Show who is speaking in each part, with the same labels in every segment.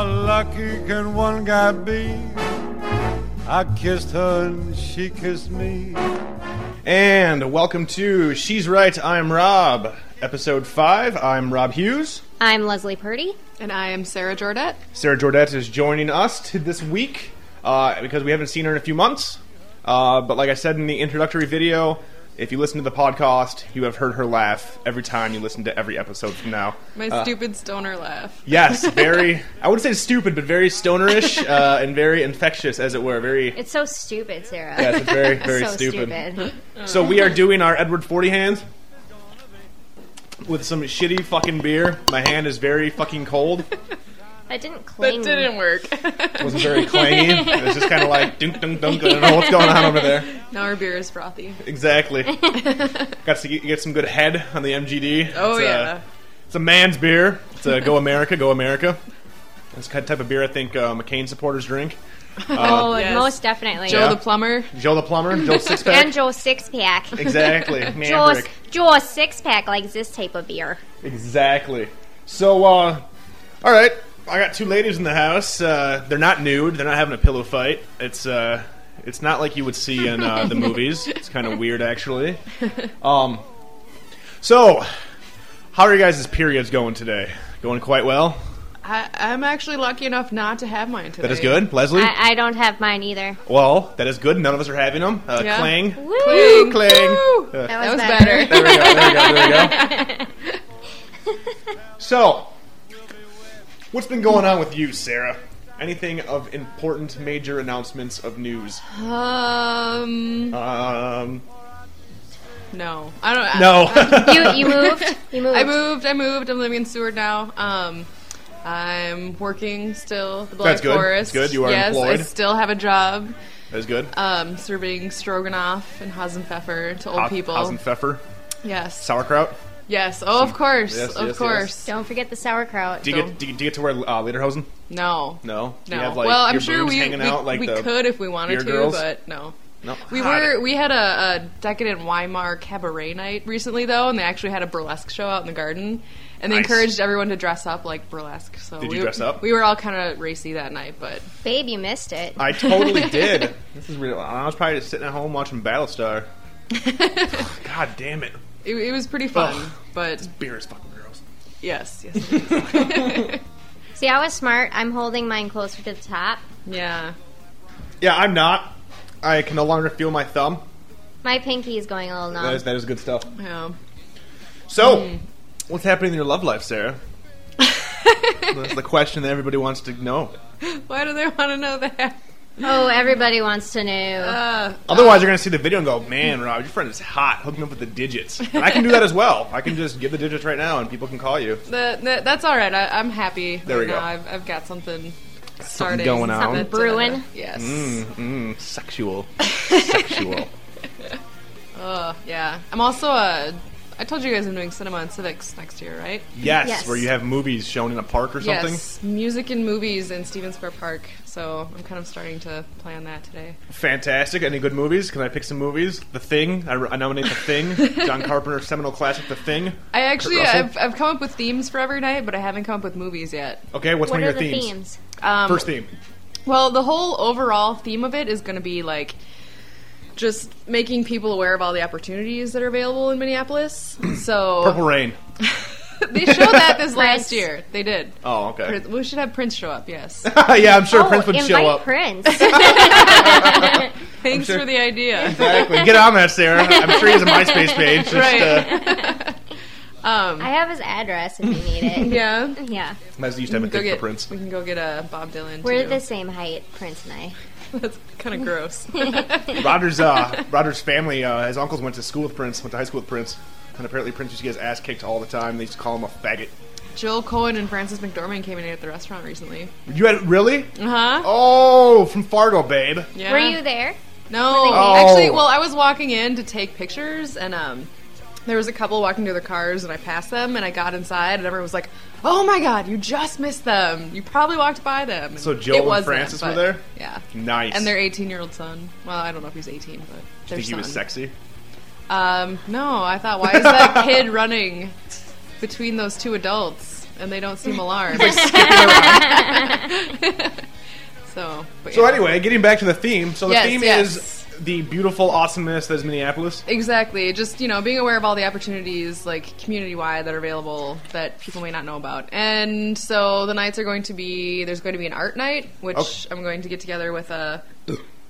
Speaker 1: lucky can one guy be? I kissed her and she kissed me.
Speaker 2: And welcome to She's Right, I'm Rob, episode 5. I'm Rob Hughes.
Speaker 3: I'm Leslie Purdy.
Speaker 4: And I am Sarah Jordette.
Speaker 2: Sarah Jordette is joining us t- this week uh, because we haven't seen her in a few months. Uh, but like I said in the introductory video, if you listen to the podcast, you have heard her laugh every time you listen to every episode from now.
Speaker 4: My stupid stoner laugh.
Speaker 2: Yes, very, I wouldn't say stupid, but very stonerish uh, and very infectious, as it were. Very,
Speaker 3: It's so stupid, Sarah.
Speaker 2: yes, it's very, very
Speaker 3: so
Speaker 2: So we are doing our Edward Forty hands with some shitty fucking beer. My hand is very fucking cold.
Speaker 3: That didn't cling.
Speaker 4: That didn't work.
Speaker 2: It wasn't very clangy. It was just kind of like dunk dunk dunk. I don't know what's going on over there.
Speaker 4: now our beer is frothy.
Speaker 2: Exactly. Got to get, get some good head on the MGD.
Speaker 4: Oh,
Speaker 2: It's, uh,
Speaker 4: yeah.
Speaker 2: it's a man's beer. It's a Go America, Go America. That's the kind of type of beer I think uh, McCain supporters drink.
Speaker 3: Oh,
Speaker 4: Yes.
Speaker 3: most definitely.
Speaker 4: Joe
Speaker 2: Yeah.
Speaker 4: the plumber.
Speaker 2: Joe the plumber, Joe Sixpack.
Speaker 3: And Joe's six pack.
Speaker 2: exactly.
Speaker 3: Joe's,
Speaker 2: Maverick.
Speaker 3: Joe's six pack likes this type of beer.
Speaker 2: Exactly. So, uh, all right, I got two ladies in the house. Uh, they're not nude. They're not having a pillow fight. It's uh, it's not like you would see in uh, the movies. It's kind of weird, actually. Um, so, how are you guys' periods going today? Going quite well.
Speaker 4: I, I'm actually lucky enough not to have mine today.
Speaker 2: That is good, Leslie.
Speaker 3: I, I don't have mine either.
Speaker 2: well, that is good. None of us are having them. Uh,
Speaker 4: Yeah.
Speaker 2: Clang.
Speaker 3: Woo!
Speaker 4: Cling.
Speaker 2: Clang.
Speaker 4: Woo!
Speaker 2: Uh,
Speaker 4: That was better.
Speaker 2: There we go. There we go. There we go. so, what's been going on with you, Sarah? Anything of important major announcements of news?
Speaker 4: Um,
Speaker 2: Um,
Speaker 4: no. I don't. I- Um,
Speaker 2: no.
Speaker 3: You, you moved. You moved.
Speaker 4: I, moved. I moved. I'm living in Seward now. Um, I'm working still. at The Black
Speaker 2: That's good.
Speaker 4: Forest.
Speaker 2: That's good. You are
Speaker 4: yes,
Speaker 2: employed.
Speaker 4: I still have a job.
Speaker 2: That's good.
Speaker 4: Um, serving stroganoff and Hasenpfeffer to old
Speaker 2: Hot-
Speaker 4: people.
Speaker 2: Hausen pfeffer,
Speaker 4: yes.
Speaker 2: sauerkraut.
Speaker 4: Yes. Oh, of course.
Speaker 2: Yes,
Speaker 4: of
Speaker 2: yes,
Speaker 4: course.
Speaker 3: Don't forget the sauerkraut.
Speaker 2: Do you, get, do, you, do you get to wear uh, lederhosen?
Speaker 4: No.
Speaker 2: No. Do
Speaker 4: No.
Speaker 2: you have, like,
Speaker 4: well, I'm
Speaker 2: your
Speaker 4: sure
Speaker 2: boobs
Speaker 4: we
Speaker 2: hanging
Speaker 4: we,
Speaker 2: out like
Speaker 4: we
Speaker 2: the
Speaker 4: could if we wanted
Speaker 2: beer
Speaker 4: to,
Speaker 2: girls?
Speaker 4: but no.
Speaker 2: No.
Speaker 4: We
Speaker 2: Hot.
Speaker 4: were we had a, a decadent Weimar cabaret night recently though, and they actually had a burlesque show out in the garden, and they
Speaker 2: Nice.
Speaker 4: encouraged everyone to dress up like burlesque. So
Speaker 2: Did
Speaker 4: we,
Speaker 2: you dress up?
Speaker 4: We were all kind of racy that night, but
Speaker 3: Babe, you missed it.
Speaker 2: I totally did. This is real. I was probably just sitting at home watching Battlestar. God damn it.
Speaker 4: it, it was pretty fun.
Speaker 2: Ugh.
Speaker 4: But
Speaker 2: Beer is fucking gross.
Speaker 4: yes, yes,
Speaker 3: See, I was smart. I'm holding mine closer to the top.
Speaker 4: yeah.
Speaker 2: Yeah, I'm not. I can no longer feel my thumb.
Speaker 3: My pinky is going a little numb.
Speaker 2: That is, that is good stuff.
Speaker 4: yeah.
Speaker 2: So, what's happening in your love life, Sarah? That's the question that everybody wants to know.
Speaker 4: Why do they want to know that?
Speaker 3: oh, everybody wants to know.
Speaker 4: Uh,
Speaker 2: Otherwise, you're going to see the video and go, man, Rob, your friend is hot. Hook me up with the digits. And I can do that as well. I can just give the digits right now and people can call you.
Speaker 4: the, the, that's all right. I, I'm happy.
Speaker 2: There
Speaker 4: right
Speaker 2: we go.
Speaker 4: Now. I've, I've got something starting
Speaker 2: going on.
Speaker 3: Something brewing.
Speaker 4: Yes.
Speaker 2: Mm, sexual. sexual.
Speaker 4: Oh, yeah. I'm also a. I told you guys I'm doing cinema and civics next year, right?
Speaker 2: Yes,
Speaker 3: Yes.
Speaker 2: where you have movies shown in a park or something.
Speaker 4: Yes, music and movies in Stevens Square Park. So I'm kind of starting to plan that today.
Speaker 2: Fantastic. Any good movies? Can I pick some movies? The Thing. I, I nominate The Thing. John Carpenter's seminal classic, The Thing.
Speaker 4: I actually
Speaker 2: Russell?
Speaker 4: I've, I've come up with themes for every night, but I haven't come up with movies yet.
Speaker 2: Okay, what's
Speaker 3: what
Speaker 2: one
Speaker 3: are
Speaker 2: of your
Speaker 3: the
Speaker 2: themes?
Speaker 3: themes?
Speaker 4: Um,
Speaker 2: First theme.
Speaker 4: Well, the whole overall theme of it is going to be like just making people aware of all the opportunities that are available in Minneapolis.
Speaker 2: Purple
Speaker 4: so
Speaker 2: Rain.
Speaker 4: they showed that this
Speaker 3: Prince.
Speaker 4: last year. They did.
Speaker 2: Oh, okay.
Speaker 4: Prin- We should have Prince show up. Yes.
Speaker 2: yeah, I'm sure
Speaker 3: oh,
Speaker 2: Prince would
Speaker 3: invite
Speaker 2: show up.
Speaker 3: Prince.
Speaker 4: Thanks
Speaker 2: sure-
Speaker 4: for the idea.
Speaker 2: Exactly. Get on that, Sarah. I'm sure he has a MySpace page. Just,
Speaker 4: Right.
Speaker 2: uh,
Speaker 4: Um,
Speaker 3: I have his address if you need it.
Speaker 4: yeah.
Speaker 3: Yeah.
Speaker 2: Maz used to have a
Speaker 4: Go
Speaker 2: thing
Speaker 4: get,
Speaker 2: for Prince.
Speaker 4: We can go get a Bob Dylan.
Speaker 3: We're
Speaker 4: too.
Speaker 3: the same height, Prince and I.
Speaker 4: That's kind of gross.
Speaker 2: Roger's, uh, Roger's family, uh, his uncles went to school with Prince, went to high school with Prince. And apparently Prince used to get his ass kicked all the time. They used to call him a faggot.
Speaker 4: Jill Cohen and Frances McDormand came in at the restaurant recently.
Speaker 2: You had, really?
Speaker 4: Uh huh.
Speaker 2: Oh, from Fargo, babe.
Speaker 4: Yeah.
Speaker 3: Uh-huh. Were you there?
Speaker 4: No.
Speaker 2: Oh.
Speaker 4: Actually, well, I was walking in to take pictures, and um, there was a couple walking to their cars, and I passed them, and I got inside, and everyone was like, "Oh my God, you just missed them. You probably walked by them." And
Speaker 2: So Jill
Speaker 4: it
Speaker 2: and
Speaker 4: was them,
Speaker 2: Frances were
Speaker 4: but-
Speaker 2: there?
Speaker 4: Yeah.
Speaker 2: Nice.
Speaker 4: And their 18-year-old son. Well, I don't know if he's 18, but
Speaker 2: Do
Speaker 4: their
Speaker 2: you think he was
Speaker 4: son.
Speaker 2: sexy?
Speaker 4: Um, no, I thought, why is that kid running between those two adults? and they don't seem alarmed. They're skipping around. so, but
Speaker 2: So
Speaker 4: yeah.
Speaker 2: anyway, getting back to the theme. So the
Speaker 4: Yes,
Speaker 2: theme
Speaker 4: yes.
Speaker 2: is the beautiful awesomeness that is Minneapolis.
Speaker 4: Exactly. Just you know, being aware of all the opportunities like community wide that are available that people may not know about. And so the nights are going to be there's going to be an art night, which
Speaker 2: Okay.
Speaker 4: I'm going to get together with a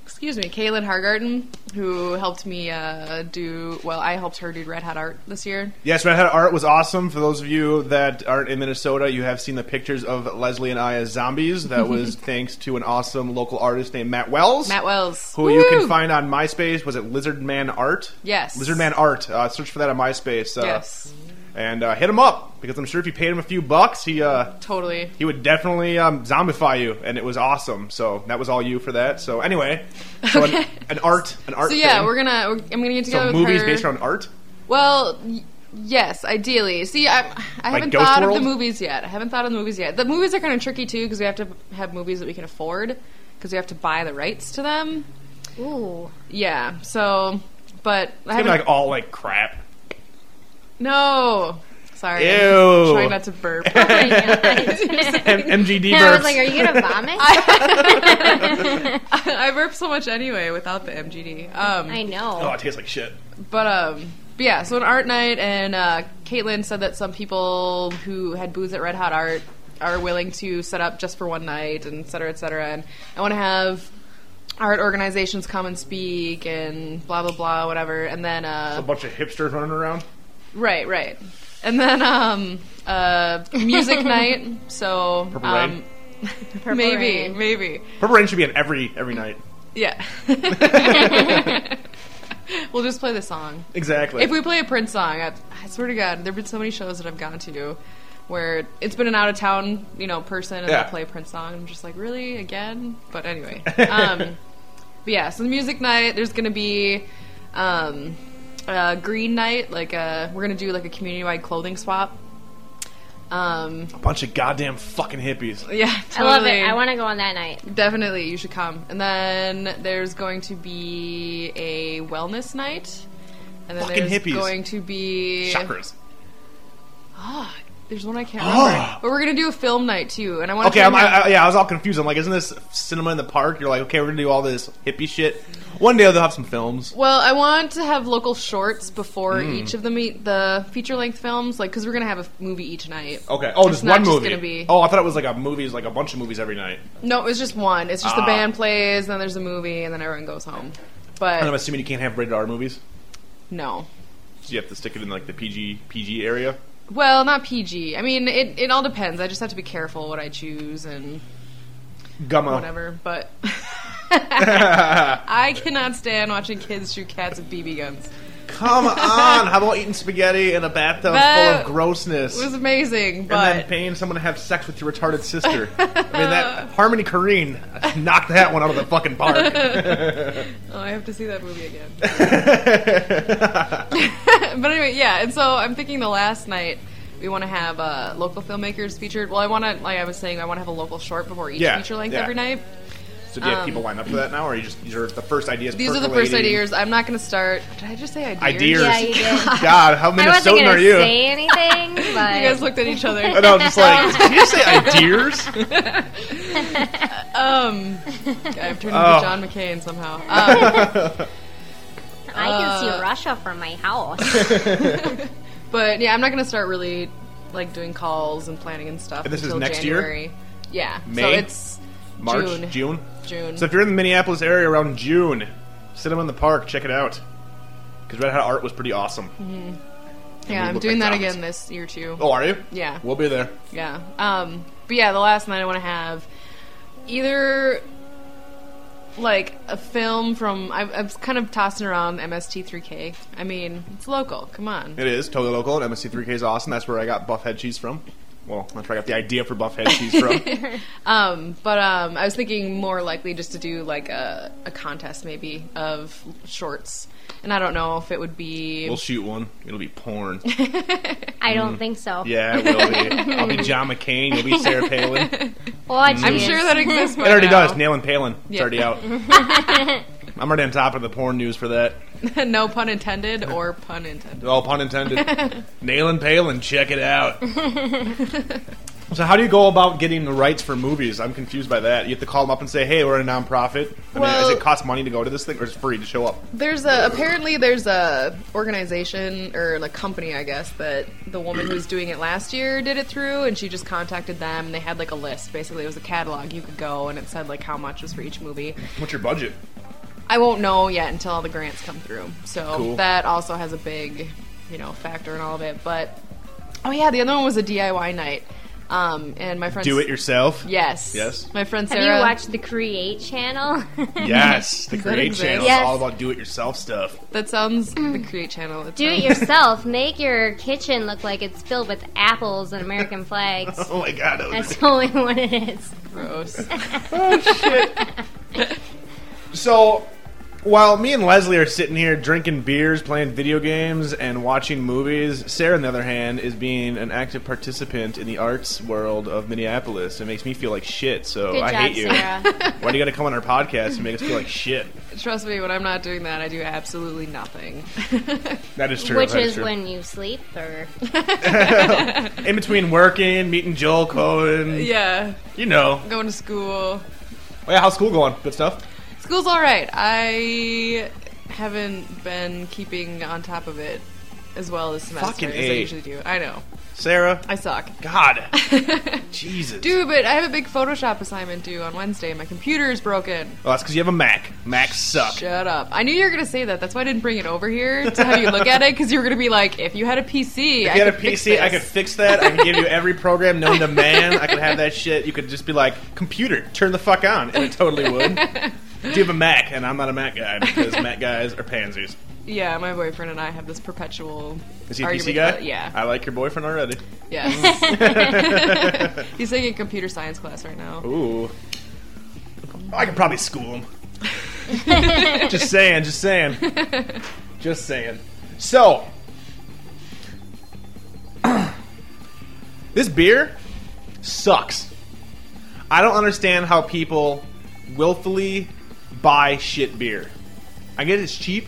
Speaker 4: excuse me, Kaylin Hargarten, who helped me uh, do well. I helped her do red hot art this year.
Speaker 2: Yes, Red Hat Art was awesome. For those of you that aren't in Minnesota, you have seen the pictures of Leslie and I as zombies. That was thanks to an awesome local artist named Matt Wells.
Speaker 4: Matt Wells,
Speaker 2: Who you can
Speaker 4: Woo!
Speaker 2: find on MySpace. Was it Lizard Man Art?
Speaker 4: Yes.
Speaker 2: Lizard Man Art. Uh, search for that on MySpace. Uh,
Speaker 4: Yes,
Speaker 2: And uh, hit him up because I'm sure if you paid him a few bucks, he uh,
Speaker 4: totally.
Speaker 2: he would definitely um, zombify you, and it was awesome. So that was all you for that. So anyway, so an, an art, an art.
Speaker 4: So yeah,
Speaker 2: thing.
Speaker 4: we're gonna. We're, I'm gonna get together
Speaker 2: so
Speaker 4: with
Speaker 2: movies
Speaker 4: her.
Speaker 2: based around art.
Speaker 4: Well, y- yes, ideally. See, I, I haven't
Speaker 2: Ghost
Speaker 4: thought of
Speaker 2: World?
Speaker 4: the movies yet. I haven't thought of the movies yet. The movies are kind of tricky too because we have to have movies that we can afford because we have to buy the rights to them.
Speaker 3: Ooh.
Speaker 4: Yeah. So, but I
Speaker 2: Maybe
Speaker 4: haven't.
Speaker 2: like all like crap.
Speaker 4: no. Sorry.
Speaker 2: Ew.
Speaker 4: Trying not to burp.
Speaker 3: Oh my God.
Speaker 2: M- MGD
Speaker 3: I
Speaker 2: burps.
Speaker 3: was like, are you gonna vomit?
Speaker 4: I burp so much anyway without the MGD. Um,
Speaker 3: I
Speaker 2: oh,
Speaker 3: know.
Speaker 2: it tastes like shit.
Speaker 4: But um, but yeah. So an art night, and uh, Caitlin said that some people who had booths at Red Hot Art are willing to set up just for one night, and et cetera, et cetera. And I want to have art organizations come and speak, and blah blah blah, whatever. And then uh,
Speaker 2: A bunch of hipsters running around.
Speaker 4: Right, right. And then um uh music night. So
Speaker 2: Purple
Speaker 4: um maybe,
Speaker 3: Rain.
Speaker 4: maybe.
Speaker 2: Purple Rain should be on every every night.
Speaker 4: Yeah. we'll just play the song.
Speaker 2: Exactly.
Speaker 4: If we play a Prince song, I, I swear to God, there've been so many shows that I've gone to where it's been an out of town, you know, person and
Speaker 2: Yeah.
Speaker 4: they'll play a Prince song. I'm just like, really again? But anyway, um, but yeah. So the music night, there's gonna be um, a green night. Like uh we're gonna do like a community wide clothing swap. Um,
Speaker 2: a bunch of goddamn fucking hippies.
Speaker 4: yeah,
Speaker 3: I
Speaker 4: totally.
Speaker 3: love it. I want to go on that night.
Speaker 4: Definitely, you should come. And then there's going to be a wellness night. And then
Speaker 2: Fucking
Speaker 4: there's
Speaker 2: hippies.
Speaker 4: going to be
Speaker 2: Chakras.
Speaker 4: Ah, there's one I can't remember. but we're gonna do a film night too, and I want.
Speaker 2: Okay,
Speaker 4: to
Speaker 2: I'm, I, I, yeah, I was all confused. I'm like, isn't this cinema in the park? You're like, okay, we're gonna do all this hippie shit. One day they'll have some films.
Speaker 4: well, I want to have local shorts before
Speaker 2: Hmm.
Speaker 4: each of the meet the feature length films, like because we're gonna have a f- movie each night.
Speaker 2: Okay. Oh,
Speaker 4: It's
Speaker 2: just
Speaker 4: not
Speaker 2: one
Speaker 4: just
Speaker 2: movie.
Speaker 4: gonna be-
Speaker 2: Oh, I thought it was like a movies, like a bunch of movies every night.
Speaker 4: No, it's just one. It's just
Speaker 2: Ah.
Speaker 4: the band plays, then there's a movie, and then everyone goes home. But
Speaker 2: And I'm assuming you can't have rated R movies,
Speaker 4: no,
Speaker 2: so you have to stick it in like the PG PG area.
Speaker 4: well, not PG. I mean, it it all depends. I just have to be careful what I choose and
Speaker 2: Gumma.
Speaker 4: whatever. But I cannot stand watching kids shoot cats with BB guns.
Speaker 2: Come on, how about eating spaghetti in a bathtub full
Speaker 4: That
Speaker 2: of grossness?
Speaker 4: It was amazing, but
Speaker 2: and then paying someone to have sex with your retarded sister. I mean, that Harmony Korine knocked that one out of the fucking park.
Speaker 4: Oh, I have to see that movie again. but anyway, yeah, and so I'm thinking the last night we want to have uh, local filmmakers featured. Well, I want to, like I was saying, I want to have a local short before each
Speaker 2: Yeah,
Speaker 4: feature length
Speaker 2: yeah.
Speaker 4: every night.
Speaker 2: So do you have people line up for that now, or you just these are the first ideas?
Speaker 4: Um, These are the first
Speaker 2: percolating?
Speaker 4: ideas. I'm not going to start. Did I just say
Speaker 2: Ideas.
Speaker 4: ideas?
Speaker 3: Yeah, you did.
Speaker 2: God, how
Speaker 3: I wasn't
Speaker 2: Minnesotan
Speaker 3: gonna
Speaker 2: are you?
Speaker 3: say anything, but
Speaker 4: You guys looked at each other.
Speaker 2: And I was just like, did you say ideas?
Speaker 4: Um, I've turned
Speaker 2: Oh.
Speaker 4: into John McCain somehow. Um,
Speaker 3: I can see Russia from my house.
Speaker 4: but yeah, I'm not going to start really like doing calls and planning and stuff.
Speaker 2: And this is
Speaker 4: until
Speaker 2: next year?
Speaker 4: January. Yeah. So
Speaker 2: May?
Speaker 4: it's
Speaker 2: March,
Speaker 4: June.
Speaker 2: June.
Speaker 4: June.
Speaker 2: So if you're in the Minneapolis area around June, sit them in the park, check it out. Because Red Hat Art was pretty awesome.
Speaker 4: Mm-hmm. yeah,
Speaker 2: we
Speaker 4: I'm
Speaker 2: look
Speaker 4: doing
Speaker 2: like
Speaker 4: that
Speaker 2: zombies.
Speaker 4: again this year too.
Speaker 2: Oh, are you?
Speaker 4: Yeah.
Speaker 2: We'll be there.
Speaker 4: Yeah. Um, but yeah, the last night I want to have either like a film from I, I was kind of tossing around MST3K. I mean, it's local. Come on.
Speaker 2: It is totally local. And MSC3K is awesome. That's where I got buff head cheese from. Well, that's where I got the idea for buff head cheese from.
Speaker 4: Um, but um, I was thinking more likely just to do like a, a contest maybe of shorts, and I don't know if it would be.
Speaker 2: we'll shoot one. It'll be porn.
Speaker 3: I don't think so.
Speaker 2: Yeah, it will be. I'll be John McCain. You'll be Sarah Palin. It
Speaker 3: Well, I'm
Speaker 4: I'm sure that exists. By
Speaker 2: already
Speaker 4: now.
Speaker 2: does. Nailing Palin. It's
Speaker 4: Yeah.
Speaker 2: already out. I'm already on top of the porn news for that.
Speaker 4: no pun intended or pun intended.
Speaker 2: All pun intended. Nailing Palin, check it out. So how do you go about getting the rights for movies? I'm confused by that. You have to call them up and say, "Hey, we're a nonprofit." I
Speaker 4: Well-
Speaker 2: mean, does it cost money to go to this thing, or is it free to show up?
Speaker 4: There's a apparently there's a organization or like company I guess that the woman who was doing it last year did it through and she just contacted them and they had like a list basically it was a catalog you could go and it said like how much was for each movie.
Speaker 2: What's your budget?
Speaker 4: I won't know yet until all the grants come through. So
Speaker 2: Cool.
Speaker 4: that also has a big, you know, factor in all of it. But oh yeah, the other one was a DIY night. Um, and my friend
Speaker 2: Do it yourself.
Speaker 4: Yes.
Speaker 2: Yes.
Speaker 4: My friend
Speaker 3: Have
Speaker 4: Sarah.
Speaker 3: you watched the Create channel?
Speaker 2: Yes, the
Speaker 4: Does that
Speaker 2: Create
Speaker 4: exist?
Speaker 2: channel
Speaker 3: Yes.
Speaker 2: is all about do-it-yourself stuff.
Speaker 4: That sounds the Create channel. It
Speaker 3: Mm. Do it
Speaker 4: sounds-
Speaker 3: yourself. Make your kitchen look like it's filled with apples and American flags.
Speaker 2: Oh my god, that was
Speaker 3: That's only what it is.
Speaker 4: Oh, Gross.
Speaker 2: So, while me and Leslie are sitting here drinking beers, playing video games, and watching movies, Sarah, on the other hand, is being an active participant in the arts world of Minneapolis. It makes me feel like shit, so
Speaker 3: Good
Speaker 2: I
Speaker 3: job,
Speaker 2: hate you.
Speaker 3: Sarah.
Speaker 2: Why do you gotta come on our podcast and make us feel like shit?
Speaker 4: Trust me, when I'm not doing that, I do absolutely nothing.
Speaker 2: That is true.
Speaker 3: Which
Speaker 2: that
Speaker 3: is
Speaker 2: true.
Speaker 3: when you sleep, or
Speaker 2: In between working, meeting Joel Cohen,
Speaker 4: yeah,
Speaker 2: you know.
Speaker 4: going to
Speaker 2: Oh,
Speaker 4: school.
Speaker 2: yeah, how's school going? Good stuff?
Speaker 4: School's all right. I haven't been keeping on top of it as well this semester
Speaker 2: Fucking
Speaker 4: as I
Speaker 2: A.
Speaker 4: usually do. I know.
Speaker 2: Sarah?
Speaker 4: I suck.
Speaker 2: God. Jesus.
Speaker 4: Dude, but I have a big Photoshop assignment due on Wednesday. My computer is broken.
Speaker 2: Oh, that's because you have a Mac. Macs suck.
Speaker 4: Shut up. I knew you were going to say that. That's why I didn't bring it over here to have you look at it because you were going to be like, if you had a PC,
Speaker 2: If
Speaker 4: I
Speaker 2: you had a
Speaker 4: could fix
Speaker 2: PC, I could
Speaker 4: this.
Speaker 2: fix that. I could give you every program known to man. I could have that shit. You could just be like, computer, turn the fuck on, and it totally would. Do you have a Mac? And I'm not a Mac guy because Mac guys are pansies.
Speaker 4: Yeah, my boyfriend and I have this perpetual.
Speaker 2: Is he a PC
Speaker 4: argument
Speaker 2: guy?
Speaker 4: about- yeah.
Speaker 2: I like your boyfriend already.
Speaker 4: Yes. He's taking computer science class right now.
Speaker 2: Ooh. I could probably school him. just saying, just saying. Just saying. So, this beer sucks. I don't understand how people willfully buy shit beer. I get it's cheap.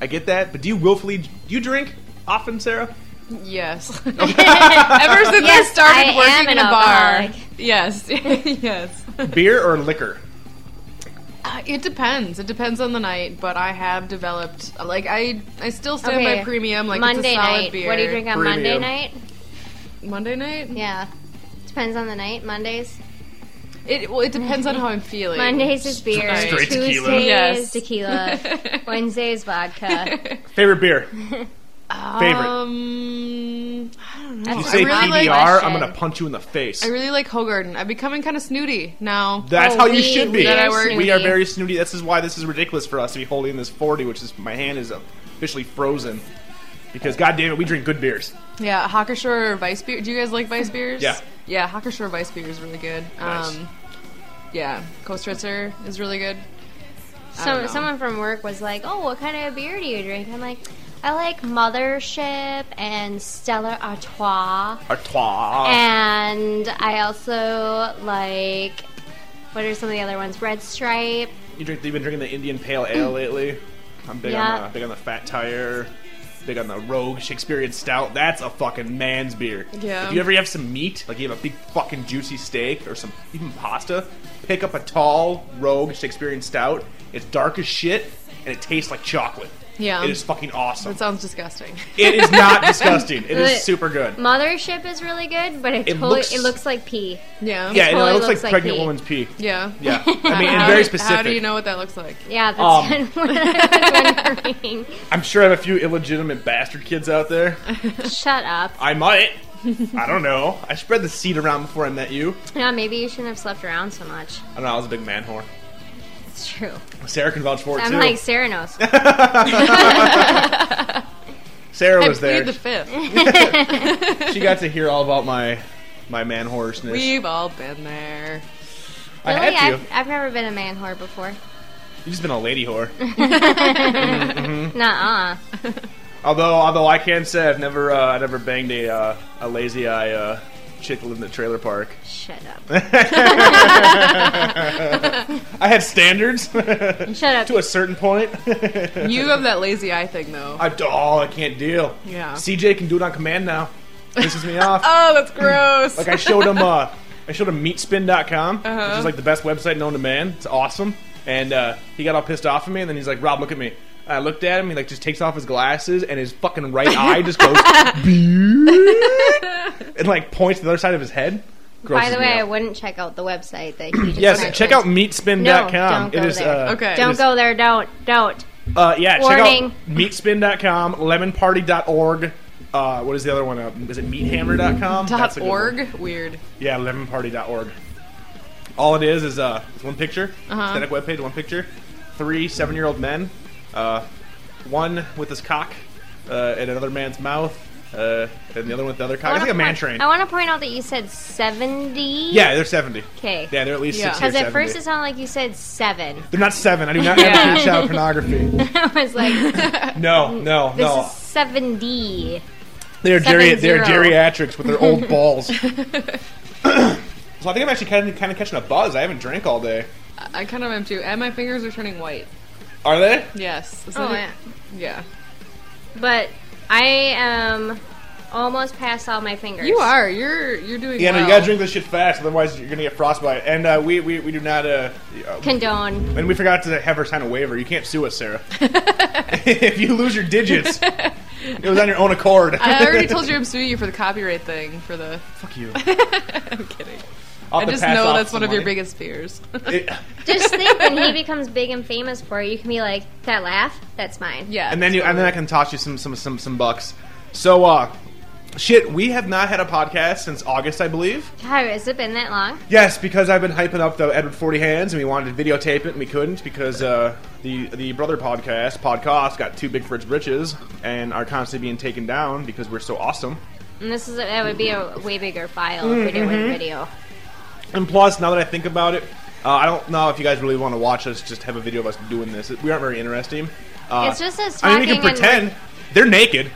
Speaker 2: I get that. But do you willfully do you drink often, Sarah?
Speaker 4: Yes. Ever since I
Speaker 3: Yes,
Speaker 4: started
Speaker 3: I am
Speaker 4: working in
Speaker 3: an
Speaker 4: a bar.
Speaker 3: alcoholic.
Speaker 4: Yes. yes.
Speaker 2: Beer or liquor?
Speaker 4: Uh, It depends. It depends on the night, but I have developed like I I still stand by premium like
Speaker 3: Monday
Speaker 4: it's a solid
Speaker 3: night.
Speaker 4: beer.
Speaker 3: What do you drink on Monday
Speaker 2: Premium.
Speaker 3: night?
Speaker 4: Monday night?
Speaker 3: Yeah, depends on the night. Mondays.
Speaker 4: It well, it depends on how I'm feeling.
Speaker 3: Mondays is beer.
Speaker 4: Straight
Speaker 3: Tuesdays
Speaker 2: tequila.
Speaker 4: Yes.
Speaker 3: is tequila. Wednesdays vodka.
Speaker 2: Favorite beer? Favorite.
Speaker 4: Um, I don't know.
Speaker 3: That's
Speaker 2: You
Speaker 3: a
Speaker 2: say
Speaker 4: I really
Speaker 2: PBR,
Speaker 4: like
Speaker 2: I'm
Speaker 3: question.
Speaker 2: gonna punch you in the face.
Speaker 4: I really like Hogarden. I'm becoming kind of snooty now.
Speaker 2: That's
Speaker 3: Oh,
Speaker 2: how you
Speaker 3: we-
Speaker 2: should be.
Speaker 3: we
Speaker 4: That I
Speaker 2: We
Speaker 4: work-
Speaker 2: We are
Speaker 3: snooty.
Speaker 2: very snooty. This is why this is ridiculous for us to be holding this 40, which is my hand is officially frozen. Because goddamn it, we drink good beers.
Speaker 4: Yeah, Hawkershore Vice beer. Do you guys like Vice beers?
Speaker 2: Yeah.
Speaker 4: Yeah, Hawkershore Vice beer is really good.
Speaker 2: Nice.
Speaker 4: Um, yeah, Coast Ritzer is really good. I don't
Speaker 3: Some,
Speaker 4: know.
Speaker 3: someone from work was like, "Oh, what kind of beer do you drink?" I'm like, "I like Mothership and Stella Artois,
Speaker 2: Oh. Artois.
Speaker 3: and I also like what are some of the other ones? Red Stripe.
Speaker 2: You drink, you've been drinking the Indian Pale Ale lately. I'm big on
Speaker 3: Yeah.
Speaker 2: the, big on the Fat Tire. Big on the Rogue Shakespearean Stout. That's a fucking man's beer.
Speaker 4: Yeah.
Speaker 2: If you ever have some meat, like you have a big fucking juicy steak or some even pasta, pick up a tall Rogue Shakespearean Stout. It's dark as shit and it tastes like chocolate.
Speaker 4: Yeah.
Speaker 2: It is fucking awesome.
Speaker 4: That sounds disgusting.
Speaker 2: It is not disgusting. It is
Speaker 3: But-
Speaker 2: super good.
Speaker 3: Mothership is really good, but it,
Speaker 2: It
Speaker 3: totally
Speaker 2: looks-
Speaker 3: it looks like pee.
Speaker 4: yeah.
Speaker 2: Yeah, it
Speaker 3: totally
Speaker 2: looks,
Speaker 3: looks
Speaker 2: like,
Speaker 3: like
Speaker 2: pregnant
Speaker 3: pee.
Speaker 2: woman's pee.
Speaker 4: Yeah.
Speaker 2: Yeah, I mean, and
Speaker 4: How-
Speaker 2: very
Speaker 4: How do you
Speaker 2: specific.
Speaker 4: know what that looks like?
Speaker 3: Yeah, that's
Speaker 2: Um.
Speaker 3: kind of what I was wondering.
Speaker 2: I'm sure I have a few illegitimate bastard kids out there.
Speaker 3: Shut up.
Speaker 2: I might. I don't know. I spread the seed around before I met you.
Speaker 3: Yeah, maybe you shouldn't have slept around so much.
Speaker 2: I don't know. I was a big man whore.
Speaker 3: It's true.
Speaker 2: Sarah can vouch for it
Speaker 3: I'm
Speaker 2: too.
Speaker 3: like Sarah knows.
Speaker 2: Sarah
Speaker 4: I
Speaker 2: was there.
Speaker 4: plead the fifth.
Speaker 2: she got to hear all about my my man whorishness.
Speaker 4: We've all been there.
Speaker 2: I
Speaker 3: really,
Speaker 2: had to.
Speaker 3: I've, I've never been a man whore before.
Speaker 2: You've just been a lady whore.
Speaker 3: Nuh-uh.
Speaker 2: although, although I can say I've never, uh, I never banged a uh, a lazy eye uh, chick living in the trailer park.
Speaker 3: Shut up.
Speaker 2: I had standards to
Speaker 3: Shut up.
Speaker 2: a certain point.
Speaker 4: You have that lazy eye thing though.
Speaker 2: I, oh, I can't deal.
Speaker 4: Yeah.
Speaker 2: CJ can do it on command now. pisses me off.
Speaker 4: Oh, that's gross.
Speaker 2: Like I showed him, uh, I showed him meatspin.com,
Speaker 4: Uh-huh.
Speaker 2: which is like the best website known to man. It's awesome. And uh, he got all pissed off at me, and then he's like, "Rob, look at me." I looked at him. He like just takes off his glasses, and his fucking right eye just goes and like points to the other side of his head.
Speaker 3: By
Speaker 2: Grosses
Speaker 3: the
Speaker 2: me
Speaker 3: way, I
Speaker 2: out.
Speaker 3: wouldn't check out the website that he just
Speaker 2: yes,
Speaker 3: mentioned.
Speaker 2: check out
Speaker 3: No,
Speaker 2: meatspin.com.
Speaker 3: don't go
Speaker 2: it is
Speaker 3: there.
Speaker 2: uh,
Speaker 4: Okay.
Speaker 3: Don't
Speaker 2: is-
Speaker 3: go there. Don't. Don't.
Speaker 2: Uh, yeah,
Speaker 3: Warning.
Speaker 2: check out meatspin.com, lemonparty.org. Uh, what is the other one? Uh, is it meathammer.com? That's
Speaker 4: Dot
Speaker 2: a good one.
Speaker 4: org. Weird.
Speaker 2: Yeah, lemonparty.org. All it is is uh, it's one picture,
Speaker 3: Uh-huh.
Speaker 2: static webpage, one picture, three seven-year-old men, uh, one with his cock uh, in another man's mouth, uh, and the other one with the other cock.
Speaker 3: I
Speaker 2: It's
Speaker 3: wanna
Speaker 2: like a man
Speaker 3: point-
Speaker 2: train.
Speaker 3: I want to point out that you said 70.
Speaker 2: Yeah, they're seventy.
Speaker 3: 'Kay.
Speaker 2: Yeah, they're at least
Speaker 4: Yeah.
Speaker 2: sixty. or
Speaker 3: Because at
Speaker 2: 70.
Speaker 3: first it sounded like you said seven.
Speaker 2: they're not seven. I do not
Speaker 4: Yeah.
Speaker 2: advocate child pornography.
Speaker 3: I was like, this
Speaker 2: No, no, no.
Speaker 3: is 70.
Speaker 2: They're geri-
Speaker 3: Seven
Speaker 2: they're
Speaker 3: zero.
Speaker 2: geriatrics with their old balls. so I think I'm actually kind of, kind of catching a buzz. I haven't drank all day.
Speaker 4: I, I kind of am too. And my fingers are turning white.
Speaker 2: Are they?
Speaker 4: Yes. Is
Speaker 3: Oh,
Speaker 4: that
Speaker 3: yeah.
Speaker 4: it? yeah.
Speaker 3: But I am almost past all my fingers.
Speaker 4: You are. You're you're doing.
Speaker 2: Yeah, no,
Speaker 4: well.
Speaker 2: you gotta drink this shit fast, otherwise you're gonna get frostbite. And uh, we, we we do not. Uh, uh,
Speaker 3: Condone.
Speaker 2: and we forgot to have her sign a waiver. You can't sue us, Sarah. if you lose your digits, it was on your own accord.
Speaker 4: I already told you I'm suing you for the copyright thing. For the.
Speaker 2: Fuck you.
Speaker 4: I'm kidding.
Speaker 2: I'll
Speaker 4: I
Speaker 2: have to
Speaker 4: just
Speaker 2: pass
Speaker 4: know
Speaker 2: off
Speaker 4: that's
Speaker 2: some
Speaker 4: one of your
Speaker 2: money.
Speaker 4: biggest fears.
Speaker 2: It-
Speaker 3: Just think when he becomes big and famous for it, you can be like, that laugh, that's mine.
Speaker 4: yeah.
Speaker 2: and then you and then I can toss you some some some some bucks. So uh, shit, we have not had a podcast since August, I believe.
Speaker 3: God, has it been that long?
Speaker 2: Yes, because I've been hyping up the Edward Forty Hands, and we wanted to videotape it, and we couldn't because uh, the the brother podcast podcast got too big for its britches, and are constantly being taken down because we're so awesome.
Speaker 3: And this is, that would be a way bigger file if we did
Speaker 2: Mm-hmm.
Speaker 3: one video.
Speaker 2: And plus, now that I think about it, uh, I don't know if you guys really want to watch us just have a video of us doing this. We aren't very interesting. Uh,
Speaker 3: It's just us
Speaker 2: I mean, we can
Speaker 3: talking and
Speaker 2: pretend they're naked.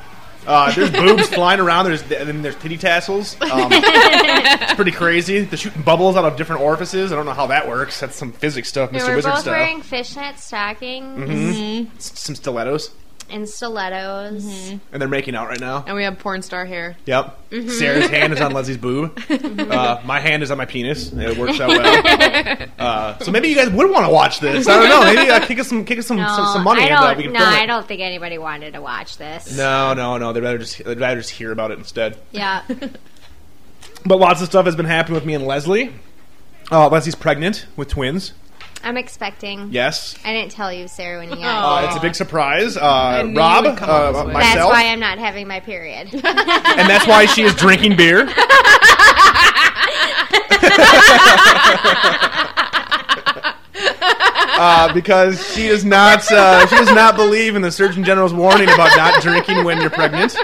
Speaker 2: Uh, there's boobs flying around. There's and then there's titty tassels. Um, it's pretty crazy. They're shooting bubbles out of different orifices. I don't know how that works. That's some physics stuff,
Speaker 3: And
Speaker 2: Mr.
Speaker 3: we're
Speaker 2: Wizard
Speaker 3: both
Speaker 2: stuff.
Speaker 3: wearing fishnet stockings
Speaker 2: Mm-hmm. S- some stilettos,
Speaker 3: and stilettos.
Speaker 2: and they're making out right now.
Speaker 4: And we have porn star hair.
Speaker 2: Yep.
Speaker 3: Mm-hmm.
Speaker 2: Sarah's hand is on Leslie's boob. Uh, my hand is on my penis. It works out well. Uh, so maybe you guys would want to watch this. I don't know. Maybe uh, kick us some, kick us some,
Speaker 3: No,
Speaker 2: some, some money,
Speaker 3: I
Speaker 2: and
Speaker 3: don't,
Speaker 2: uh, we can
Speaker 3: no,
Speaker 2: film it.
Speaker 3: I don't think anybody wanted to watch this.
Speaker 2: No, no, no. They'd rather just they'd rather just hear about it instead.
Speaker 3: Yeah.
Speaker 2: But lots of stuff has been happening with me and Leslie. Uh, Leslie's pregnant with twins.
Speaker 3: I'm expecting.
Speaker 2: Yes.
Speaker 3: I didn't tell you, Sarah, when you
Speaker 4: Oh,
Speaker 3: got
Speaker 2: Uh, it's a big surprise. Uh,
Speaker 4: knew you
Speaker 2: Rob,
Speaker 4: would come up
Speaker 2: uh,
Speaker 4: this way.
Speaker 3: That's
Speaker 2: myself,
Speaker 3: why I'm not having my period.
Speaker 2: and that's why she is drinking beer. Uh, because she does not, uh, she does not believe in the Surgeon General's warning about not drinking when you're pregnant.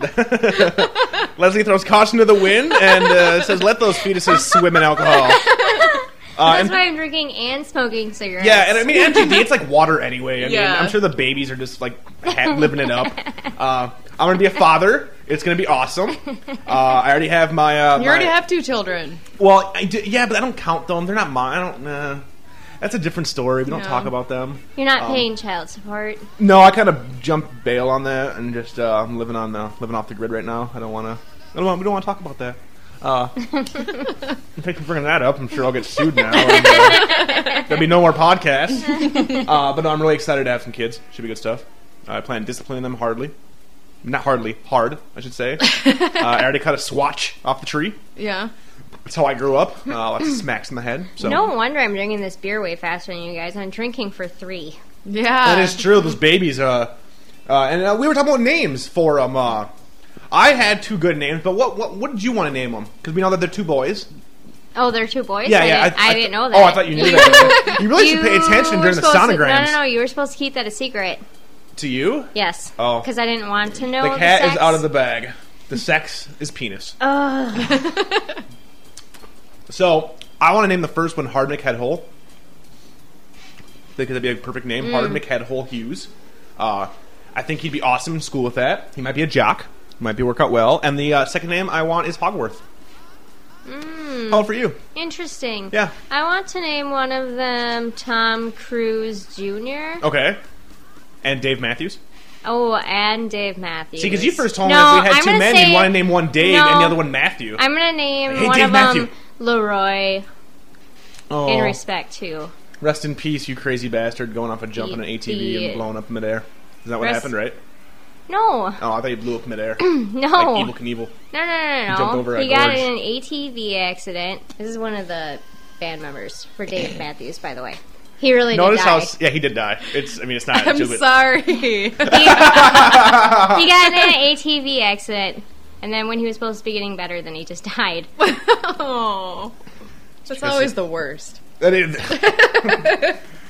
Speaker 2: Leslie throws caution to the wind and uh, says, "Let those fetuses swim in alcohol." Uh,
Speaker 3: That's
Speaker 2: and-
Speaker 3: why I'm drinking and smoking cigarettes.
Speaker 2: yeah, and I mean MTV, it's like water anyway. I mean,
Speaker 4: Yeah.
Speaker 2: I'm sure the babies are just like ha- living it up. Uh, I'm gonna be a father. It's gonna be awesome. Uh, I already have my. Uh,
Speaker 4: You already have two children.
Speaker 2: Well, I do, yeah, but I don't count them. They're not mine. I don't. Nah. That's a different story. We don't
Speaker 4: Yeah.
Speaker 2: talk about them.
Speaker 3: You're not paying child support.
Speaker 2: No, I kind of jump bail on that and just uh, I'm living on the living off the grid right now. I don't want to. I don't want. We don't want to talk about that. Uh, thanks for bringing that up. I'm sure I'll get sued now. and, uh, there'll be no more podcasts. Uh, but no, I'm really excited to have some kids. Should be good stuff. I plan on disciplining them hardly. Not hardly, hard, I should say. uh, I already cut a swatch off the tree.
Speaker 4: Yeah.
Speaker 2: That's how I grew up. Uh, lots of smacks in the head. So
Speaker 3: No wonder I'm drinking this beer way faster than you guys. I'm drinking for three.
Speaker 4: Yeah.
Speaker 2: That is true. Those babies. Uh, uh, and uh, we were talking about names for them. Uh, I had two good names, but what what, what did you want to name them? Because we know that they're two boys.
Speaker 3: Oh, they're two boys.
Speaker 2: Yeah,
Speaker 3: I
Speaker 2: yeah.
Speaker 3: Didn't, I, didn't know that.
Speaker 2: Oh, I thought you knew that. you really should pay attention
Speaker 3: were
Speaker 2: during the
Speaker 3: supposed to-
Speaker 2: sonograms.
Speaker 3: no, no, no. You were supposed to keep that a secret.
Speaker 2: To you,
Speaker 3: Yes.
Speaker 2: Oh.
Speaker 3: Because I didn't want to know.
Speaker 2: the cat is
Speaker 3: Oh, sex.
Speaker 2: out of the bag. The sex is penis.
Speaker 3: Ugh.
Speaker 2: So I want to name the first one Hardnick Head Hole. Think that'd be a perfect name,
Speaker 3: Mm.
Speaker 2: Hardnick Head Hole Hughes. Uh, I think he'd be awesome in school with that. He might be a jock. Might be work out well. And the uh, second name I want is Hogworth.
Speaker 3: Mm.
Speaker 2: How for you?
Speaker 3: Interesting.
Speaker 2: Yeah.
Speaker 3: I want to name one of them Tom Cruise Jr.
Speaker 2: Oh. Okay. And Dave Matthews.
Speaker 3: Oh, and Dave Matthews.
Speaker 2: See, because you first told me
Speaker 3: No,
Speaker 2: if we had
Speaker 3: I'm
Speaker 2: two
Speaker 3: gonna
Speaker 2: men,
Speaker 3: say-
Speaker 2: you want to name one Dave
Speaker 3: no,
Speaker 2: and the other one Matthew.
Speaker 3: I'm gonna name
Speaker 2: Hey,
Speaker 3: one
Speaker 2: Dave
Speaker 3: of
Speaker 2: Matthew.
Speaker 3: them Leroy
Speaker 2: oh,
Speaker 3: in respect to.
Speaker 2: rest in peace, you crazy bastard, going off a jump on an
Speaker 3: The-
Speaker 2: ATV
Speaker 3: the-
Speaker 2: and blowing up midair. Is that what
Speaker 3: Rest-
Speaker 2: happened, right?
Speaker 3: No,
Speaker 2: Oh, I thought you blew up midair.
Speaker 3: no,
Speaker 2: Like evil Knievel.
Speaker 3: no, no, no, no.
Speaker 2: jumped over
Speaker 3: he
Speaker 2: a
Speaker 3: got
Speaker 2: gorge.
Speaker 3: in an ATV accident. This is one of the band members for Dave Matthews, by the way. He really
Speaker 2: Notice
Speaker 3: did die.
Speaker 2: how? Yeah, he did die. It's. I mean, it's not.
Speaker 4: I'm
Speaker 2: stupid.
Speaker 4: sorry.
Speaker 3: he, he got in an ATV accident, and then when he was supposed to be getting better, then he just died.
Speaker 4: oh, that's always the worst.
Speaker 2: That is-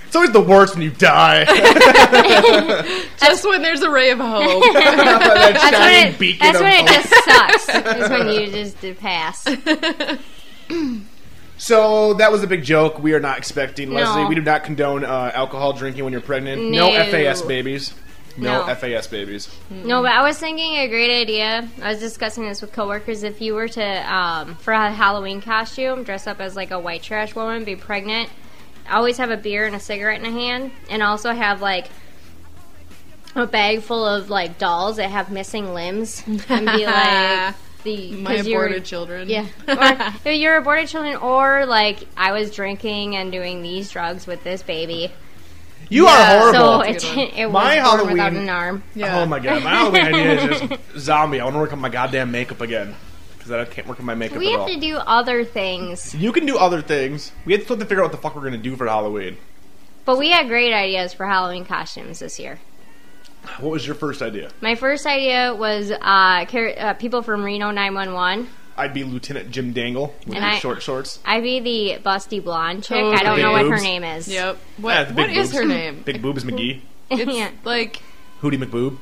Speaker 2: it's always the worst when you die. that
Speaker 4: Just when there's a ray of hope.
Speaker 3: That's
Speaker 2: shining
Speaker 3: when it,
Speaker 2: beacon
Speaker 3: that's
Speaker 2: of
Speaker 3: when it
Speaker 2: hope.
Speaker 3: just sucks. Is when you just did pass.
Speaker 2: So that was a big joke. We are not expecting Leslie.
Speaker 3: No.
Speaker 2: We do not condone uh, alcohol drinking when you're pregnant. No,
Speaker 3: No.
Speaker 2: FAS babies. No,
Speaker 3: No.
Speaker 2: FAS babies.
Speaker 3: No, but I was thinking a great idea. I was discussing this with coworkers. If you were to, um, for a Halloween costume, dress up as like a white trash woman, be pregnant, always have a beer and a cigarette in a hand, and also have like a bag full of like dolls that have missing limbs, and be like the
Speaker 4: My
Speaker 3: 'cause you were-
Speaker 4: aborted children.
Speaker 3: Yeah, or if you're aborted children, or like I was drinking and doing these drugs with this baby,
Speaker 2: You
Speaker 4: Yeah,
Speaker 2: are
Speaker 3: so
Speaker 2: horrible.
Speaker 3: it,
Speaker 4: That's a good one.
Speaker 3: it was
Speaker 2: My
Speaker 3: born without
Speaker 2: Halloween-
Speaker 3: an arm.
Speaker 4: Yeah.
Speaker 2: Oh my god, my Halloween idea is just zombie. I want to work on my goddamn makeup again because I can't work on my makeup
Speaker 3: We
Speaker 2: at
Speaker 3: have
Speaker 2: all.
Speaker 3: to do other things.
Speaker 2: you can do other things. We have to still have to figure out what the fuck we're gonna do for Halloween.
Speaker 3: But we had great ideas for Halloween costumes this year.
Speaker 2: What was your first idea?
Speaker 3: My first idea was uh, car- uh, people from Reno 911.
Speaker 2: I'd be Lieutenant Jim Dangle with
Speaker 3: And
Speaker 2: his
Speaker 3: I-
Speaker 2: short shorts.
Speaker 3: I'd be the busty blonde chick.
Speaker 4: Totally.
Speaker 3: I don't
Speaker 4: Big
Speaker 3: know what her
Speaker 2: boobs.
Speaker 3: name is.
Speaker 4: Yep.
Speaker 2: Yeah,
Speaker 4: What,
Speaker 2: Ah, the
Speaker 4: what
Speaker 2: big
Speaker 4: is
Speaker 2: boobs.
Speaker 4: her name?
Speaker 2: Big boobs McGee,
Speaker 4: It's
Speaker 3: Yeah.
Speaker 4: like
Speaker 2: Hootie McBoob.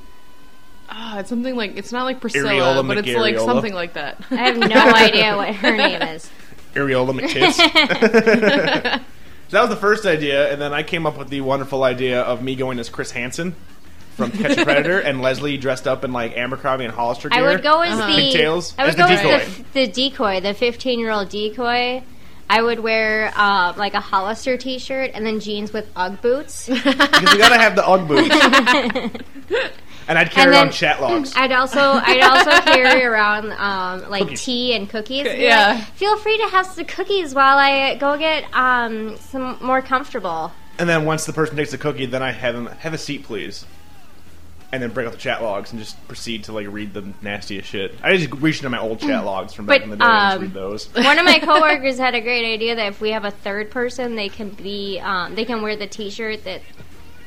Speaker 4: ah, it's something like it's not like Priscilla,
Speaker 2: Areola
Speaker 4: but it's like
Speaker 2: McGariola.
Speaker 4: something like that.
Speaker 3: I have no idea what her name is.
Speaker 2: Areola McTits. so that was the first idea, and then I came up with the wonderful idea of me going as Chris Hansen from Catch a Predator, and Leslie dressed up in like Abercrombie and Hollister
Speaker 3: I
Speaker 2: gear.
Speaker 3: would go as the
Speaker 2: Pigtails?
Speaker 3: I would
Speaker 2: As the
Speaker 3: go as the, the decoy, the 15 year old decoy. I would wear uh, like a Hollister T-shirt and then jeans with UGG boots.
Speaker 2: because we gotta have the UGG boots. and I'd carry
Speaker 3: And then-
Speaker 2: on chatlogs.
Speaker 3: I'd also I'd also carry around um, like
Speaker 2: Cookies.
Speaker 3: tea and cookies. Be
Speaker 4: Yeah.
Speaker 3: like, Feel free to have some cookies while I go get um, some more comfortable.
Speaker 2: And then once the person takes the cookie, then I have him have a seat, please. And then break out the chat logs and just proceed to like read the nastiest shit. I just reached into my old chat logs from back
Speaker 3: Mm. But,
Speaker 2: in the day and just
Speaker 3: um,
Speaker 2: read those.
Speaker 3: One of my coworkers had a great idea that if we have a third person, they can be um, they can wear the T-shirt that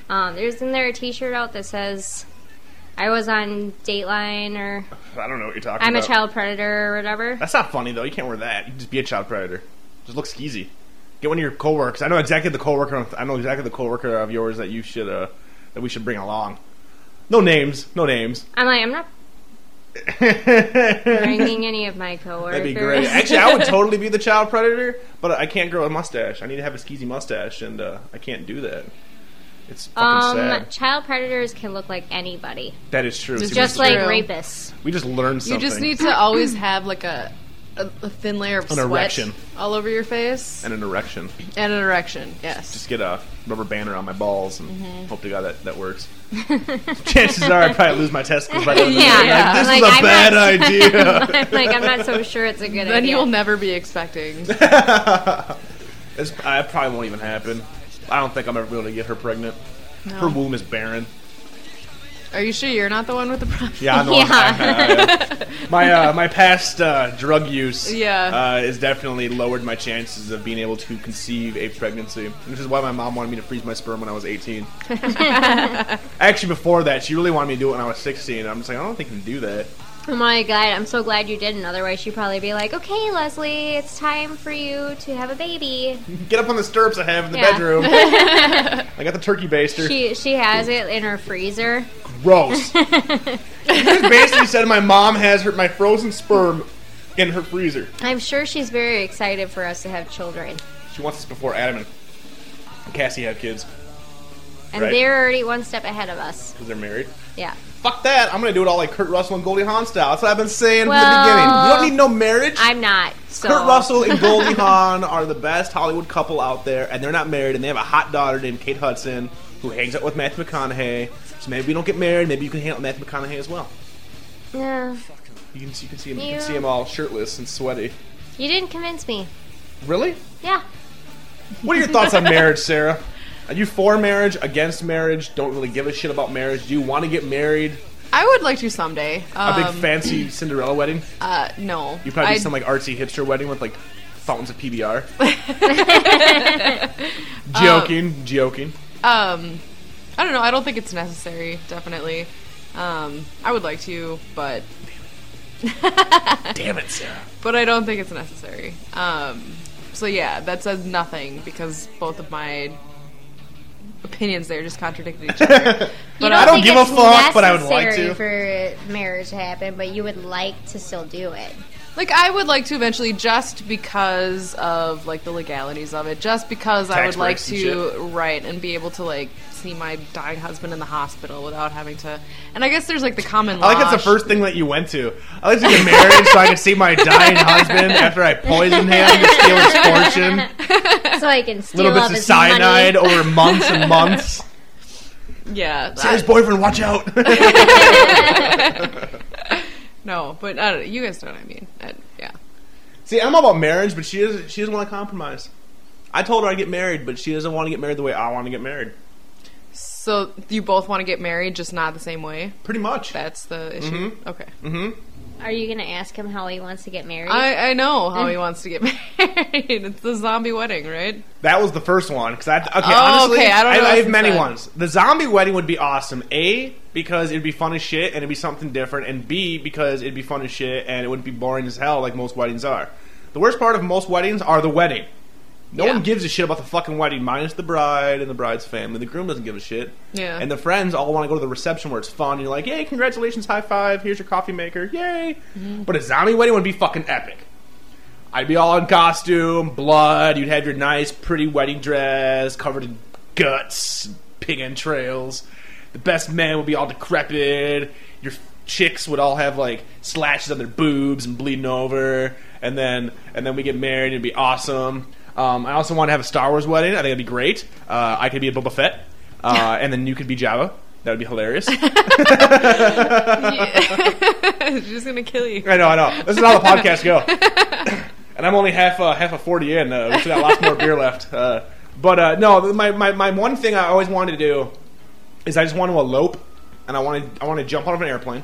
Speaker 3: um, there's in there a T-shirt out that says I was on Dateline or
Speaker 2: I don't know what you're talking
Speaker 3: I'm
Speaker 2: about.
Speaker 3: a child predator or whatever.
Speaker 2: That's not funny though. You can't wear that. You can just be a child predator. Just look skeezy. Get one of your coworkers. I know exactly the coworker. I know exactly the coworker of yours that you should uh, that we should bring along. No names. No names.
Speaker 3: I'm like I'm not bringing any of my coworkers.
Speaker 2: That'd be great. Actually, I would totally be the child predator, but I can't grow a mustache. I need to have a skeezy mustache, and uh, I can't do that. It's fucking
Speaker 3: Um,
Speaker 2: sad.
Speaker 3: child predators can look like anybody,
Speaker 2: That is true. See, we
Speaker 3: just
Speaker 2: just
Speaker 3: like
Speaker 4: true.
Speaker 3: rapists.
Speaker 2: we just learned
Speaker 4: You
Speaker 2: something.
Speaker 4: just need to always have like a a, a thin layer of
Speaker 2: An
Speaker 4: sweat
Speaker 2: erection.
Speaker 4: all over your face
Speaker 2: and an erection.
Speaker 4: and an erection. Yes.
Speaker 2: Just get a rubber band around my balls and
Speaker 3: Mm-hmm.
Speaker 2: hope to God that that works. Chances are I probably lose my testicles by the end of the
Speaker 3: Yeah,
Speaker 2: day. Like,
Speaker 4: yeah.
Speaker 2: this
Speaker 3: I'm
Speaker 2: is
Speaker 3: like,
Speaker 2: a
Speaker 3: I'm
Speaker 2: bad
Speaker 3: not-
Speaker 2: idea.
Speaker 3: like I'm not so sure it's a good
Speaker 4: then
Speaker 3: idea.
Speaker 4: you will never be expecting.
Speaker 2: This I probably won't even happen. I don't think I'm ever going to get her pregnant. Her womb is barren.
Speaker 4: Are you sure you're not the one with the problem?
Speaker 2: Yeah, I know.
Speaker 3: Yeah.
Speaker 2: my uh, my past uh, drug use
Speaker 4: Yeah.
Speaker 2: uh, has definitely lowered my chances of being able to conceive a pregnancy, which is why my mom wanted me to freeze my sperm when I was 18. Actually, before that, she really wanted me to do it when I was 16. I'm just like, I don't think I can do that.
Speaker 3: oh my god, I'm so glad you didn't. Otherwise, she'd probably be like, "Okay, Leslie, it's time for you to have a baby."
Speaker 2: Get up on the stirrups I have in the
Speaker 3: Yeah.
Speaker 2: bedroom. I got the turkey baster.
Speaker 3: She she has it in her freezer.
Speaker 2: Gross. you just basically said my mom has her my frozen sperm in her freezer.
Speaker 3: I'm sure she's very excited for us to have children,
Speaker 2: She wants us before Adam and Cassie have kids
Speaker 3: and
Speaker 2: Right.
Speaker 3: they're already one step ahead of us.
Speaker 2: because they're married.
Speaker 3: Yeah.
Speaker 2: Fuck that. I'm going to do it all like Kurt Russell and Goldie Hawn style. That's what I've been saying from
Speaker 3: Well,
Speaker 2: the beginning. You don't need no marriage.
Speaker 3: I'm not. So
Speaker 2: Kurt Russell and Goldie Hawn are the best Hollywood couple out there, and they're not married, and they have a hot daughter named Kate Hudson who hangs out with Matthew McConaughey. So maybe we don't get married. Maybe you can hang out with Matthew McConaughey as well.
Speaker 3: No,
Speaker 2: You can, you can see him. You
Speaker 3: Yeah.
Speaker 2: can see him all shirtless and sweaty.
Speaker 3: you didn't convince me.
Speaker 2: Really?
Speaker 3: Yeah.
Speaker 2: What are your thoughts on marriage, Sarah? Are you for marriage? Against marriage? Don't really give a shit about marriage. Do you want to get married?
Speaker 4: I would like to someday.
Speaker 2: A
Speaker 4: Um,
Speaker 2: big fancy Cinderella wedding?
Speaker 4: uh, no.
Speaker 2: You probably do
Speaker 4: I'd-
Speaker 2: some like artsy hipster wedding with like fountains of PBR. joking, joking.
Speaker 4: um, I don't know. I don't think it's necessary. Definitely. Um, I would like to, but
Speaker 2: Damn it, Sarah.
Speaker 4: but I don't think it's necessary. Um, so yeah, that says nothing because both of my opinions there just contradicted each other.
Speaker 3: You
Speaker 2: I don't
Speaker 3: think
Speaker 2: give a
Speaker 3: it's
Speaker 2: fuck, but I would like
Speaker 3: necessary
Speaker 2: to.
Speaker 3: for marriage to happen, but you would like to still do it.
Speaker 4: like I would like to eventually, just because of like the legalities of it, just because I
Speaker 2: Tax
Speaker 4: would like
Speaker 2: breaks and
Speaker 4: to write and be able to like see my dying husband in the hospital without having to. And I guess there's like the common.
Speaker 2: I like
Speaker 4: law
Speaker 2: that's the first thing that you went to. I like to get married so I can see my dying husband after I poison him and steal his fortune.
Speaker 3: So I can steal
Speaker 2: Little bits
Speaker 3: all
Speaker 2: of
Speaker 3: this
Speaker 2: cyanide
Speaker 3: money.
Speaker 2: over months and months.
Speaker 4: Yeah.
Speaker 2: Sarah's
Speaker 4: I-
Speaker 2: boyfriend, watch out.
Speaker 4: no, but I don't know. You guys know what I mean. I, yeah.
Speaker 2: See, I'm all about marriage, but she doesn't. She doesn't want to compromise. I told her I'd get married, but she doesn't want to get married the way I want to get married.
Speaker 4: So you both want to get married, just not the same way.
Speaker 2: Pretty much.
Speaker 4: That's the issue.
Speaker 2: Mm-hmm.
Speaker 4: Okay.
Speaker 3: Are you gonna ask him how he wants to get married?
Speaker 4: I, I know how
Speaker 2: Mm.
Speaker 4: he wants to get married. It's the zombie wedding, right?
Speaker 2: That was the first one because I okay
Speaker 4: Oh,
Speaker 2: honestly
Speaker 4: okay,
Speaker 2: I,
Speaker 4: I
Speaker 2: I
Speaker 4: don't know if
Speaker 2: have
Speaker 4: it's
Speaker 2: many
Speaker 4: that.
Speaker 2: ones. The zombie wedding would be awesome. A because it'd be fun as shit and it'd be something different, and B because it'd be fun as shit and it wouldn't be boring as hell like most weddings are. The worst part of most weddings are the wedding. No
Speaker 4: Yeah.
Speaker 2: one gives a shit about the fucking wedding, minus the bride and the bride's family. The groom doesn't give a shit.
Speaker 4: Yeah.
Speaker 2: And the friends all want to go to the reception where it's fun. And you're like, yay, congratulations, high five, here's your coffee maker, yay.
Speaker 4: Mm-hmm.
Speaker 2: But a zombie wedding would be fucking epic. I'd be all in costume, blood. You'd have your nice, pretty wedding dress covered in guts, pig entrails. The best man would be all decrepit. Your chicks would all have like slashes on their boobs and bleeding over. And then, and then we get married. It'd be awesome. Um, I also want to have a Star Wars wedding. I think it'd be great. Uh, I could be a Boba Fett, uh, and then you could be Java. That would be hilarious.
Speaker 4: She's just gonna kill you.
Speaker 2: I know, I know. This is how the podcasts go. and I'm only half uh, half a forty in. Uh, we still got lots more beer left. Uh, but uh, no, my, my my one thing I always wanted to do is I just want to elope, and I want to I want to jump out of an airplane,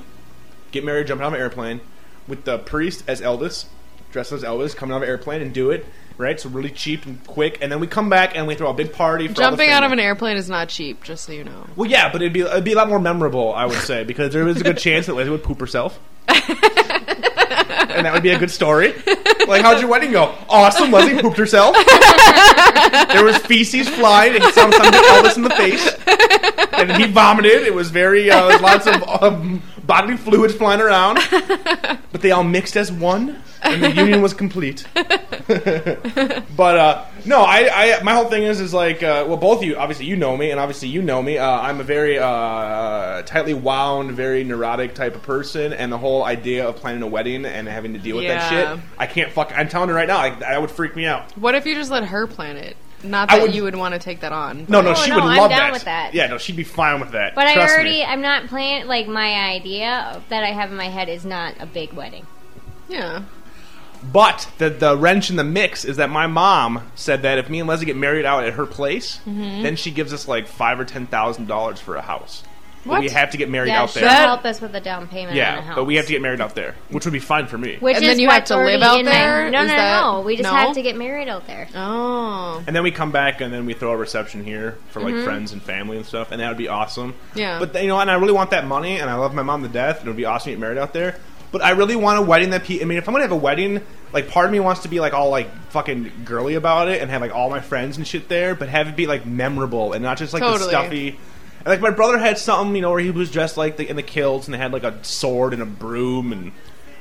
Speaker 2: get married, jump out of an airplane, with the priest as Elvis, dressed as Elvis, coming out of an airplane and do it. Right, so really cheap and quick, and then we come back and we throw a big party. For all the
Speaker 4: Jumping out of
Speaker 2: family.
Speaker 4: an airplane is not cheap, just so you know.
Speaker 2: Well, yeah, but it'd be it'd be a lot more memorable, I would say, because there was a good chance that Leslie would poop herself, and that would be a good story. Like, how'd your wedding go? Awesome, Leslie pooped herself. there was feces flying. It sounded something Elvis in the face, and he vomited. It was very uh, there was lots of um, bodily fluids flying around, but they all mixed as one, and the union was complete. But uh, no, I, I my whole thing is is like uh, well, both of you obviously you know me, and obviously you know me. Uh, I'm a very uh, tightly wound, very neurotic type of person, and the whole idea of planning a wedding and having to deal with that
Speaker 4: Yeah.
Speaker 2: shit, I can't fuck. I'm telling you right now, like, that would freak me out.
Speaker 4: What if you just let her plan it? Not
Speaker 2: I
Speaker 4: that
Speaker 2: would-
Speaker 4: you would want to take that on.
Speaker 2: No, no,
Speaker 3: Oh,
Speaker 2: she
Speaker 3: no,
Speaker 2: would
Speaker 3: I'm
Speaker 2: love
Speaker 3: down
Speaker 2: that.
Speaker 3: with that.
Speaker 2: Yeah, no, she'd be fine with that.
Speaker 3: but I
Speaker 2: Trust
Speaker 3: already,
Speaker 2: me.
Speaker 3: I'm not planning. Like my idea that I have in my head is not a big wedding.
Speaker 4: Yeah.
Speaker 2: But the the wrench in the mix is that my mom said that if me and Leslie get married out at her place,
Speaker 3: Mm-hmm.
Speaker 2: then she gives us like five or ten thousand dollars for a house. But we
Speaker 4: What?
Speaker 2: have to get married
Speaker 3: Yeah,
Speaker 2: out
Speaker 3: she'll
Speaker 2: there.
Speaker 3: help us with a down payment. on
Speaker 2: Yeah,
Speaker 3: the house.
Speaker 2: but we have to get married out there, which would be fine for me.
Speaker 3: Which
Speaker 4: And
Speaker 3: is
Speaker 4: then you have
Speaker 3: what's
Speaker 4: to live
Speaker 3: already
Speaker 4: out
Speaker 3: in my-
Speaker 4: there?
Speaker 3: no,
Speaker 4: Is
Speaker 3: no,
Speaker 4: that-
Speaker 3: no. We just
Speaker 4: no?
Speaker 3: have to get married out there.
Speaker 4: Oh.
Speaker 2: and then we come back and then we throw a reception here for like friends and family and stuff, and that would be awesome.
Speaker 4: Mm-hmm. Yeah.
Speaker 2: But you know, and I really want that money, and I love my mom to death, and it would be awesome to get married out there. But I really want a wedding that pe I mean, if I'm gonna have a wedding, like part of me wants to be like all like fucking girly about it and have like all my friends and shit there, but have it be like memorable and not just like the
Speaker 4: Totally.
Speaker 2: stuffy. and, Like my brother had something, you know, where he was dressed like the, in the kilts, and they had like a sword and a broom, and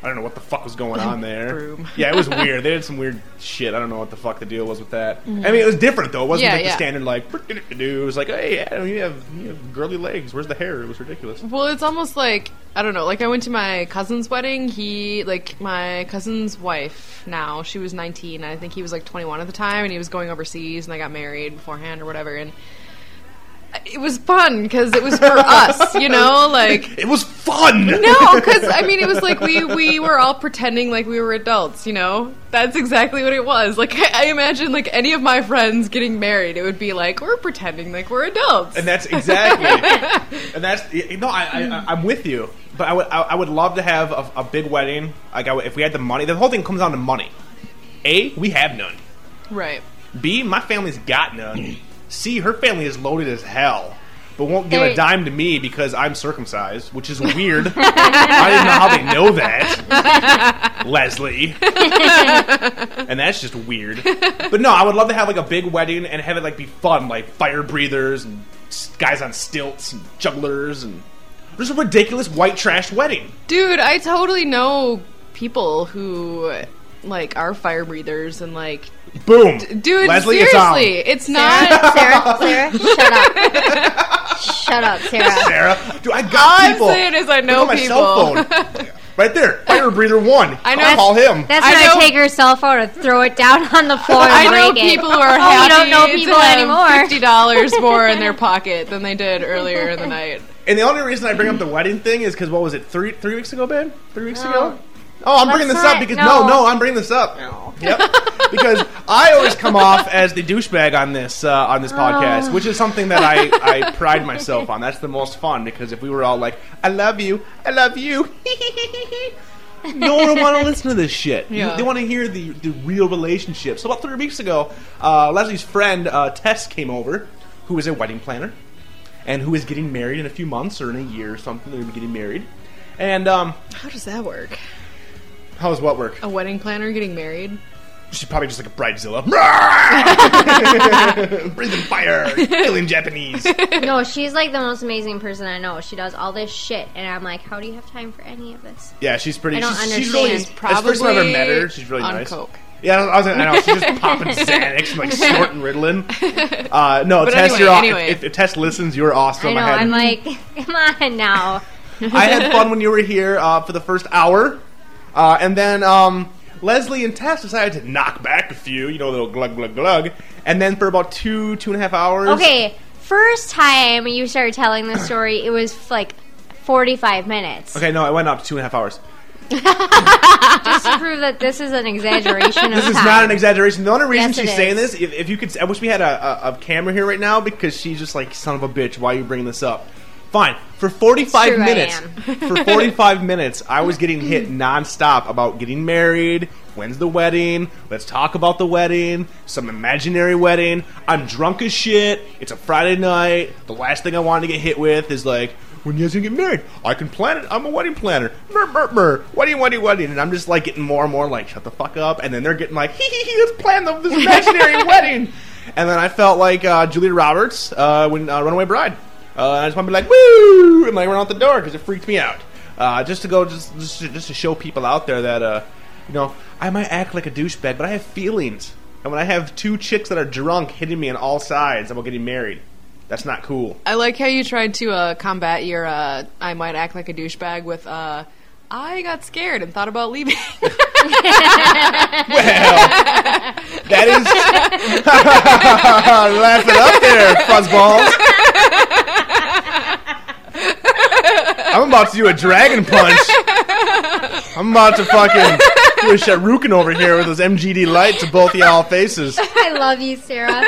Speaker 2: I don't know what the fuck was going on there.
Speaker 4: Broom.
Speaker 2: Yeah, it was weird. They had some weird shit. I don't know what the fuck the deal was with that. I mean, it was different though. It wasn't
Speaker 4: Mm-hmm. Yeah,
Speaker 2: like the
Speaker 4: yeah.
Speaker 2: standard like. It was like, hey, Adam, you have you have girly legs. Where's the hair? It was ridiculous.
Speaker 4: Well, it's almost like I don't know. Like I went to my cousin's wedding. He like my cousin's wife now. She was 19. I think he was like 21 at the time, and he was going overseas, and they got married beforehand or whatever. And it was fun because it was for us, you know, like
Speaker 2: It was fun.
Speaker 4: no, because I mean, it was like we we were all pretending like we were adults. You know, that's exactly what it was. Like I, I imagine, like any of my friends getting married, it would be like we're pretending like we're adults.
Speaker 2: And that's exactly. and that's y- no, I,
Speaker 4: Mm.
Speaker 2: I I'm with you. But I would I, I would love to have a, a big wedding. Like I would, if we had the money, the whole thing comes down to money. A, we have none.
Speaker 4: right.
Speaker 2: B, my family's got none. C, her family is loaded as hell, but won't give
Speaker 3: They-
Speaker 2: a dime to me because I'm circumcised, which is weird. I didn't know how they know that, Leslie. and that's just weird. But no, I would love to have like a big wedding and have it like be fun, like fire breathers and s- guys on stilts and jugglers and just a ridiculous white trash wedding.
Speaker 4: Dude, I totally know people who like are fire breathers and like
Speaker 2: Boom,
Speaker 4: dude
Speaker 2: Leslie, it's on.
Speaker 4: seriously it's, not
Speaker 3: Sarah, Sarah, Sarah, shut up. Shut up, Sarah.
Speaker 2: Sarah. Dude, I got
Speaker 4: All I'm
Speaker 2: people.
Speaker 4: saying is I
Speaker 2: Look
Speaker 4: know
Speaker 2: at my
Speaker 4: people.
Speaker 2: cell phone. right there, fire breather one. I
Speaker 4: know.
Speaker 2: know. Call him.
Speaker 3: That's
Speaker 4: I
Speaker 3: when I,
Speaker 4: know-
Speaker 3: take her cell phone and throw it down on the floor. And
Speaker 4: I know
Speaker 3: break it.
Speaker 4: people who are
Speaker 3: oh, you
Speaker 4: happy
Speaker 3: don't know people
Speaker 4: to have
Speaker 3: anymore.
Speaker 4: fifty dollars more in their pocket than they did earlier in the night.
Speaker 2: and the only reason I bring up the wedding thing is because what was it three three weeks ago, Ben? Three weeks
Speaker 3: No.
Speaker 2: ago. Oh, I'm bringing this
Speaker 3: Let's
Speaker 2: up
Speaker 3: not-
Speaker 2: because no.
Speaker 3: no.
Speaker 2: no, I'm bringing this up. Yep, because I always come off as the douchebag on this uh, on this podcast, which is something that I, I pride myself on. That's the most fun because if we were all like, "I love you, I love you," no one want to listen to this shit. You-
Speaker 4: Yeah.
Speaker 2: they want to hear the the real relationship. So about three weeks ago, uh, Leslie's friend uh, Tess came over, who is a wedding planner, and who is getting married in a few months or in a year or something. They're gonna be getting married, and um,
Speaker 4: How does that work?
Speaker 2: how does what work?
Speaker 4: A wedding planner getting married?
Speaker 2: She's probably just like a bridezilla, breathing fire, killing Japanese.
Speaker 3: No, she's like the most amazing person I know. She does all this shit, and I'm like, how do you have time for any of this?
Speaker 2: Yeah, she's pretty.
Speaker 3: I don't
Speaker 2: she's, she's really.
Speaker 3: understand.
Speaker 2: as
Speaker 4: Probably
Speaker 2: the first time I ever met her, she's really
Speaker 4: on
Speaker 2: nice.
Speaker 4: coke.
Speaker 2: Yeah, I was. I know she's just popping Xanax and like snorting Ritalin. Uh, no,
Speaker 4: But
Speaker 2: Tess,
Speaker 4: anyway,
Speaker 2: you're aw-
Speaker 4: anyway.
Speaker 2: If, if Tess listens, you're awesome.
Speaker 3: I know.
Speaker 2: had,
Speaker 3: I'm like, come on now.
Speaker 2: I had fun when you were here uh, for the first hour, uh, and then um, Leslie and Tess decided to knock back a few. You know, little glug glug glug, and then for about two two and a half hours.
Speaker 3: Okay, first time you started telling the story, it was f- like 45 minutes.
Speaker 2: Okay, no, I went up to two and a half hours.
Speaker 3: Just to prove that this is an exaggeration of
Speaker 2: This is
Speaker 3: time.
Speaker 2: not an exaggeration. The only reason
Speaker 3: Yes, it
Speaker 2: she's saying
Speaker 3: is.
Speaker 2: this, if, if you could, I wish we had a, a, a camera here right now because she's just like, son of a bitch, why are you bringing this up? Fine. For 45
Speaker 3: It's true, I
Speaker 2: minutes,
Speaker 3: am.
Speaker 2: for 45 minutes, I was getting hit nonstop about getting married, when's the wedding, let's talk about the wedding, some imaginary wedding. I'm drunk as shit. It's a Friday night. The last thing I wanted to get hit with is like, when you guys gonna get married? I can plan it. I'm a wedding planner. Mer, mer, mer. Wedding, wedding, wedding. And I'm just like getting more and more like, shut the fuck up. And then they're getting like, hee hee hee, let's plan the, this imaginary wedding. And then I felt like uh, Julia Roberts uh, when uh, Runaway Bride. Uh, and I just want to be like, woo! And like run out the door because it freaked me out. Uh, just to go, just, just, to, just to show people out there that, uh, you know, I might act like a douchebag, but I have feelings. And when I have two chicks that are drunk hitting me on all sides about getting married, that's not cool.
Speaker 4: I like how you tried to uh, combat your uh, I might act like a douchebag with uh, I got scared and thought about leaving.
Speaker 2: Well, that is. Laugh it up there, fuzzballs. I'm about to do a dragon punch. I'm about to fucking do a Sharukin over here with those MGD light to both y'all faces.
Speaker 3: I love you, Sarah.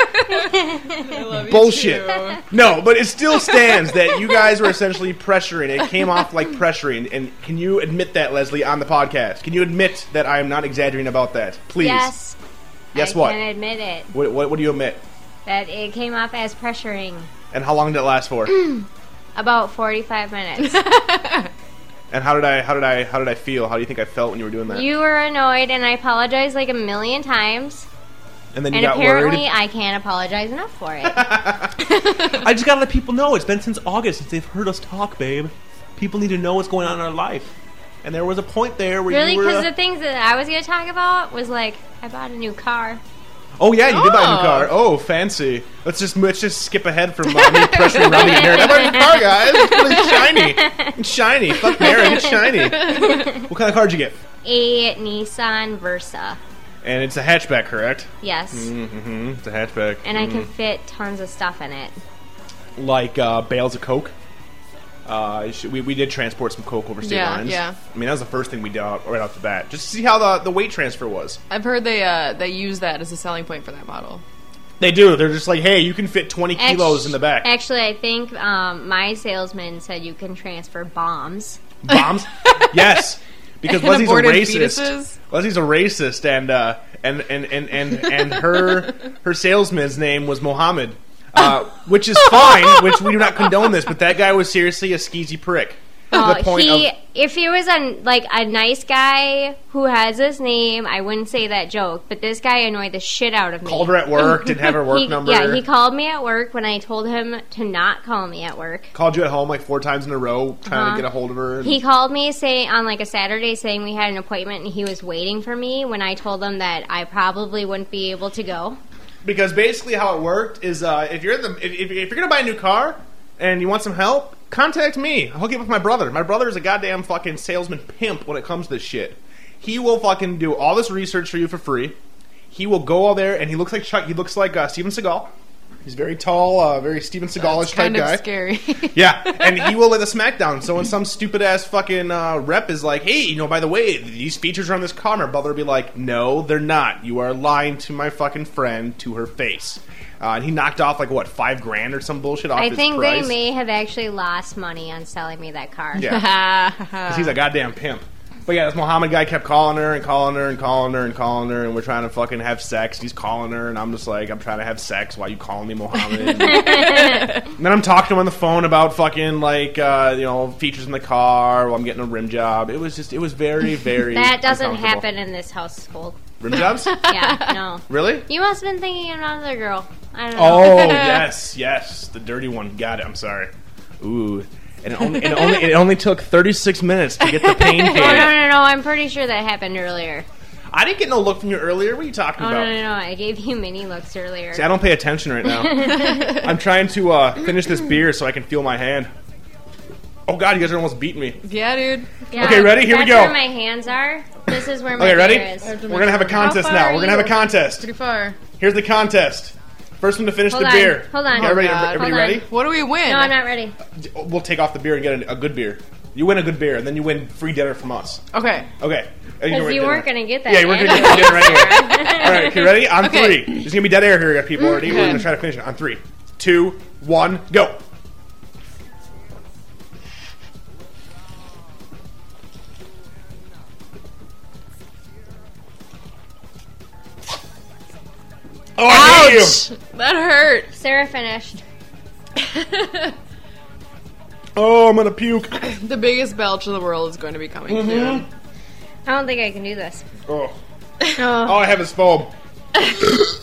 Speaker 2: Bullshit. No, but it still stands that you guys were essentially pressuring. It came off like pressuring. And can you admit that, Leslie, on the podcast? Can you admit that I am not exaggerating about that? Please.
Speaker 3: yes.
Speaker 2: Yes,
Speaker 3: I
Speaker 2: what?
Speaker 3: can admit it.
Speaker 2: What, what, what do you admit?
Speaker 3: That it came off as pressuring.
Speaker 2: And how long did it last for? and
Speaker 3: About 45 minutes.
Speaker 2: how did I how did I how did I feel? How do you think I felt when you were doing that?
Speaker 3: you were annoyed, and I apologized like a million times.
Speaker 2: and then you
Speaker 3: And
Speaker 2: got
Speaker 3: apparently,
Speaker 2: worried.
Speaker 3: I can't apologize enough for it.
Speaker 2: I just gotta let people know it's been since August since they've heard us talk, babe. People need to know what's going on in our life. And there was a point there where
Speaker 3: really,
Speaker 2: you were.
Speaker 3: because the things that I was going to talk about was like, I bought a new car.
Speaker 2: oh yeah, you did buy a new
Speaker 4: Oh.
Speaker 2: car. Oh, fancy. Let's just let's just skip ahead from uh, me pressuring Robbie and Aaron. I bought a new car, guys. It's really shiny, it's shiny. Fuck Mary, it's shiny. What kind of car did you get?
Speaker 3: A Nissan Versa.
Speaker 2: And it's a hatchback, correct?
Speaker 3: Yes.
Speaker 2: Mm-hmm. It's a hatchback.
Speaker 3: And I can fit tons of stuff in it.
Speaker 2: like uh, bales of coke. Uh, sh- we, we did transport some coke over state
Speaker 4: Yeah,
Speaker 2: lines.
Speaker 4: yeah.
Speaker 2: I mean, that was the first thing we did out- right off the bat, just to see how the, the weight transfer was.
Speaker 4: I've heard they uh, they use that as a selling point for that model.
Speaker 2: They do. They're just like, hey, you can fit 20
Speaker 3: Act-
Speaker 2: kilos in the back.
Speaker 3: Actually, I think um, my salesman said you can transfer bombs.
Speaker 2: bombs. yes, because
Speaker 4: And
Speaker 2: Leslie's a
Speaker 4: aborted
Speaker 2: racist.
Speaker 4: fetuses?
Speaker 2: Leslie's a racist, and uh, and and and and and her her salesman's name was Mohammed, uh, which is fine. Which we do not condone this, but that guy was seriously a skeezy prick. To
Speaker 3: Uh,
Speaker 2: the point
Speaker 3: he,
Speaker 2: of
Speaker 3: if he was a like a nice guy who has his name, I wouldn't say that joke. But this guy annoyed the shit out of me.
Speaker 2: called her at work, didn't have her work
Speaker 3: He-
Speaker 2: number.
Speaker 3: Yeah, he called me at work when I told him to not call me at work.
Speaker 2: called you at home like four times in a row, trying
Speaker 3: Uh-huh.
Speaker 2: to get a hold of her. and-
Speaker 3: He called me say on like a Saturday saying we had an appointment and he was waiting for me when I told him that I probably wouldn't be able to go.
Speaker 2: because basically how it worked is uh, if you're in the if, if, if you're gonna buy a new car and you want some help contact me i'll hook you up with my brother my brother is a goddamn fucking salesman pimp when it comes to this shit he will fucking do all this research for you for free he will go all there and he looks like chuck he looks like uh, steven seagal he's very tall uh, very steven seagalish
Speaker 4: It's
Speaker 2: type
Speaker 4: kind of
Speaker 2: guy
Speaker 4: scary.
Speaker 2: yeah, and he will lay the smack down. So when some stupid ass fucking uh, rep is like, "Hey, you know, by the way, these features are on this car," my brother will be like, "No, they're not. You are lying to my fucking friend to her face." Uh, and he knocked off like what five grand or some bullshit off
Speaker 3: I
Speaker 2: his
Speaker 3: think
Speaker 2: price.
Speaker 3: they may have actually lost money on selling me that car.
Speaker 2: yeah, because he's a goddamn pimp. But yeah, this Mohammed guy kept calling her and calling her and calling her and calling her, and we're trying to fucking have sex. He's calling her, and I'm just like, I'm trying to have sex. Why you calling me, Mohammed? and then I'm talking to him on the phone about fucking like uh, you know features in the car while I'm getting a rim job. It was just, it was very, very.
Speaker 3: That doesn't
Speaker 2: uncomfortable.
Speaker 3: happen in this household.
Speaker 2: Rim jobs?
Speaker 3: Yeah, no.
Speaker 2: really?
Speaker 3: You must have been thinking of another girl. I don't
Speaker 2: Oh
Speaker 3: know.
Speaker 2: yes, yes, the dirty one. Got it. I'm sorry. Ooh. And it only, it only it only took 36 minutes to get the pain
Speaker 3: No, no,
Speaker 2: cave.
Speaker 3: no, no. I'm pretty sure that happened earlier.
Speaker 2: I didn't get no look from you earlier. What are you talking
Speaker 3: Oh,
Speaker 2: about?
Speaker 3: no, no, no. I gave you mini looks earlier.
Speaker 2: See, I don't pay attention right now. I'm trying to uh, finish this beer so I can feel my hand. Oh god, you guys are almost beating me.
Speaker 4: yeah, dude.
Speaker 3: Yeah,
Speaker 2: Okay, ready? Here we
Speaker 3: that's
Speaker 2: go.
Speaker 3: where my hands are. This is where my
Speaker 2: Okay,
Speaker 3: hair
Speaker 2: ready?
Speaker 3: is.
Speaker 2: We're gonna have a contest
Speaker 4: far
Speaker 2: now.
Speaker 4: are
Speaker 2: We're gonna have a
Speaker 4: you?
Speaker 2: contest.
Speaker 4: Pretty far.
Speaker 2: Here's the contest. First one to finish
Speaker 3: Hold
Speaker 2: the
Speaker 3: on,
Speaker 2: beer.
Speaker 3: hold on.
Speaker 2: Okay, everybody,
Speaker 4: Oh, God.
Speaker 2: everybody
Speaker 3: Hold on.
Speaker 2: ready?
Speaker 4: What do we win?
Speaker 3: No, I'm not ready.
Speaker 2: Oh, We'll take off the beer and get a, a good beer. You win a good beer, and then you win free dinner from us.
Speaker 4: Okay.
Speaker 2: Okay. And
Speaker 3: Because
Speaker 2: win
Speaker 3: you
Speaker 2: dinner.
Speaker 3: weren't gonna get that.
Speaker 2: Yeah, you weren't gonna
Speaker 3: anyway.
Speaker 2: get dinner right here. All right, okay, ready? On
Speaker 4: Okay.
Speaker 2: three. There's gonna be dead air here, people. Already, we're
Speaker 4: Okay.
Speaker 2: gonna try to finish it. On three, two, one, go. Oh, I hate you.
Speaker 4: Ouch! That hurt.
Speaker 3: Sarah finished.
Speaker 2: Oh, I'm gonna puke.
Speaker 4: The biggest belch in the world is going to be coming
Speaker 2: Mm-hmm.
Speaker 4: soon.
Speaker 3: I don't think I can do this.
Speaker 2: Oh,
Speaker 3: Oh.
Speaker 2: all I have is foam. oh.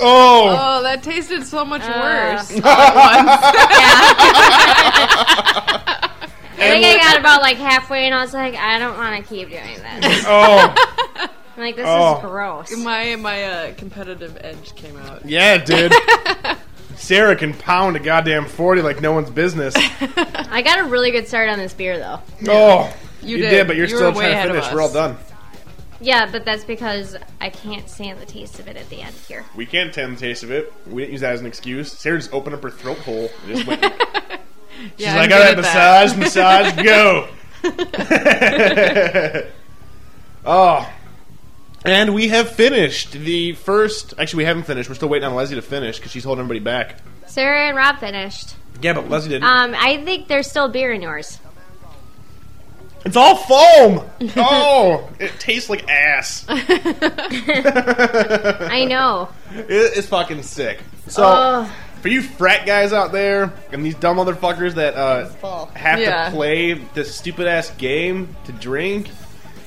Speaker 2: oh.
Speaker 4: Oh, that tasted so much
Speaker 3: Uh.
Speaker 4: worse.
Speaker 3: I think I got about like halfway, and I was like, I don't want to keep doing this.
Speaker 2: Oh.
Speaker 3: I'm like, this
Speaker 2: Oh.
Speaker 3: is gross.
Speaker 4: My my uh, competitive edge came out.
Speaker 2: Yeah, dude. Sarah can pound a goddamn 40 like no one's business.
Speaker 3: I got a really good start on this beer, though.
Speaker 2: Oh,
Speaker 4: You
Speaker 2: you did,
Speaker 4: did.
Speaker 2: but you're
Speaker 4: You were
Speaker 2: still
Speaker 4: way
Speaker 2: trying to
Speaker 4: ahead of
Speaker 2: finish. We're all
Speaker 4: us.
Speaker 2: done.
Speaker 3: Yeah, but that's because I can't stand the taste of it at the end here.
Speaker 2: We can't tell the taste of it. We didn't use that as an excuse. Sarah just opened up her throat hole. And just went,
Speaker 4: Yeah,
Speaker 2: she's
Speaker 4: I'm
Speaker 2: like,
Speaker 4: good
Speaker 2: all right,
Speaker 4: at that.
Speaker 2: massage, massage, go. oh. And we have finished the first. Actually, we haven't finished. We're still waiting on Leslie to finish because she's holding everybody back.
Speaker 3: Sarah and Rob finished.
Speaker 2: Yeah, but Leslie didn't.
Speaker 3: Um, I think there's still beer in yours.
Speaker 2: It's all foam. Oh, it tastes like ass. it,
Speaker 3: I know.
Speaker 2: it's fucking sick. So,
Speaker 3: Ugh.
Speaker 2: for you frat guys out there and these dumb motherfuckers that uh, have
Speaker 4: Yeah.
Speaker 2: to play this stupid ass game to drink,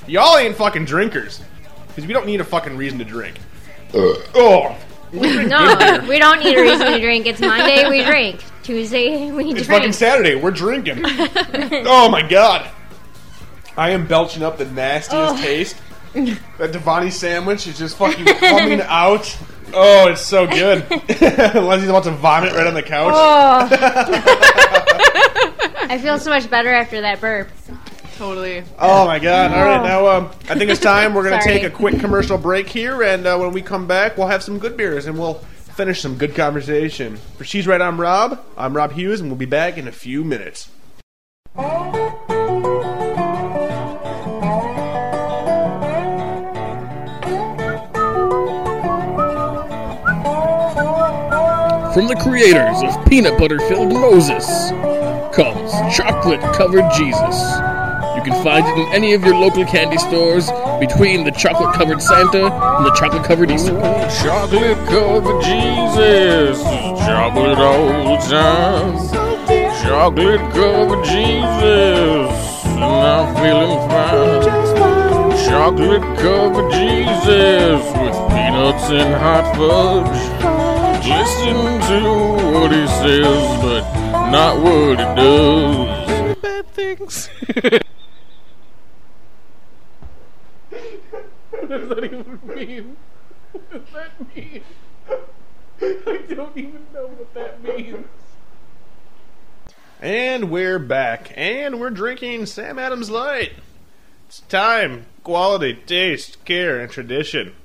Speaker 2: y'all ain't fucking drinkers because we don't need a fucking reason to drink. Oh,
Speaker 3: No, we don't need a reason to drink. It's Monday, we drink. Tuesday, we
Speaker 2: it's fucking
Speaker 3: drink.
Speaker 2: Saturday. We're drinking. oh my god, I am belching up the
Speaker 3: Oh.
Speaker 2: nastiest taste. That Devani sandwich is just fucking coming out. Oh, it's so good. Leslie's about to vomit right on the couch.
Speaker 3: Oh. I feel so much better after that burp.
Speaker 4: Totally.
Speaker 2: Oh my god! All right, now um, I think it's time we're gonna
Speaker 3: Sorry.
Speaker 2: take a quick commercial break here, and uh, when we come back, we'll have some good beers and we'll finish some good conversation. For She's Right, I'm Rob. I'm Rob Hughes, and we'll be back in a few minutes.
Speaker 5: From the creators of Peanut Butter Filled Moses comes Chocolate Covered Jesus. You can find it in any of your local candy stores between the chocolate covered Santa and the chocolate covered Easter. Chocolate covered Jesus, chocolate all the time. Chocolate covered Jesus, and I'm feeling fine. Chocolate covered Jesus with peanuts and hot fudge. Listen to what he says, but not what he does. Bad things. what does that even mean? What does that mean? I don't even know what that means.
Speaker 2: And we're back, and we're drinking Sam Adams Light. It's time, quality, taste, care, and tradition.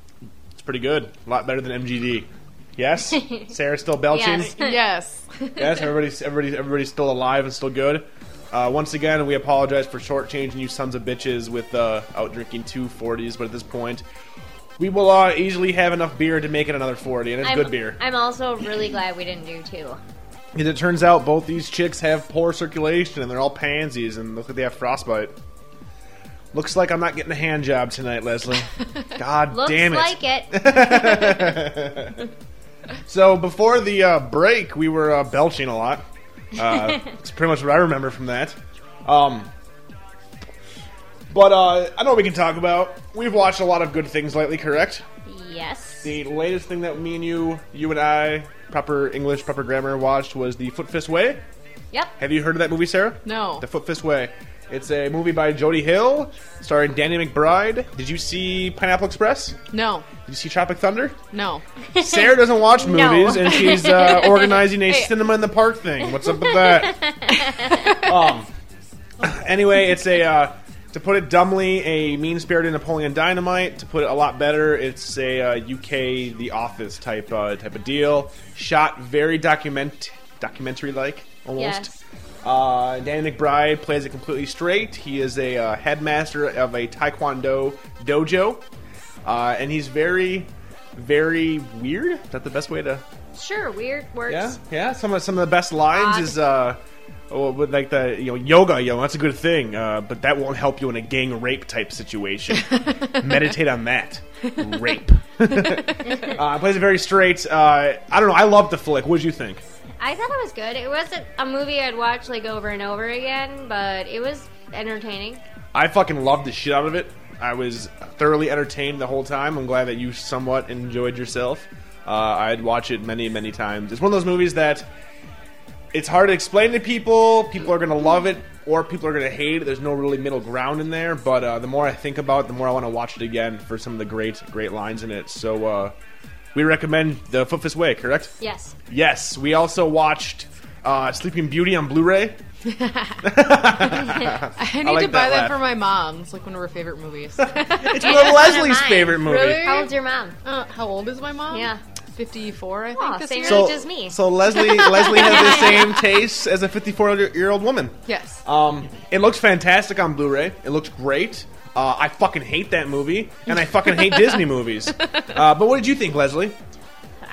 Speaker 2: It's pretty good. A lot better than MGD. Yes, Sarah's still belching.
Speaker 3: Yes.
Speaker 4: Yes.
Speaker 2: Yes, everybody's everybody's everybody's still alive and still good. Uh, once again, we apologize for shortchanging you sons of bitches with uh, out drinking two forties, but at this point, we will uh, easily have enough beer to make it another forty, and it's
Speaker 3: I'm,
Speaker 2: good beer.
Speaker 3: I'm also really glad we didn't do two.
Speaker 2: As it turns out, both these chicks have poor circulation, and they're all pansies, and look like they have frostbite. Looks like I'm not getting a hand job tonight, Leslie. God
Speaker 3: Looks
Speaker 2: damn it!
Speaker 3: like it.
Speaker 2: So before the uh, break, we were uh, belching a lot. Uh, it's pretty much what I remember from that. Um, but uh, I know what we can talk about. We've watched a lot of good things lately, correct?
Speaker 3: Yes.
Speaker 2: The latest thing that me and you, you and I, proper English, proper grammar, watched was the Foot Fist Way.
Speaker 3: Yep.
Speaker 2: Have you heard of that movie, Sarah?
Speaker 4: No.
Speaker 2: The Foot Fist Way. It's a movie by Jody Hill, starring Danny McBride. Did you see Pineapple Express? Did
Speaker 4: No.
Speaker 2: you see Tropic Thunder?
Speaker 4: No.
Speaker 2: Sarah doesn't watch
Speaker 3: No.
Speaker 2: movies, and she's uh, organizing a
Speaker 4: Hey.
Speaker 2: cinema in the park thing. What's up with that? um. Anyway, it's a uh, to put it dumbly, a mean-spirited Napoleon Dynamite. To put it a lot better, it's a uh, UK The Office type uh, type of deal. Shot very document documentary like almost.
Speaker 3: Yes.
Speaker 2: Uh, Danny McBride plays it completely straight. He is a uh, headmaster of a Taekwondo dojo, uh, and he's very, very weird. Is that the best way to?
Speaker 3: Sure. Weird works.
Speaker 2: Yeah, yeah. Some of some of the best lines
Speaker 3: Odd.
Speaker 2: is uh, oh, with like the you know yoga, yo, that's a good thing, uh, but that won't help you in a gang rape type situation. Meditate on that. Rape. uh, plays it very straight. Uh, I don't know. I loved the flick. What did you think?
Speaker 3: I thought it was good. It wasn't a movie I'd watch like over and over again, but it was entertaining.
Speaker 2: I fucking loved the shit out of it. I was thoroughly entertained the whole time. I'm glad that you somewhat enjoyed yourself. Uh, I'd watch it many, many times. It's one of those movies that it's hard to explain to people. People are gonna love it, or people are gonna hate it. There's no really middle ground in there. But uh, the more I think about it, the more I want to watch it again for some of the great, great lines in it. So uh, we recommend the Foot Fist Way, correct?
Speaker 3: Yes.
Speaker 2: Yes. We also watched uh, Sleeping Beauty on Blu-ray.
Speaker 4: I need
Speaker 2: like
Speaker 4: to buy
Speaker 2: that
Speaker 4: that,
Speaker 2: laugh.
Speaker 4: for my mom. It's like one of her favorite movies. Uh,
Speaker 2: It's one of Leslie's
Speaker 3: mine.
Speaker 2: favorite movie.
Speaker 4: Really?
Speaker 3: How old's your mom?
Speaker 4: Uh, how old is my mom?
Speaker 3: Yeah.
Speaker 4: 54, I think.
Speaker 3: Aw,
Speaker 4: this
Speaker 3: same
Speaker 4: year.
Speaker 3: So- age as me.
Speaker 2: So Leslie Leslie has the same taste as a 54 year old woman.
Speaker 4: yes.
Speaker 2: Um, it looks fantastic on Blu-ray. It looks great. Uh, I fucking hate that movie, and I fucking hate Disney movies. Uh, but what did you think, Leslie?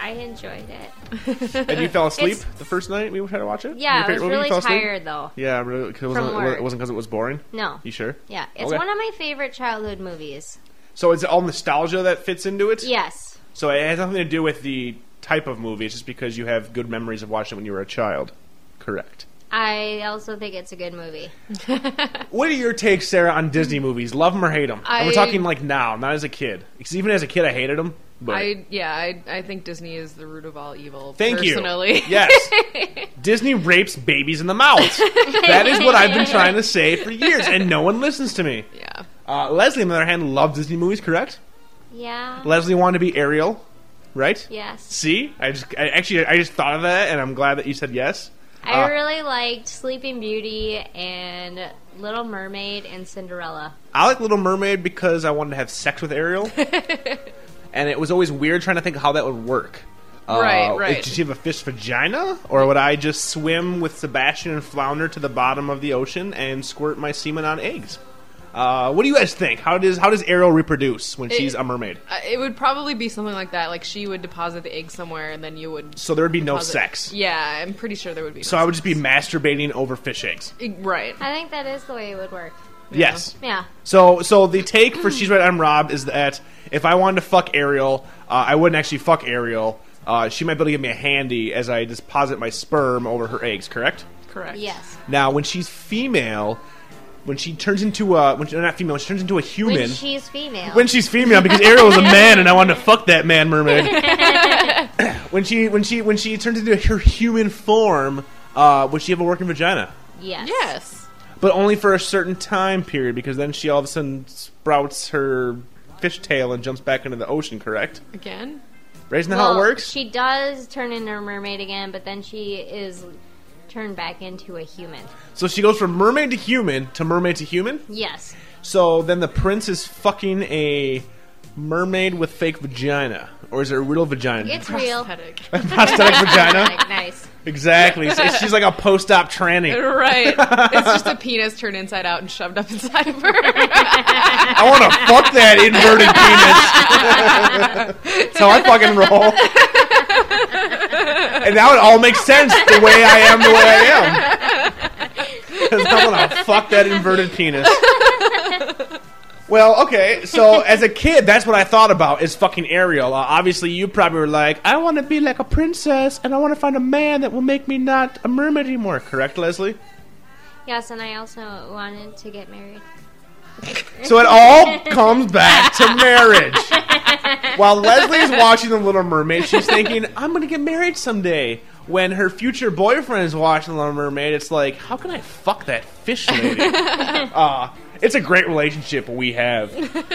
Speaker 3: I enjoyed it.
Speaker 2: And you fell asleep
Speaker 3: It's-
Speaker 2: the first night we tried to watch it. Your
Speaker 3: Yeah, I was
Speaker 2: favorite movie, you
Speaker 3: really
Speaker 2: fell asleep?
Speaker 3: tired though.
Speaker 2: Yeah, really, 'cause it
Speaker 3: From
Speaker 2: wasn't,
Speaker 3: work.
Speaker 2: it wasn't because it was boring.
Speaker 3: No.
Speaker 2: You sure?
Speaker 3: Yeah, it's
Speaker 2: Okay.
Speaker 3: one of my favorite childhood movies.
Speaker 2: So is it all nostalgia that fits into it?
Speaker 3: Yes.
Speaker 2: So it has nothing to do with the type of movie. It's just because you have good memories of watching it when you were a child. Correct.
Speaker 3: I also think it's a good movie.
Speaker 2: What are your takes, Sarah, on Disney movies? Love them or hate them? and we're
Speaker 4: I-
Speaker 2: talking like now, not as a kid. Because even as a kid, I hated them. But
Speaker 4: I yeah, I, I think Disney is the root of all evil.
Speaker 2: thank
Speaker 4: personally.
Speaker 2: you. Yes, Disney rapes babies in the mouth. that is what I've been trying to say for years, and no one listens to me.
Speaker 4: yeah.
Speaker 2: Uh, Leslie, on the other hand, loved Disney movies. Correct?
Speaker 3: Yeah.
Speaker 2: Leslie wanted to be Ariel, right?
Speaker 3: Yes.
Speaker 2: See, I just I, actually I just thought of that, and I'm glad that you said yes.
Speaker 3: I
Speaker 2: Uh,
Speaker 3: really liked Sleeping Beauty and Little Mermaid and Cinderella.
Speaker 2: I like Little Mermaid because I wanted to have sex with Ariel, and it was always weird trying to think how that would work.
Speaker 4: Right,
Speaker 2: Uh,
Speaker 4: right.
Speaker 2: Did she have a fish vagina, or would I just swim with Sebastian and flounder to the bottom of the ocean and squirt my semen on eggs? Uh, what do you guys think? How does how does Arrow reproduce when she's a mermaid?
Speaker 4: Uh, It would probably be something like that. Like she would deposit the egg somewhere, and then you would.
Speaker 2: So there would be no
Speaker 4: deposit-
Speaker 2: sex.
Speaker 4: Yeah, I'm pretty sure there would be.
Speaker 2: So I would just be masturbating over fish eggs.
Speaker 4: be right.
Speaker 3: I think that is the way it would work.
Speaker 2: Yes.
Speaker 3: Yeah.
Speaker 2: So, so the take for "She's Right, I'm Robbed" is that if I wanted to fuck Ariel, uh, I wouldn't actually fuck Ariel. Uh, she might be able to give me a handy as I deposit my sperm over her eggs. Correct.
Speaker 4: Correct.
Speaker 3: Yes.
Speaker 2: Now, when she's female, when she turns into a when she, not female, when she turns into a human.
Speaker 3: When she's female.
Speaker 2: When she's female, because Ariel is a man, and I wanted to fuck that man mermaid. when she when she when she turns into her human form, uh, would she have a working vagina?
Speaker 3: yes.
Speaker 4: Yes.
Speaker 2: but only for a certain time period because then she all of a sudden sprouts her fishtail and jumps back into the ocean. Correct?
Speaker 4: Again.
Speaker 2: Right? Isn't that how
Speaker 3: Well,
Speaker 2: it works?
Speaker 3: She does turn into a mermaid again, but then she is turned back into a human.
Speaker 2: so she goes from mermaid to human to mermaid to human.
Speaker 3: Yes.
Speaker 2: So then the prince is fucking a mermaid with fake vagina, or is it a real vagina?
Speaker 3: It's real.
Speaker 4: Pathetic.
Speaker 2: prosthetic vagina.
Speaker 3: Like, nice.
Speaker 2: Exactly. So she's like a post-op tranny.
Speaker 4: right. It's just a penis turned inside out and shoved up inside of her.
Speaker 2: I want to fuck that inverted penis. That's how I fucking roll. And now it all makes sense the way I am, the way I am. 'Cause I want to fuck that inverted penis. Well, okay. So as a kid, that's what I thought about is fucking Ariel. Uh, obviously, you probably were like, I want to be like a princess, and I want to find a man that will make me not a mermaid anymore. Correct, Leslie?
Speaker 3: Yes, and I also wanted to get married.
Speaker 2: So it all comes back to marriage. While Leslie's watching The Little Mermaid, she's thinking, I'm going to get married someday. When her future boyfriend is watching The Little Mermaid, it's like, how can I fuck that fish lady? uh, it's a great relationship we have. Um,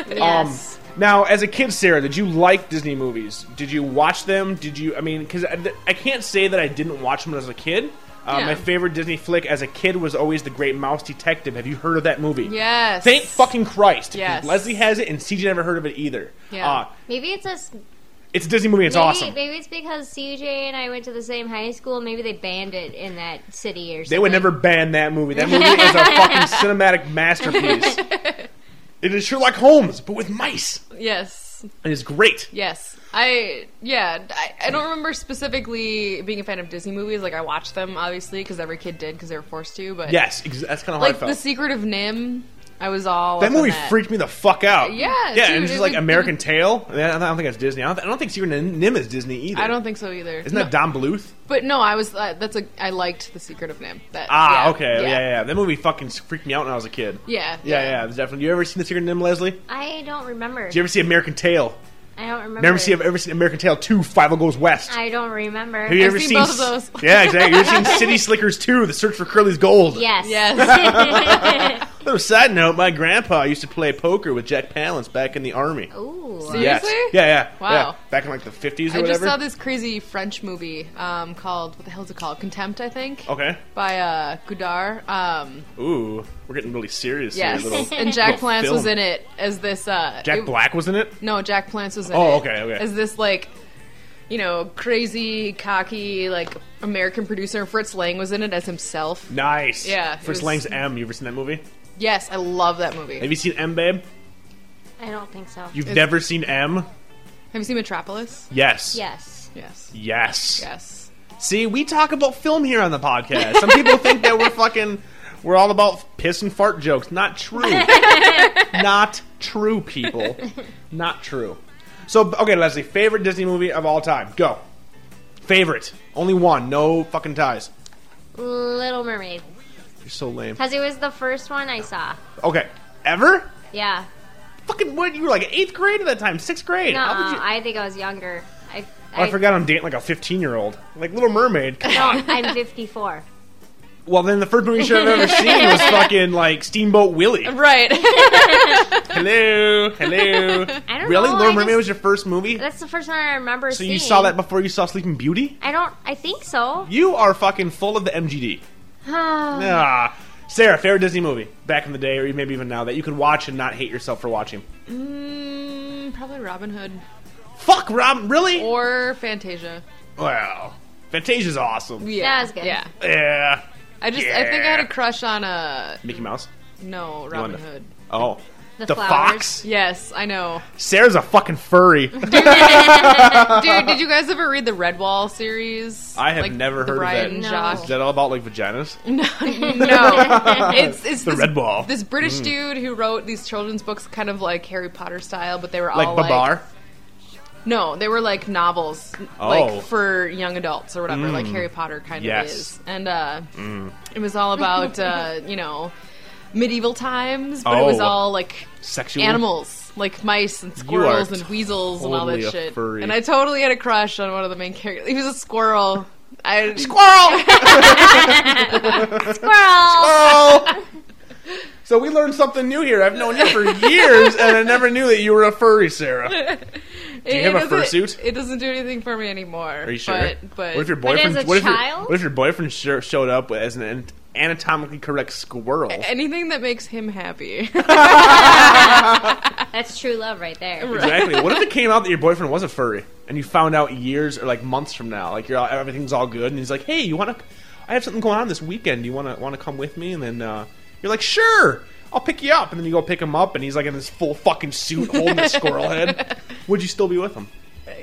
Speaker 3: Yes.
Speaker 2: Now, as a kid, Sarah, did you like Disney movies? Did you watch them? Did you, I mean, because I, I can't say that I didn't watch them as a kid. Uh,
Speaker 4: Yeah.
Speaker 2: My favorite Disney flick as a kid was always The Great Mouse Detective. Have you heard of that movie?
Speaker 4: yes.
Speaker 2: Thank fucking Christ.
Speaker 4: Yes.
Speaker 2: Leslie has it, and CJ never heard of it either.
Speaker 4: Yeah.
Speaker 2: Uh,
Speaker 3: maybe it's a s-
Speaker 2: it's a Disney movie. It's
Speaker 3: maybe,
Speaker 2: awesome.
Speaker 3: Maybe it's because CJ and I went to the same high school. Maybe they banned it in that city or something.
Speaker 2: They would never ban that movie. That movie is a fucking cinematic masterpiece. It is Sherlock Holmes, but with mice.
Speaker 4: Yes.
Speaker 2: It is great.
Speaker 4: Yes. I yeah. I, I don't remember specifically being a fan of Disney movies. Like I watched them obviously because every kid did because they were forced to. But
Speaker 2: Yes, ex- that's kind of how I
Speaker 4: like
Speaker 2: felt.
Speaker 4: The Secret of Nim, I was all
Speaker 2: that
Speaker 4: up on
Speaker 2: movie freaked me the fuck out.
Speaker 4: Yeah,
Speaker 2: yeah,
Speaker 4: dude,
Speaker 2: and it's
Speaker 4: it
Speaker 2: just like
Speaker 4: would-
Speaker 2: American Tail. I don't think it's Disney. I don't, I don't think Secret of Nim is Disney either.
Speaker 4: I don't think so either.
Speaker 2: Isn't that Don Bluth?
Speaker 4: But no, I was. Uh, that's a. I liked the Secret of Nim. That,
Speaker 2: Ah,
Speaker 4: yeah,
Speaker 2: okay, yeah.
Speaker 4: yeah,
Speaker 2: yeah, That movie fucking freaked me out when I was a kid.
Speaker 4: yeah,
Speaker 2: yeah, yeah. it was definitely. You ever seen the Secret of Nim, Leslie? Did
Speaker 3: I don't remember.
Speaker 2: you ever see American Tail?
Speaker 3: I don't remember.
Speaker 2: Never see I've ever seen American Tail Two: Five Goes West.
Speaker 3: I don't remember.
Speaker 2: Have you
Speaker 4: I've
Speaker 2: ever
Speaker 4: seen
Speaker 2: seen
Speaker 4: both of
Speaker 2: s-
Speaker 4: those.
Speaker 2: Yeah, exactly. You've seen City Slickers Two: The Search for Curly's Gold.
Speaker 3: Yes.
Speaker 4: Yes.
Speaker 2: Little side note: My grandpa used to play poker with Jack Palance back in the army.
Speaker 3: Ooh.
Speaker 2: Yes.
Speaker 4: Seriously?
Speaker 2: Yeah, yeah.
Speaker 4: Wow.
Speaker 2: yeah. Back in like the fifties or
Speaker 4: I just
Speaker 2: whatever.
Speaker 4: saw this crazy French movie um, called what the hell is it called? Contempt, I think.
Speaker 2: Okay.
Speaker 4: By uh, Godard. Um,
Speaker 2: Ooh, we're getting really serious. here,
Speaker 4: yes.
Speaker 2: little-
Speaker 4: and Jack
Speaker 2: little
Speaker 4: Plants was
Speaker 2: film.
Speaker 4: in it as this. Uh,
Speaker 2: Jack
Speaker 4: it-
Speaker 2: Black was in it.
Speaker 4: No, Jack Plants was in
Speaker 2: Oh,
Speaker 4: it.
Speaker 2: okay, okay.
Speaker 4: As this like, you know, crazy, cocky, like American producer. and Fritz Lang was in it as himself.
Speaker 2: Nice.
Speaker 4: Yeah, it
Speaker 2: Fritz
Speaker 4: was-
Speaker 2: Lang's M. You ever seen that movie?
Speaker 4: Yes, I love that movie.
Speaker 2: Have you seen M, babe?
Speaker 3: I don't think so.
Speaker 2: You've never seen M?
Speaker 4: Have you seen Metropolis?
Speaker 2: Yes.
Speaker 3: yes.
Speaker 4: Yes.
Speaker 2: Yes.
Speaker 4: Yes.
Speaker 2: See, we talk about film here on the podcast. Some people think that we're fucking we're all about piss and fart jokes. Not true. Not true, people. Not true. So okay, Leslie, favorite Disney movie of all time. Go. Favorite. Only one. No fucking ties.
Speaker 3: Little Mermaid.
Speaker 2: You're so lame.
Speaker 3: Because it was the first one I saw.
Speaker 2: Okay. Ever?
Speaker 3: Yeah.
Speaker 2: Fucking what you were like eighth grade at that time, sixth grade.
Speaker 3: No,
Speaker 2: How would you-
Speaker 3: I think I was younger. I,
Speaker 2: Oh, I forgot I'm dating like a 15 year old. Like Little Mermaid.
Speaker 3: No, I'm 54.
Speaker 2: well, then the first movie you should have ever seen was fucking like Steamboat Willie.
Speaker 4: Right.
Speaker 2: Hello, hello.
Speaker 3: I don't
Speaker 2: really,
Speaker 3: know,
Speaker 2: Little
Speaker 3: I
Speaker 2: Mermaid
Speaker 3: just-
Speaker 2: was your first movie?
Speaker 3: That's the first one I remember
Speaker 2: So
Speaker 3: seeing.
Speaker 2: you saw that before you saw Sleeping Beauty?
Speaker 3: I don't. I think so.
Speaker 2: You are fucking full of the MGD. Ah, Sarah, favorite Disney movie back in the day, or maybe even now, that you could watch and not hate yourself for watching.
Speaker 4: mm, probably Robin Hood
Speaker 2: Fuck, Rob, really?
Speaker 4: or Fantasia.
Speaker 2: Wow. Fantasia's awesome.
Speaker 4: Yeah,
Speaker 3: That was good.
Speaker 4: Yeah,
Speaker 2: Yeah.
Speaker 4: I just I think I had
Speaker 2: Yeah.
Speaker 4: a crush on a
Speaker 2: Mickey Mouse?
Speaker 4: no
Speaker 2: One.
Speaker 4: Robin Hood.
Speaker 2: Oh.
Speaker 3: The
Speaker 2: fox?
Speaker 4: Yes, I know.
Speaker 2: Sarah's a fucking furry.
Speaker 4: Dude, did you guys ever read the Redwall series?
Speaker 2: I have
Speaker 4: Like,
Speaker 2: never
Speaker 4: the
Speaker 2: heard of
Speaker 4: Brian
Speaker 2: that.
Speaker 4: and
Speaker 3: No.
Speaker 2: Is
Speaker 4: Josh.
Speaker 2: that all about like vaginas?
Speaker 4: No, it's it's
Speaker 2: The
Speaker 4: this,
Speaker 2: red wall. Mm.
Speaker 4: This British dude who wrote these children's books, kind of like Harry Potter style, but they were
Speaker 2: like
Speaker 4: all
Speaker 2: Babar?
Speaker 4: No, they were like novels,
Speaker 2: Oh. Mm.
Speaker 4: like for young adults or whatever, like Harry Potter kind
Speaker 2: Yes. Mm.
Speaker 4: of is. And uh, it was all about uh, you know medieval times, but it was
Speaker 2: Oh.
Speaker 4: all like
Speaker 2: Sexual?
Speaker 4: animals, like mice and
Speaker 2: You are
Speaker 4: squirrels and weasels and all that
Speaker 2: totally a
Speaker 4: shit.
Speaker 2: furry.
Speaker 4: And I totally had a crush on one of the main characters. He was a squirrel. I
Speaker 2: Squirrel!
Speaker 3: Squirrel.
Speaker 2: Oh! so we learned something new here. I've known you for years, and I never knew that you were a furry, Sarah.
Speaker 4: Do
Speaker 2: you have a fursuit?
Speaker 4: It doesn't do anything for me anymore.
Speaker 2: Are you sure?
Speaker 4: But, but
Speaker 2: what if your
Speaker 3: as
Speaker 2: boyfriend?
Speaker 3: a
Speaker 2: what, if your,
Speaker 3: child?
Speaker 2: what if your boyfriend sh- showed up as an an anatomically correct squirrel?
Speaker 4: anything that makes him happy.
Speaker 3: That's true love right there.
Speaker 2: Exactly. What if it came out that your boyfriend was a furry, and you found out years or like months from now, like you're all, everything's all good, and he's like, "Hey, you want to? I have something going on this weekend. You want to want to come with me?" And then uh, you're like, "Sure, I'll pick you up." And then you go pick him up, and he's like in his full fucking suit holding a squirrel head. Would you still be with him?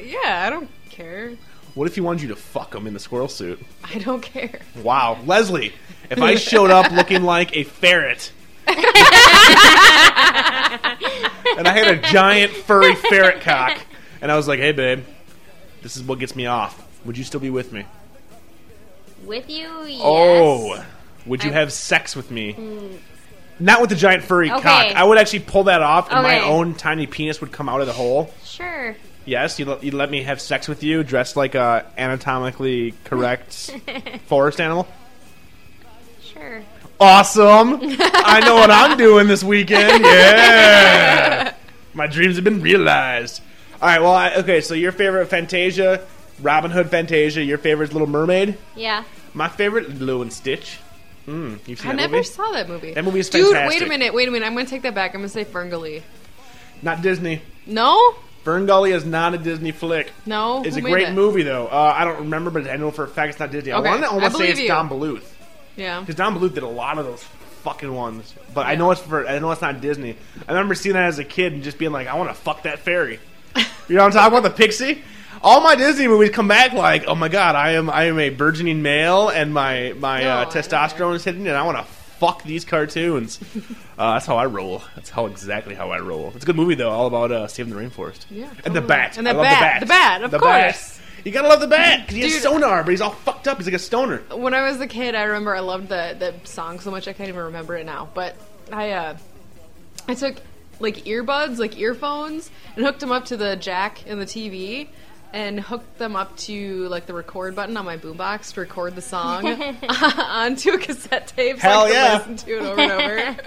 Speaker 4: yeah, I don't care.
Speaker 2: What if he wanted you to fuck him in the squirrel suit?
Speaker 4: I don't care.
Speaker 2: Wow, Leslie, if I showed up looking like a ferret. and I had a giant furry ferret cock, and I was like, "Hey, babe, this is what gets me off. Would you still be with me?"
Speaker 3: With you, yes.
Speaker 2: Oh, would you
Speaker 3: I- Hmm.
Speaker 2: have sex with me? Not with the giant furry
Speaker 3: Okay.
Speaker 2: cock. I would actually pull that off, and my
Speaker 3: Okay.
Speaker 2: own tiny penis would come out of the hole.
Speaker 3: Sure.
Speaker 2: Yes, you you let me have sex with you, dressed like a anatomically correct forest animal.
Speaker 3: Sure.
Speaker 2: Awesome. I know what I'm doing this weekend. Yeah. My dreams have been realized. All right, well, I, okay, so your favorite Fantasia, Robin Hood Fantasia, your favorite's Little Mermaid.
Speaker 3: Yeah.
Speaker 2: My favorite, Lilo and Stitch. Mm, you've seen
Speaker 4: I
Speaker 2: that
Speaker 4: never
Speaker 2: movie?
Speaker 4: saw that movie.
Speaker 2: That movie is
Speaker 4: Dude,
Speaker 2: fantastic.
Speaker 4: wait a minute, wait a minute. I'm gonna take that back. I'm gonna say Ferngully.
Speaker 2: Not Disney.
Speaker 4: No,
Speaker 2: Ferngully is not a Disney flick.
Speaker 4: no.
Speaker 2: It's
Speaker 4: Who
Speaker 2: a
Speaker 4: made
Speaker 2: great
Speaker 4: that?
Speaker 2: movie, though. Uh, I don't remember, but I know for a fact it's not Disney. I
Speaker 4: Okay,
Speaker 2: want to
Speaker 4: I
Speaker 2: almost say
Speaker 4: believe
Speaker 2: it's
Speaker 4: you.
Speaker 2: Don Bluth.
Speaker 4: Yeah.
Speaker 2: Because Don Bluth did a lot of those fucking ones, but I know it's for I know it's not Disney. I remember seeing that as a kid and just being like, I want to fuck that fairy. You know what I'm talking about? The pixie. All my Disney movies come back like, oh my god, I am I am a burgeoning male and my my
Speaker 4: No, I
Speaker 2: uh,
Speaker 4: don't
Speaker 2: testosterone is hitting and I want to fuck these cartoons. uh, that's how I roll. That's how exactly how I roll. It's a good movie though, all about uh, saving the rainforest.
Speaker 4: Yeah,
Speaker 2: and the
Speaker 4: totally.
Speaker 2: bat.
Speaker 4: And
Speaker 2: I
Speaker 4: the
Speaker 2: love
Speaker 4: bat.
Speaker 2: the
Speaker 4: The
Speaker 2: bat.
Speaker 4: bat, of course.
Speaker 2: You gotta love the bat because he has
Speaker 4: Dude.
Speaker 2: sonar, but he's all fucked up. He's like a stoner.
Speaker 4: When I was a kid, I remember I loved the the song so much I can't even remember it now. But I uh, I took like earbuds, like earphones, and hooked them up to the jack in the TV. And hooked them up to like the record button on my boombox to record the song onto a cassette tape. So
Speaker 2: Hell
Speaker 4: I could
Speaker 2: yeah.
Speaker 4: Listen to it over and over.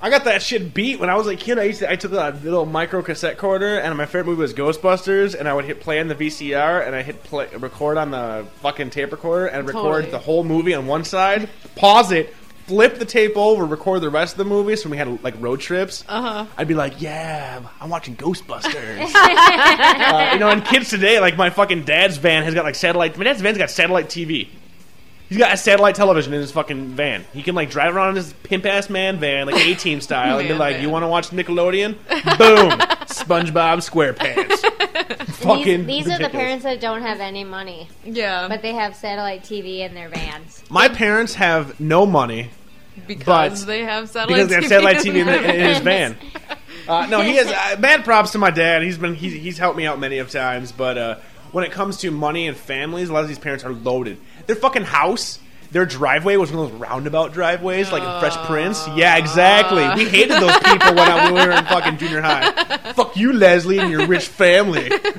Speaker 2: I got that shit beat when I was a kid. I used to, I took a little micro cassette recorder, and my favorite movie was Ghostbusters, and I would hit play on the VCR, and I hit play, record on the fucking tape recorder, and record
Speaker 4: Totally.
Speaker 2: the whole movie on one side, pause it, flip the tape over, record the rest of the movie. So when we had like road trips, uh-huh. I'd be like, "Yeah, I'm watching Ghostbusters." uh, you know, and kids today, like my fucking dad's van has got like satellite. My dad's van's got satellite TV. He's got a satellite television in his fucking van. He can like drive around in his pimp ass man van, like A Team style, and be
Speaker 4: Man
Speaker 2: like,
Speaker 4: van.
Speaker 2: "You want to watch Nickelodeon? Boom! SpongeBob SquarePants." fucking.
Speaker 3: These, these are the
Speaker 2: ridiculous.
Speaker 3: parents that don't have any money,
Speaker 4: Yeah,
Speaker 3: but they have satellite TV in their vans.
Speaker 2: My parents have no money
Speaker 4: because
Speaker 2: but-
Speaker 4: they have
Speaker 2: because
Speaker 4: satellite
Speaker 2: they have
Speaker 4: TV
Speaker 2: satellite
Speaker 4: doesn't
Speaker 2: TV in,
Speaker 4: matter.
Speaker 2: the, in his van. Uh, no, he has uh, bad props to my dad. He's been he's, he's helped me out many of times, but uh, when it comes to money and families, a lot of these parents are loaded. Their fucking house, their driveway was one of those roundabout driveways, like in Fresh Prince. Yeah, exactly. We hated those people when I, we were in fucking junior high. Fuck you, Leslie, and your rich family.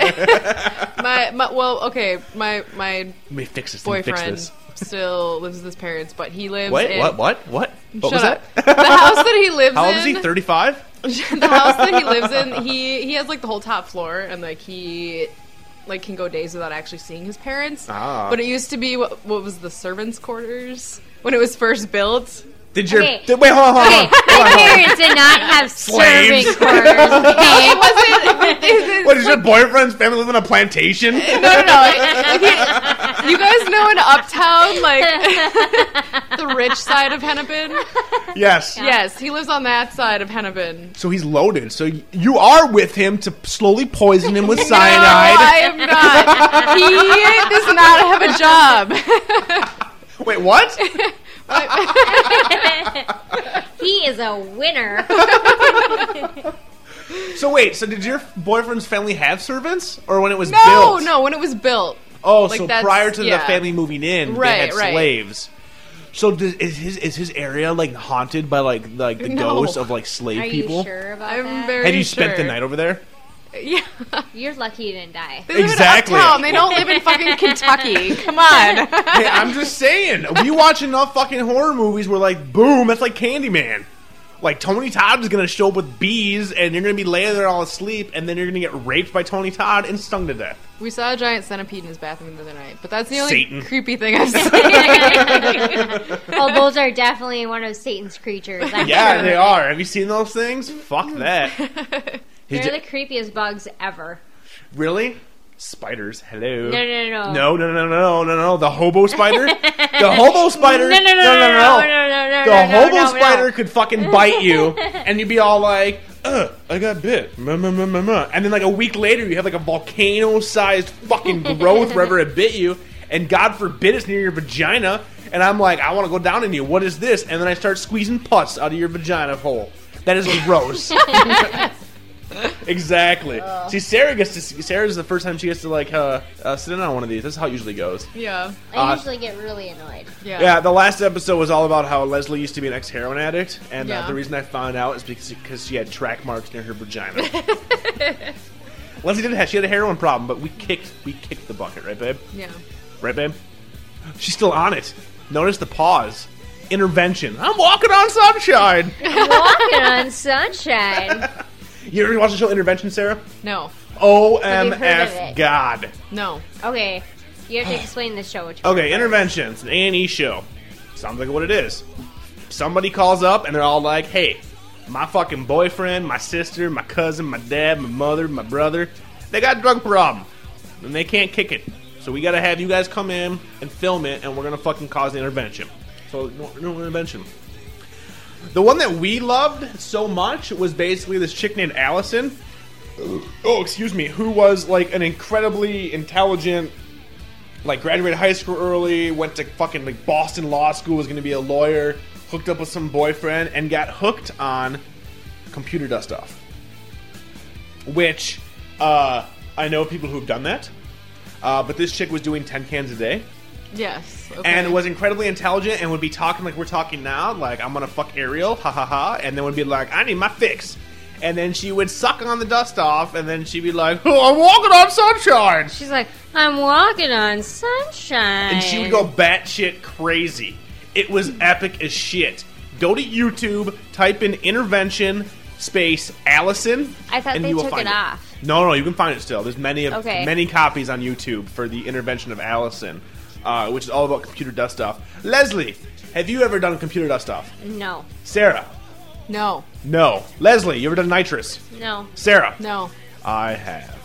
Speaker 4: my, my well, okay, my my
Speaker 2: Let me fix this. Let me fix
Speaker 4: boyfriend
Speaker 2: this.
Speaker 4: still lives with his parents, but he lives.
Speaker 2: What?
Speaker 4: in,
Speaker 2: What? What? What? What
Speaker 4: Shut
Speaker 2: was
Speaker 4: up.
Speaker 2: that?
Speaker 4: The house that he lives
Speaker 2: How old
Speaker 4: in.
Speaker 2: is he? Thirty-five.
Speaker 4: the house that he lives in, he he has like the whole top floor, and like he like can go days without actually seeing his parents.
Speaker 2: Ah.
Speaker 4: But it used to be what what was the servants' quarters when it was first built.
Speaker 2: Did your
Speaker 3: Okay.
Speaker 2: did, wait? Hold on, hold on,
Speaker 3: Okay,
Speaker 2: hold on.
Speaker 3: my parents did not have serving
Speaker 2: Slaves.
Speaker 3: quarters. Okay,
Speaker 2: What is your boyfriend's family live on a plantation?
Speaker 4: No, no, no. If you, you guys know in Uptown, like the rich side of Hennepin.
Speaker 2: yes.
Speaker 4: Yes, he lives on that side of Hennepin.
Speaker 2: So he's loaded. So y- you are with him to slowly poison him with
Speaker 4: No,
Speaker 2: cyanide.
Speaker 4: I am not. He does not have a job.
Speaker 2: Wait, what?
Speaker 3: he is a winner.
Speaker 2: So wait, so did your boyfriend's family have servants, or when it was
Speaker 4: No,
Speaker 2: built?
Speaker 4: no. When it was built,
Speaker 2: Oh,
Speaker 4: Like,
Speaker 2: so
Speaker 4: that's-
Speaker 2: prior to
Speaker 4: yeah.
Speaker 2: the family moving in,
Speaker 4: Right,
Speaker 2: they had
Speaker 4: right.
Speaker 2: slaves. So does, is his is his area like haunted by like like the
Speaker 4: No.
Speaker 2: ghosts of like slave
Speaker 3: Are
Speaker 2: people?
Speaker 3: you sure about
Speaker 4: I'm
Speaker 3: that?
Speaker 4: very.
Speaker 2: Have you spent the
Speaker 4: sure.
Speaker 2: night over there?
Speaker 4: Yeah.
Speaker 3: You're lucky you didn't die.
Speaker 4: They live
Speaker 2: Exactly.
Speaker 4: in uptown. They don't live in fucking Kentucky. Come
Speaker 2: Hey,
Speaker 4: on.
Speaker 2: I'm just saying, we watch enough fucking horror movies where like, boom, that's like Candyman. Like Tony Todd is gonna show up with bees, and you're gonna be laying there all asleep, and then you're gonna get raped by Tony Todd and stung to death.
Speaker 4: We saw a giant centipede in his bathroom the other night, but that's the only
Speaker 2: Satan.
Speaker 4: creepy thing I've seen.
Speaker 3: Well, those are definitely one of Satan's creatures. I'm
Speaker 2: Yeah,
Speaker 3: sure.
Speaker 2: they are. Have you seen those things? Fuck that. He's
Speaker 3: They're
Speaker 2: ju-
Speaker 3: the creepiest bugs ever.
Speaker 2: really? Spiders. Hello.
Speaker 3: No, no, no,
Speaker 2: No, no, no, no, no, no. The hobo spider? the hobo spider?
Speaker 3: no, no, no, no, no, no, no, no,
Speaker 2: The
Speaker 3: no, no,
Speaker 2: hobo
Speaker 3: no, no.
Speaker 2: spider could fucking bite you, and you'd be all like, Ugh, I got bit. Muh, muh, muh, muh, muh." And then, like, a week later, you have, like, a volcano sized fucking growth wherever it bit you, and God forbid it's near your vagina. And I'm like, I want to go down in you. What is this? And then I start squeezing pus out of your vagina hole. That is gross. Exactly. See, Sarah gets to. Sarah's the first time she gets to like uh, uh, sit in on one of these. That's how it usually goes.
Speaker 4: yeah.
Speaker 3: I
Speaker 2: Uh,
Speaker 3: usually get really annoyed.
Speaker 4: Yeah.
Speaker 2: Yeah, the last episode was all about how Leslie used to be an ex heroin addict, and
Speaker 4: Yeah.
Speaker 2: uh, the reason I found out is because because she had track marks near her vagina. Leslie did have she had a heroin problem, but we kicked we kicked the bucket, right, babe?
Speaker 4: Yeah.
Speaker 2: Right, babe? She's still on it. Notice the pause. Intervention. I'm walking on sunshine.
Speaker 3: Walking on sunshine.
Speaker 2: you ever watch the show Intervention, Sarah?
Speaker 4: No.
Speaker 3: Have you heard of
Speaker 2: OMF
Speaker 3: it?
Speaker 2: God.
Speaker 4: No.
Speaker 3: Okay, you have to explain the show. To me.
Speaker 2: Okay, intervention. It's an A and E show. Sounds like what it is. Somebody calls up and they're all like, "Hey, my fucking boyfriend, my sister, my cousin, my dad, my mother, my brother, they got a drug problem and they can't kick it. So we gotta have you guys come in and film it, and we're gonna fucking cause an intervention. So no, no intervention. The one that we loved so much was basically this chick named Allison. Oh, excuse me, who was like an incredibly intelligent like graduated high school early, went to fucking like Boston Law School, was going to be a lawyer, hooked up with some boyfriend, and got hooked on computer dust off. Which uh, I know people who've done that, uh, but this chick was doing ten cans a day.
Speaker 4: Yes. Okay.
Speaker 2: And was incredibly intelligent and would be talking like we're talking now, like I'm gonna fuck Ariel, ha ha ha, and then would be like, I need my fix. And then she would suck on the dust off, and then she'd be like, oh, I'm walking on sunshine.
Speaker 3: She's like, I'm walking on sunshine.
Speaker 2: and she would go batshit crazy. It was
Speaker 3: Hmm.
Speaker 2: epic as shit. Go to YouTube, type in intervention space Allison.
Speaker 3: I thought
Speaker 2: and
Speaker 3: they
Speaker 2: you will
Speaker 3: took
Speaker 2: find
Speaker 3: it off.
Speaker 2: No, no, you can find it still. There's many of
Speaker 3: Okay.
Speaker 2: many copies on YouTube for the intervention of Allison, uh, which is all about computer dust off. Leslie, have you ever done computer dust off?
Speaker 3: No,
Speaker 2: Sarah,
Speaker 4: no.
Speaker 2: no. Leslie, you ever done nitrous?
Speaker 3: no.
Speaker 2: Sarah,
Speaker 4: No.
Speaker 2: I have.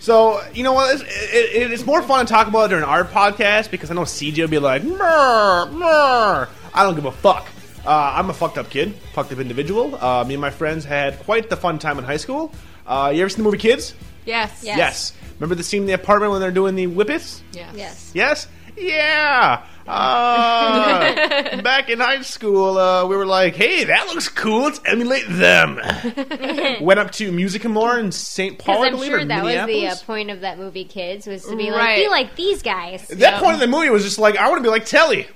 Speaker 2: so you know what? It's, it, it, it's more fun to talk about it during our podcast because I know CJ will be like, "Mer, mer." I don't give a fuck. Uh, I'm a fucked up kid, fucked up individual. Uh, me and my friends had quite the fun time in high school. Uh, you ever seen the movie Kids?
Speaker 4: Yes.
Speaker 3: Yes.
Speaker 2: Remember the scene in the apartment when they're doing the whippets?
Speaker 4: Yes.
Speaker 3: Yes.
Speaker 2: Yes? Yeah. Uh, back in high school, uh, we were like, hey, that looks cool. Let's emulate them. Went up to Music and More in St. Paul,
Speaker 3: Because
Speaker 2: I
Speaker 3: I'm
Speaker 2: believe,
Speaker 3: sure
Speaker 2: or
Speaker 3: that was the uh,
Speaker 2: Minneapolis.
Speaker 3: point of that movie, kids, was to be like,
Speaker 4: Right.
Speaker 3: be like these guys.
Speaker 2: At that point in the movie was just like, I want to be like Telly.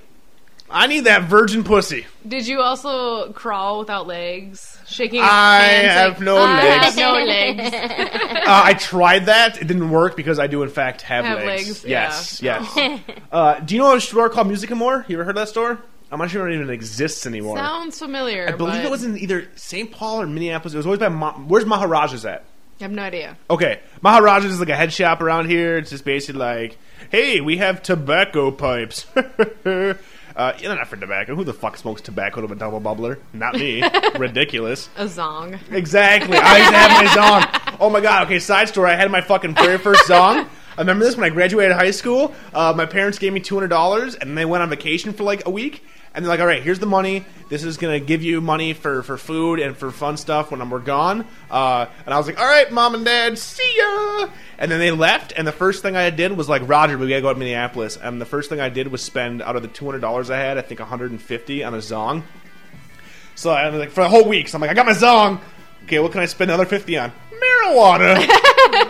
Speaker 2: I need that virgin pussy.
Speaker 4: Did you also crawl without legs, shaking?
Speaker 2: I
Speaker 4: hands
Speaker 2: have
Speaker 4: like,
Speaker 2: no
Speaker 4: I have
Speaker 2: legs.
Speaker 4: no legs.
Speaker 2: Uh, I tried that. It didn't work because I do, in fact, have,
Speaker 4: Have
Speaker 2: legs.
Speaker 4: legs, yeah.
Speaker 2: Yes, yes. uh, do you know a store called Music and More? You ever heard of that store? I'm not sure it even exists anymore.
Speaker 4: Sounds familiar.
Speaker 2: I believe
Speaker 4: but
Speaker 2: it was in either St. Paul or Minneapolis. It was always by Ma- where's Maharaja's at?
Speaker 4: I have no idea.
Speaker 2: Okay, Maharaja's is like a head shop around here. It's just basically like, hey, we have tobacco pipes. uh, yeah, they're not for tobacco. Who the fuck smokes tobacco to a double bubbler? Not me. Ridiculous.
Speaker 4: A zong.
Speaker 2: Exactly. I used to have my song. Oh my god. Okay, side story. I had my fucking very first song. I remember this when I graduated high school. Uh, my parents gave me two hundred dollars, and they went on vacation for like a week. And they're like, "All right, here's the money. This is gonna give you money for for food and for fun stuff when we're gone." Uh, and I was like, "All right, mom and dad, see ya." And then they left, and the first thing I did was like, "Roger, we gotta go to Minneapolis." And the first thing I did was spend out of the two hundred dollars I had, I think one hundred and fifty on a zong. So I was like, for the whole week, so I'm like, I got my zong. Okay, what can I spend another fifty on? Marijuana.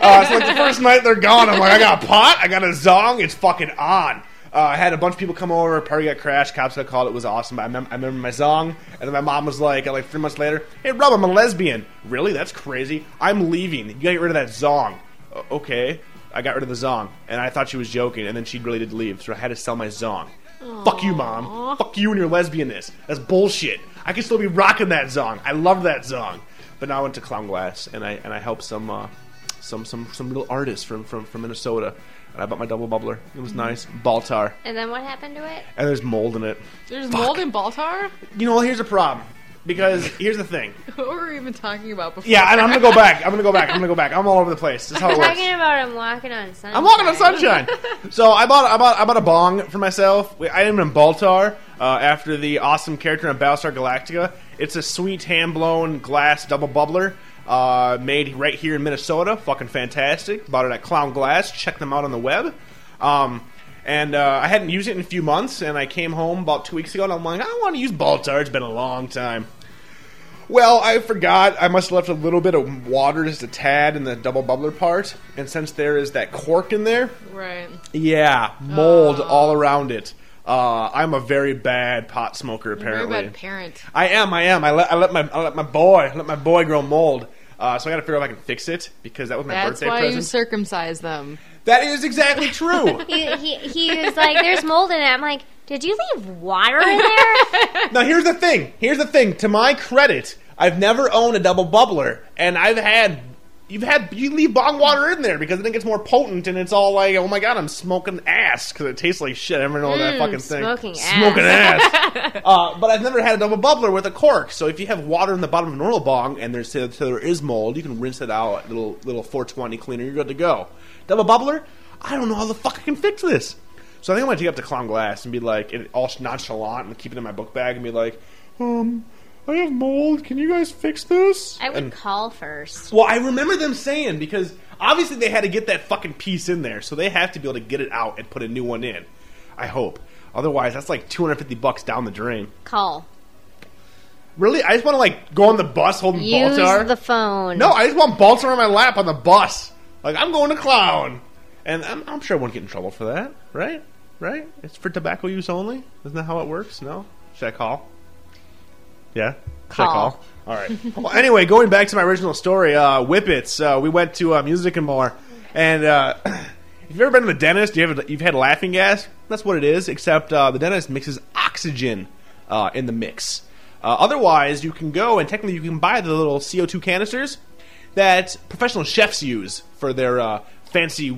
Speaker 2: uh, so like the first night they're gone, I'm like, I got a pot, I got a zong, it's fucking on. Uh, I had a bunch of people come over, party got crashed, cops got called, it was awesome. But I, mem- I remember my zong, and then my mom was like, like three months later, hey Rob, I'm a lesbian. Really? That's crazy. I'm leaving. You gotta get rid of that zong. "O- okay. I got rid of the zong, and I thought she was joking, and then she really did leave, so I had to sell my zong. Fuck you, mom. Fuck you and your lesbianness. That's bullshit. I can still be rocking that zong. I love that zong. But now I went to Clown Glass and I and I helped some uh, some some some little artists from, from from Minnesota. And I bought my double bubbler. It was nice, Baltar,
Speaker 3: And then what happened to it?
Speaker 2: and there's mold in it.
Speaker 4: There's mold in Baltar?
Speaker 2: You know, here's a problem because here's the thing.
Speaker 4: What were we even talking about before?
Speaker 2: Yeah, and I'm gonna go back. I'm gonna go back. I'm gonna go back. I'm all over the place. That's how it
Speaker 3: We're
Speaker 2: works.
Speaker 3: talking about him walking on sunshine.
Speaker 2: I'm walking on sunshine. so I bought I bought I bought a bong for myself. We- I am in Baltar uh, after the awesome character in Battlestar Galactica. It's a sweet hand blown glass double bubbler. Uh, made right here in Minnesota, fucking fantastic. Bought it at Clown Glass. Check them out on the web. Um, and uh, I hadn't used it in a few months, and I came home about two weeks ago, and I'm like, I want to use Baltar. It's been a long time. Well, I forgot. I must have left a little bit of water, just a tad, in the double bubbler part. And since there is that cork in there,
Speaker 4: Right.
Speaker 2: yeah, mold
Speaker 4: Oh.
Speaker 2: all around it. Uh, I'm a very bad pot smoker, apparently.
Speaker 4: Very bad parent.
Speaker 2: I am. I am. I let, I let my I let my boy I let my boy grow mold. Uh, so I got to figure out if I can fix it because that was my
Speaker 4: That's
Speaker 2: birthday
Speaker 4: why
Speaker 2: present.
Speaker 4: you circumcise them.
Speaker 2: that is exactly true.
Speaker 3: He, he, he was like, there's mold in it. I'm like, did you leave water in there?
Speaker 2: Now here's the thing. Here's the thing. To my credit, I've never owned a double bubbler, and I've had you've had you leave bong water in there because then it gets more potent, and it's all like, oh my god, I'm smoking ass because it tastes like shit. Everyone knows that
Speaker 4: Mm,
Speaker 2: fucking thing.
Speaker 3: smoking ass.
Speaker 2: Smoking ass. uh, but I've never had a double bubbler with a cork. So if you have water in the bottom of a normal bong and there's so there is mold, you can rinse it out. Little little 420 cleaner, you're good to go. Double bubbler. I don't know how the fuck I can fix this. So I think I'm gonna take up to Clown Glass and be like, and all nonchalant and keep it in my book bag and be like, um, I have mold. Can you guys fix this?
Speaker 3: I would
Speaker 2: And-
Speaker 3: call first.
Speaker 2: well, I remember them saying because obviously they had to get that fucking piece in there, so they have to be able to get it out and put a new one in. I hope. Otherwise, that's like 250 bucks down the drain.
Speaker 3: Call.
Speaker 2: Really? I just want to like go on the bus holding
Speaker 3: Use
Speaker 2: Baltar.
Speaker 3: the phone.
Speaker 2: no, I just want Baltar on my lap on the bus. Like I'm going to clown, and I'm, I'm sure I won't get in trouble for that, right? Right? It's for tobacco use only. Isn't that how it works? No? Should I call? Yeah. Should I
Speaker 3: Call.
Speaker 2: call? All right. well, anyway, going back to my original story, uh, Whippets. Uh, we went to uh, Music and More, and uh, if you've ever been to the dentist, you have you've had laughing gas. That's what it is. Except uh, the dentist mixes oxygen uh, in the mix. Uh, otherwise, you can go and technically you can buy the little CO two canisters that professional chefs use for their uh, fancy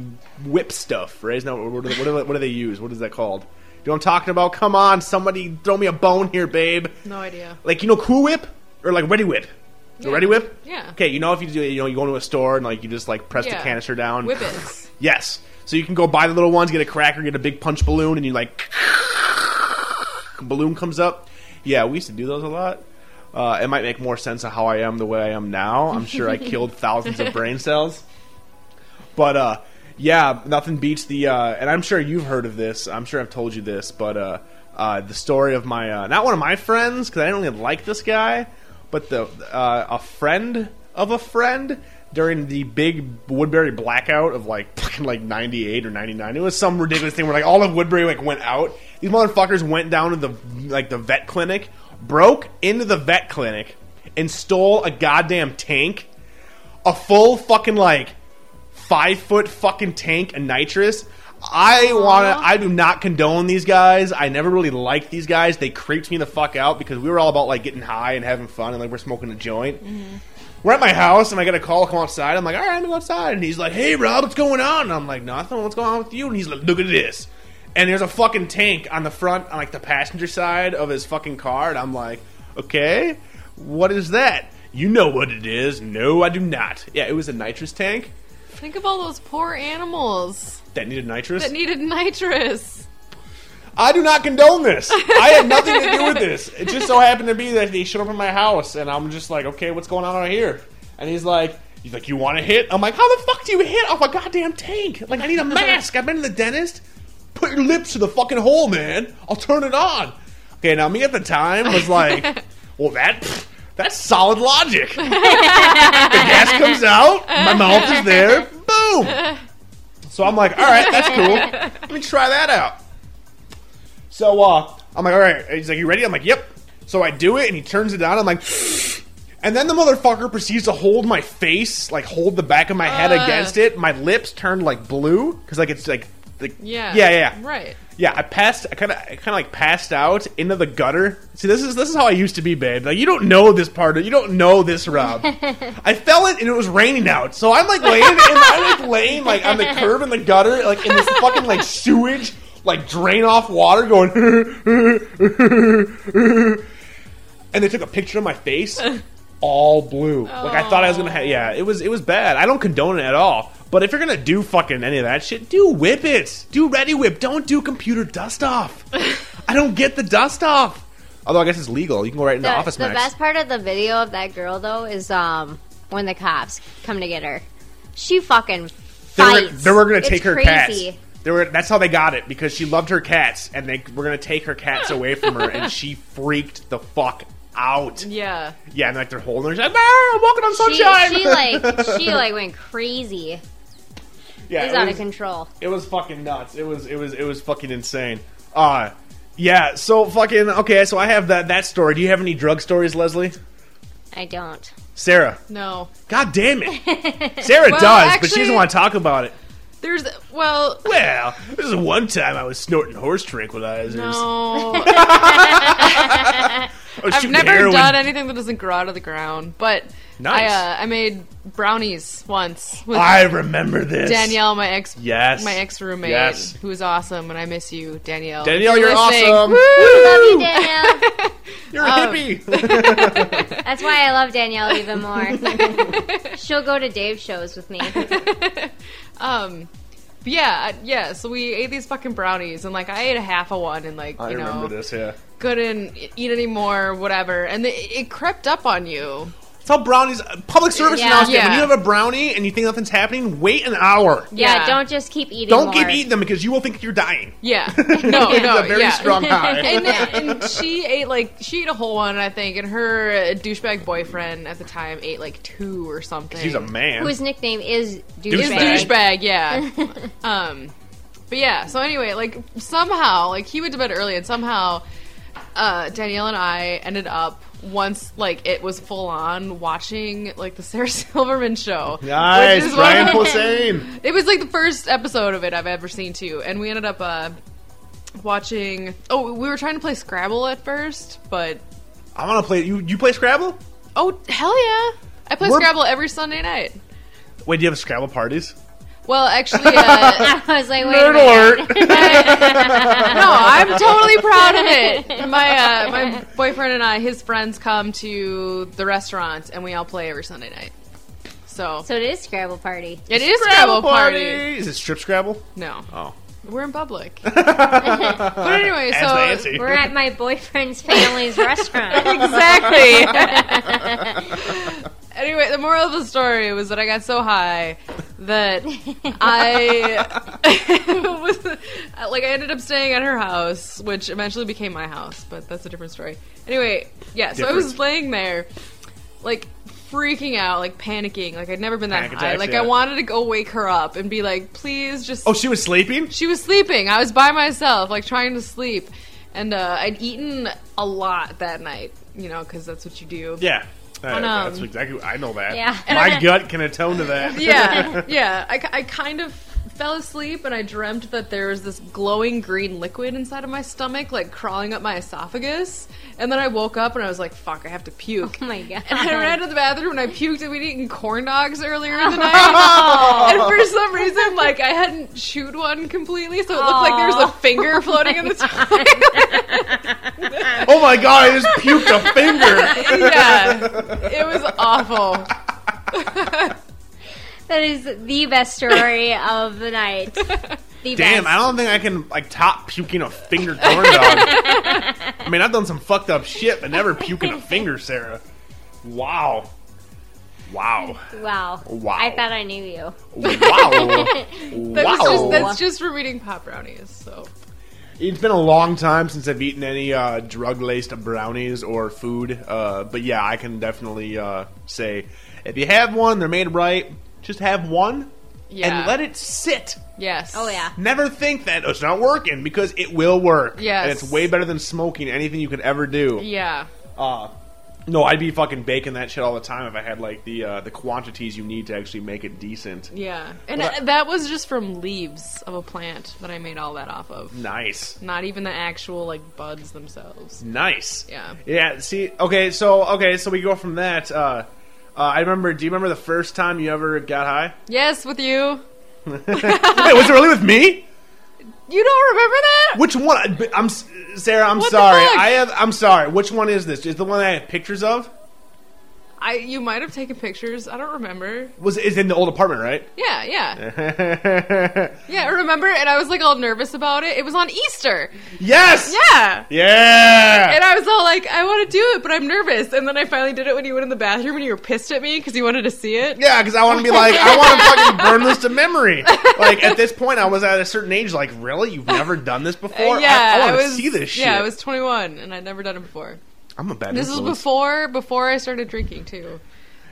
Speaker 2: whip stuff. Right? Isn't that what, what, do they, what, do they, what do they use? What is that called? You know what I'm talking about? Come on, somebody throw me a bone here, babe
Speaker 4: No idea.
Speaker 2: like you know Cool Whip or like Ready Whip. The Ready Whip.
Speaker 4: Yeah.
Speaker 2: Okay, you know if you do, you know you go into a store and like you just like press the canister down.
Speaker 4: Whippets.
Speaker 2: Yes. So you can go buy the little ones, get a cracker, get a big punch balloon, and you like balloon comes up. Yeah, we used to do those a lot. Uh, it might make more sense of how I am the way I am now. I'm sure I killed thousands of brain cells. But uh, yeah, nothing beats the. Uh, and I'm sure you've heard of this. I'm sure I've told you this, but uh, uh, the story of my uh, not one of my friends because I didn't really like this guy, but the uh, a friend of a friend during the big Woodbury blackout of like fucking like 98 or 99. It was some ridiculous thing where like all of Woodbury like went out. These motherfuckers went down to the like the vet clinic, broke into the vet clinic, and stole a goddamn tank, a full fucking like five foot fucking tank and nitrous. I wanna. I do not condone these guys. I never really liked these guys. They creeped me the fuck out because we were all about like getting high and having fun and like we're smoking a joint. we're at my house and I get a call, come outside. I'm like, all right, I'm gonna go outside. And he's like, hey, Rob, what's going on? And I'm like, nothing. What's going on with you? And he's like, look at this. And there's a fucking tank on the front, on like the passenger side of his fucking car. And I'm like, okay, what is that? You know what it is. No, I do not. Yeah, it was a nitrous tank
Speaker 4: Think of all those poor animals
Speaker 2: that needed nitrous.
Speaker 4: that needed nitrous.
Speaker 2: I do not condone this. I had nothing to do with this. It just so happened to be that he showed up in my house, and I'm just like, okay, what's going on out here? And he's like, he's like, you want to hit? I'm like, how the fuck do you hit off a goddamn tank? Like, I need a mask. I've been to the dentist. Put your lips to the fucking hole, man. I'll turn it on. Okay, now me at the time was like, well, that pfft, that's solid logic. the gas comes out, my mouth is there, boom. So I'm like, all right, that's cool. Let me try that out. So uh, I'm like, all right. He's like, you ready? I'm like, yep. So I do it, and he turns it on. I'm like, and then the motherfucker proceeds to hold my face, like hold the back of my head
Speaker 4: Uh.
Speaker 2: against it. My lips turned like blue because like it's like, like
Speaker 4: Yeah.
Speaker 2: yeah, yeah,
Speaker 4: Right.
Speaker 2: yeah. I passed. I kind of, I kind of like passed out into the gutter. See, this is this is how I used to be, babe. Like you don't know this part. Of, you don't know this, Rob. I fell in, and it was raining out. So I'm like laying, and I'm like laying like on the curb in the gutter, like in this fucking like sewage, like drain off water, going. and they took a picture of my face, all blue. Like I thought I was gonna. Ha- yeah, it was it was bad. I don't condone it at all. But if you're gonna do fucking any of that shit, do whip it. Do ready whip. Don't do computer dust off. I don't get the dust off. Although I guess it's legal. You can go right into
Speaker 3: The,
Speaker 2: Office
Speaker 3: the
Speaker 2: Max.
Speaker 3: best part of the video of that girl though is um when the cops come to get her. She fucking
Speaker 2: They were,
Speaker 3: fights.
Speaker 2: they were going to
Speaker 3: It's
Speaker 2: take her
Speaker 3: crazy.
Speaker 2: cats. They were, that's how they got it because she loved her cats, and they were going to take her cats away from her, and she freaked the fuck out. Yeah,
Speaker 4: Yeah.
Speaker 2: and like they're holding her, she's like, ah, I'm walking on
Speaker 3: She,
Speaker 2: sunshine.
Speaker 3: she like she like went crazy.
Speaker 2: yeah,
Speaker 3: She's
Speaker 2: it
Speaker 3: out of
Speaker 2: was-
Speaker 3: control.
Speaker 2: It was fucking nuts. It was it was it was fucking insane. Uh yeah, so fucking okay, so I have that that story. Do you have any drug stories, Leslie?
Speaker 3: I don't.
Speaker 2: Sarah.
Speaker 4: No.
Speaker 2: God damn it. Sarah
Speaker 4: Well,
Speaker 2: does, but she doesn't
Speaker 4: actually-
Speaker 2: want to talk about it.
Speaker 4: There's well.
Speaker 2: Well, this is one time I was snorting horse tranquilizers.
Speaker 4: No.
Speaker 2: I was
Speaker 4: I've
Speaker 2: shooting
Speaker 4: never
Speaker 2: heroin.
Speaker 4: done anything that doesn't grow out of the ground, but
Speaker 2: Nice.
Speaker 4: I uh, I made brownies once with
Speaker 2: I remember this.
Speaker 4: Danielle, my ex
Speaker 2: Yes.
Speaker 4: my ex roommate,
Speaker 2: Yes.
Speaker 4: who's awesome, and I miss you, Danielle.
Speaker 2: Danielle,
Speaker 4: If
Speaker 2: you're
Speaker 4: listening-
Speaker 2: awesome.
Speaker 3: Love you,
Speaker 2: Woo! You're
Speaker 3: Danielle.
Speaker 2: a hippie.
Speaker 3: That's why I love Danielle even more. She'll go to Dave's shows with me.
Speaker 4: Um, but yeah, I- yeah. So we ate these fucking brownies, and like I ate a half of one, and like
Speaker 2: I
Speaker 4: you know,
Speaker 2: remember this, yeah.
Speaker 4: couldn't e-, eat anymore, whatever, and it, it crept up on you.
Speaker 2: It's how brownies public service
Speaker 3: Yeah.
Speaker 2: announcement. When
Speaker 4: Yeah.
Speaker 2: you have a brownie and you think nothing's happening, wait an hour.
Speaker 3: Yeah,
Speaker 4: Yeah.
Speaker 3: don't just keep eating.
Speaker 2: Don't
Speaker 3: more.
Speaker 2: keep eating them because you will think you're dying.
Speaker 4: Yeah, no,
Speaker 2: it's
Speaker 4: no,
Speaker 2: a very
Speaker 4: yeah.
Speaker 2: strong high.
Speaker 4: and, and she ate like she ate a whole one, I think, and her uh, douchebag boyfriend at the time ate like two or something.
Speaker 2: He's a man.
Speaker 3: Whose nickname is
Speaker 4: His
Speaker 3: douchebag.
Speaker 4: douchebag, yeah. um, but yeah. So anyway, like somehow, like he went to bed early, and somehow uh, Danielle and I ended up once like it was full on watching like the Sarah Silverman show.
Speaker 2: nice,
Speaker 4: which is one
Speaker 2: Brian
Speaker 4: of the-
Speaker 2: Posehn.
Speaker 4: it was like the first episode of it I've ever seen too, and we ended up uh, watching. Oh, we were trying to play Scrabble at first, but
Speaker 2: I want to play. You you play Scrabble?
Speaker 4: oh hell yeah, I play
Speaker 2: We're-
Speaker 4: Scrabble every Sunday night.
Speaker 2: Wait, do you have Scrabble parties?
Speaker 4: Well, actually, uh,
Speaker 3: I was like, wait a
Speaker 2: Nerd
Speaker 3: minute.
Speaker 2: alert!
Speaker 4: no, I'm totally proud of it. My uh, my boyfriend and I, his friends come to the restaurant, and we all play every Sunday night. So,
Speaker 3: So it is Scrabble party.
Speaker 4: it is Scrabble party.
Speaker 2: Is it strip Scrabble?
Speaker 4: No,
Speaker 2: Oh,
Speaker 4: we're in public. but anyway, so
Speaker 2: that's fancy.
Speaker 3: We're at my boyfriend's family's restaurant. Oh
Speaker 4: exactly. anyway, the moral of the story was that I got so high that I was like I ended up staying at her house, which eventually became my house, but that's a different story. Anyway, yeah, so I was
Speaker 2: Different.
Speaker 4: laying there like freaking out, like panicking, like I'd never been that
Speaker 2: Panic
Speaker 4: high.
Speaker 2: attacks,
Speaker 4: like
Speaker 2: yeah.
Speaker 4: I wanted to go wake her up and be like, "Please just
Speaker 2: oh, she was sleeping.
Speaker 4: she was sleeping. I was by myself, like trying to sleep, and uh, I'd eaten a lot that night, you know, because that's what you do.
Speaker 2: Yeah, Uh,
Speaker 4: On, um,
Speaker 2: that's exactly. I know that.
Speaker 3: Yeah.
Speaker 2: my gut can atone to that.
Speaker 4: yeah, yeah. I, ki- I kind of fell asleep and I dreamt that there was this glowing green liquid inside of my stomach, like crawling up my esophagus. And then I woke up and I was like, fuck, I have to puke.
Speaker 3: Oh my god.
Speaker 4: And I ran to the bathroom and I puked and we'd eaten corn dogs earlier in the night.
Speaker 3: Oh.
Speaker 4: and for some reason, like I hadn't chewed one completely, so it looked like there was a
Speaker 3: Aw.
Speaker 4: finger floating in the top.
Speaker 2: Oh my god, I just puked a finger.
Speaker 4: yeah. It was awful.
Speaker 3: That is the best story of the night. The
Speaker 2: Damn,
Speaker 3: best.
Speaker 2: I don't think I can like top puking a finger corn dog. I mean, I've done some fucked up shit, but never puking a finger, Sarah. Wow. Wow.
Speaker 3: Wow.
Speaker 2: Wow.
Speaker 3: I thought I knew you.
Speaker 2: Wow.
Speaker 4: That was
Speaker 2: wow.
Speaker 4: just, that's just from eating pop brownies, so.
Speaker 2: It's been a long time since I've eaten any uh, drug-laced brownies or food, uh, but yeah, I can definitely uh, say if you have one, they're made right. Just have one
Speaker 4: Yeah.
Speaker 2: and let it sit.
Speaker 4: Yes.
Speaker 3: Oh yeah.
Speaker 2: Never think that it's not working because it will work.
Speaker 4: Yes.
Speaker 2: and it's way better than smoking anything you could ever do.
Speaker 4: Yeah.
Speaker 2: Uh, no, I'd be fucking baking that shit all the time if I had like the uh, the quantities you need to actually make it decent.
Speaker 4: Yeah. And uh, that was just from leaves of a plant that I made all that off of.
Speaker 2: Nice.
Speaker 4: Not even the actual like buds themselves.
Speaker 2: Nice.
Speaker 4: Yeah.
Speaker 2: Yeah. See. Okay. So. Okay. So we go from that. Uh, uh, I remember. Do you remember the first time you ever got high?
Speaker 4: Yes, with you.
Speaker 2: Wait, was it really with me?
Speaker 4: You don't remember that?
Speaker 2: Which one? I- I'm s- Sarah. I'm
Speaker 4: What the
Speaker 2: sorry.
Speaker 4: fuck?
Speaker 2: I have. I'm sorry. Which one is this? Is the one that I have pictures of?
Speaker 4: I you might have taken pictures. I don't remember.
Speaker 2: Was is in the old apartment, right?
Speaker 4: Yeah, yeah. yeah, I remember and I was like all nervous about it. It was on Easter.
Speaker 2: yes.
Speaker 4: Yeah.
Speaker 2: Yeah.
Speaker 4: And I was all like, I want to do it, but I'm nervous. And then I finally did it when you went in the bathroom and you were pissed at me because you wanted to see it.
Speaker 2: Yeah, because I want to be like, I want to fucking burn this to memory. Like at this point, I was at a certain age. Like, really, you've never done this before? I-
Speaker 4: Uh, yeah,
Speaker 2: I, want to
Speaker 4: was.
Speaker 2: see this shit.
Speaker 4: Yeah, I was 21 and I'd never done it before.
Speaker 2: I'm a bad.
Speaker 4: This was
Speaker 2: influence.
Speaker 4: before before I started drinking too.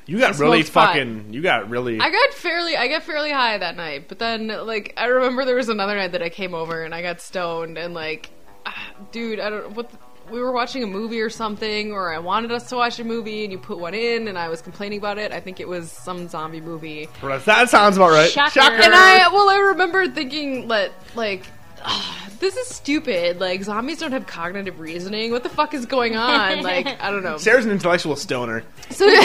Speaker 2: You got really
Speaker 4: smoked pot.
Speaker 2: fucking. You got really.
Speaker 4: I got fairly I got fairly high that night, but then like I remember there was another night that I came over and I got stoned and like, ah, dude, I don't what. The, we were watching a movie or something, or I wanted us to watch a movie, and you put one in, and I was complaining about it. I think it was some zombie movie.
Speaker 2: that sounds about right.
Speaker 3: Shocker.
Speaker 4: And I well, I remember thinking that like. "Ah, This is stupid. Like zombies don't have cognitive reasoning. What the fuck is going on? Like I don't know.
Speaker 2: Sarah's an intellectual stoner.
Speaker 4: So you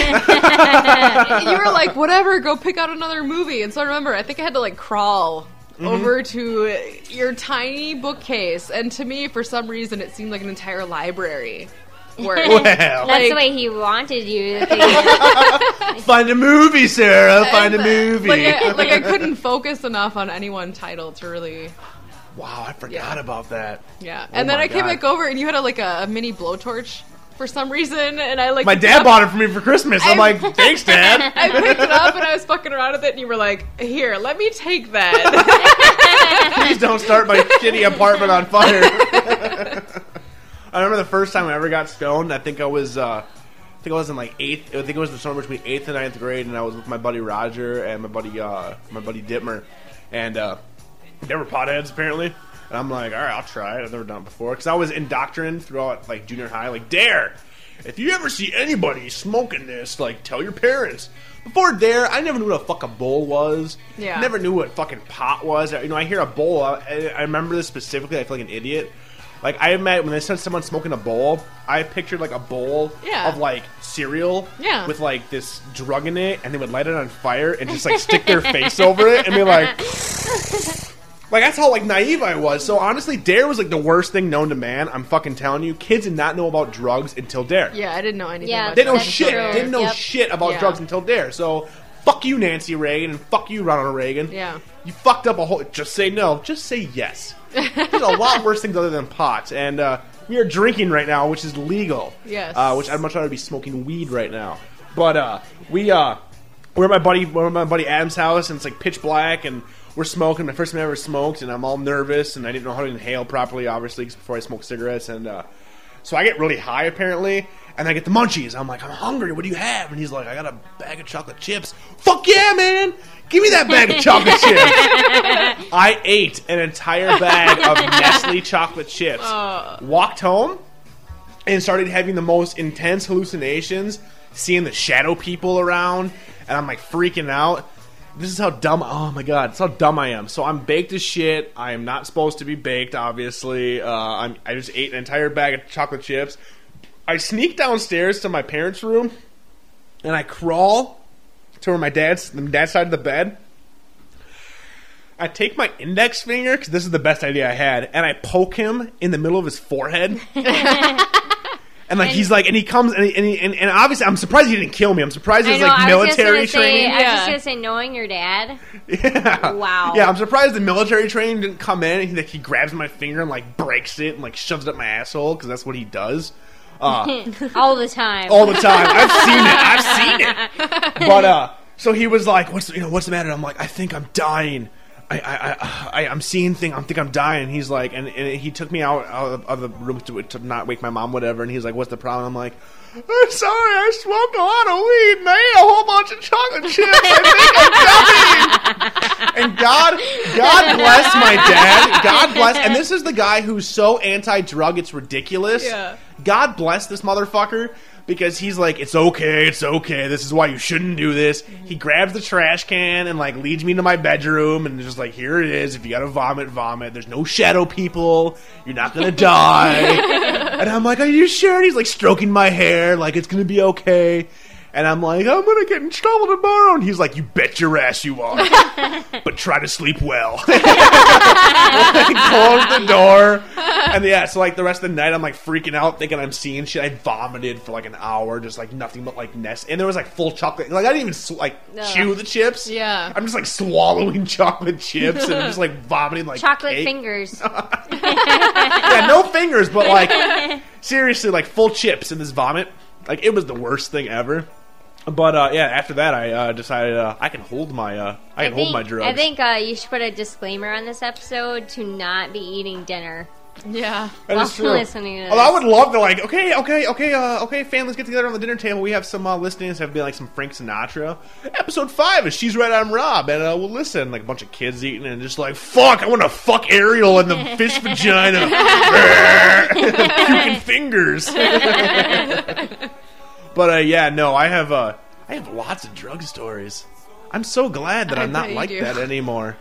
Speaker 4: were like, whatever, go pick out another movie. And so I remember, I think I had to like crawl
Speaker 2: Mm-hmm.
Speaker 4: over to your tiny bookcase. And to me, for some reason, it seemed like an entire library. Where
Speaker 2: Well,
Speaker 3: That's
Speaker 4: like-
Speaker 3: the way he wanted you. to think.
Speaker 2: find a movie, Sarah. Find a movie.
Speaker 4: like, I, like I couldn't focus enough on any one title to really,
Speaker 2: wow, I forgot about that.
Speaker 4: yeah. And then
Speaker 2: Oh my
Speaker 4: I came
Speaker 2: God.
Speaker 4: back over, and you had a, like a, mini blowtorch for some reason, and I like
Speaker 2: My
Speaker 4: picked it
Speaker 2: dad
Speaker 4: up-
Speaker 2: bought it for me for Christmas. I'm
Speaker 4: I-
Speaker 2: like, thanks, Dad.
Speaker 4: I picked it up and I was fucking around with it, and you were like, "Here, let me take that."
Speaker 2: Please don't start my shitty apartment on fire. I remember the first time I ever got stoned. I think I was, uh, I think I was in like eighth. I think it was the summer between eighth and ninth grade, and I was with my buddy Roger and my buddy, uh, my buddy Ditmer, and uh, they were potheads apparently. And I'm like, all right, I'll try it. I've never done it before because I was indoctrinated throughout like junior high. Like, dare if you ever see anybody smoking this, like, tell your parents. Before dare, I never knew what a fuck a bowl was.
Speaker 4: Yeah.
Speaker 2: never knew what fucking pot was. You know, I hear a bowl. I, I remember this specifically. I feel like an idiot. Like I met when they said someone smoking a bowl, I pictured like a bowl
Speaker 4: Yeah.
Speaker 2: of like cereal
Speaker 4: Yeah.
Speaker 2: with like this drug in it, and they would light it on fire and just like stick their face over it and be like, like that's how like naive I was. So honestly, Dare was like the worst thing known to man. I'm fucking telling you, kids did not know about drugs until Dare.
Speaker 4: Yeah, I didn't know anything.
Speaker 3: Yeah,
Speaker 4: about
Speaker 2: They know
Speaker 3: That's
Speaker 2: shit.
Speaker 3: true.
Speaker 2: Didn't know
Speaker 3: Yep.
Speaker 2: shit about
Speaker 4: Yeah.
Speaker 2: drugs until Dare. So fuck you, Nancy Reagan, and fuck you, Ronald Reagan.
Speaker 4: Yeah.
Speaker 2: You fucked up a whole. Just say no. Just say yes. There's a lot worse things other than pot, and uh, we are drinking right now, which is legal.
Speaker 4: Yes.
Speaker 2: Uh, which I'd much rather be smoking weed right now. But uh, we uh, we're at my buddy, we're at my buddy Adam's house, and it's like pitch black, and we're smoking. My first time I ever smoked, and I'm all nervous, and I didn't know how to inhale properly, obviously, 'cause before I smoked cigarettes, and uh, so I get really high apparently, and I get the munchies. I'm like, I'm hungry. What do you have? And he's like, I got a bag of chocolate chips. Fuck yeah, man! Give me that bag of chocolate chips. I ate an entire bag of Nestle chocolate chips. Walked home and started having the most intense hallucinations, seeing the shadow people around, and I'm like freaking out. this is how dumb. Oh my god, it's how dumb I am. So I'm baked as shit. I am not supposed to be baked, obviously. Uh, I'm, I just ate an entire bag of chocolate chips. I sneak downstairs to my parents' room, and I crawl to where my dad's the dad's side of the bed. I take my index finger because this is the best idea I had, and I poke him in the middle of his forehead. And like he's like, and he comes, and he, and, he, and and obviously, I'm surprised he didn't kill me. I'm surprised
Speaker 3: I
Speaker 2: he's
Speaker 3: know.
Speaker 2: like
Speaker 3: I was just
Speaker 2: military
Speaker 3: gonna say.
Speaker 2: training.
Speaker 3: I was just
Speaker 4: Yeah.
Speaker 3: gonna say, knowing your dad.
Speaker 2: Yeah.
Speaker 3: Wow.
Speaker 2: Yeah, I'm surprised the military training didn't come in. And he, like, he grabs my finger and like breaks it and like shoves it up my asshole because that's what he does Uh,
Speaker 3: all the time.
Speaker 2: all the time. I've seen it. I've seen it. But uh, so he was like, "What's you know what's the matter?" And I'm like, "I think I'm dying. I I I, I I'm seeing thing. I think I'm dying." And he's like, and, and he took me out, out of, of the room to, to not wake my mom, whatever. And he's like, "What's the problem?" I'm like. I'm sorry, I smoked a lot of weed and I ate a whole bunch of chocolate chips. I think I'm dying. And God, God bless my dad. God bless. And this is the guy who's so anti-drug, it's ridiculous.
Speaker 4: Yeah.
Speaker 2: God bless this motherfucker because he's like, it's okay, it's okay. This is why you shouldn't do this. He grabs the trash can and like leads me to my bedroom and is just like, here it is. If you gotta vomit, vomit. There's no shadow people. You're not gonna die. and I'm like, are you sure? And he's like stroking my hair, like it's gonna be okay. And I'm like, I'm gonna get in trouble tomorrow. And he's like, you bet your ass you are. but try to sleep well. closed the door. And yeah, so like the rest of the night, I'm like freaking out, thinking I'm seeing shit. I vomited for like an hour, just like nothing but like nest. And there was like full chocolate. Like I didn't even sw- like chew the chips.
Speaker 4: Yeah.
Speaker 2: I'm just like swallowing chocolate chips and I'm just like vomiting like
Speaker 3: Chocolate
Speaker 2: cake.
Speaker 3: fingers.
Speaker 2: Yeah, no fingers, but like seriously, like full chips in this vomit. Like it was the worst thing ever. But uh, yeah, after that, I uh, decided uh, I can hold my uh, I can hold my drugs.
Speaker 3: I think uh, you should put a disclaimer on this episode to not be eating dinner.
Speaker 4: Yeah.
Speaker 2: That
Speaker 3: Well,
Speaker 2: is
Speaker 3: I'm listening to
Speaker 2: Although Oh, I
Speaker 3: this.
Speaker 2: would love to, like, okay, okay, okay, uh, okay, families get together on the dinner table. We have some uh, listenings, have been like some Frank Sinatra. Episode five is She's Right, I'm Rob, and uh, we'll listen. Like a bunch of kids eating and just like, fuck, I want to fuck Ariel in the fish vagina. Puking fingers. but uh, yeah, no, I have uh, I have lots of drug stories. I'm so glad that
Speaker 4: I
Speaker 2: I'm not
Speaker 4: bet you
Speaker 2: like
Speaker 4: do.
Speaker 2: that anymore.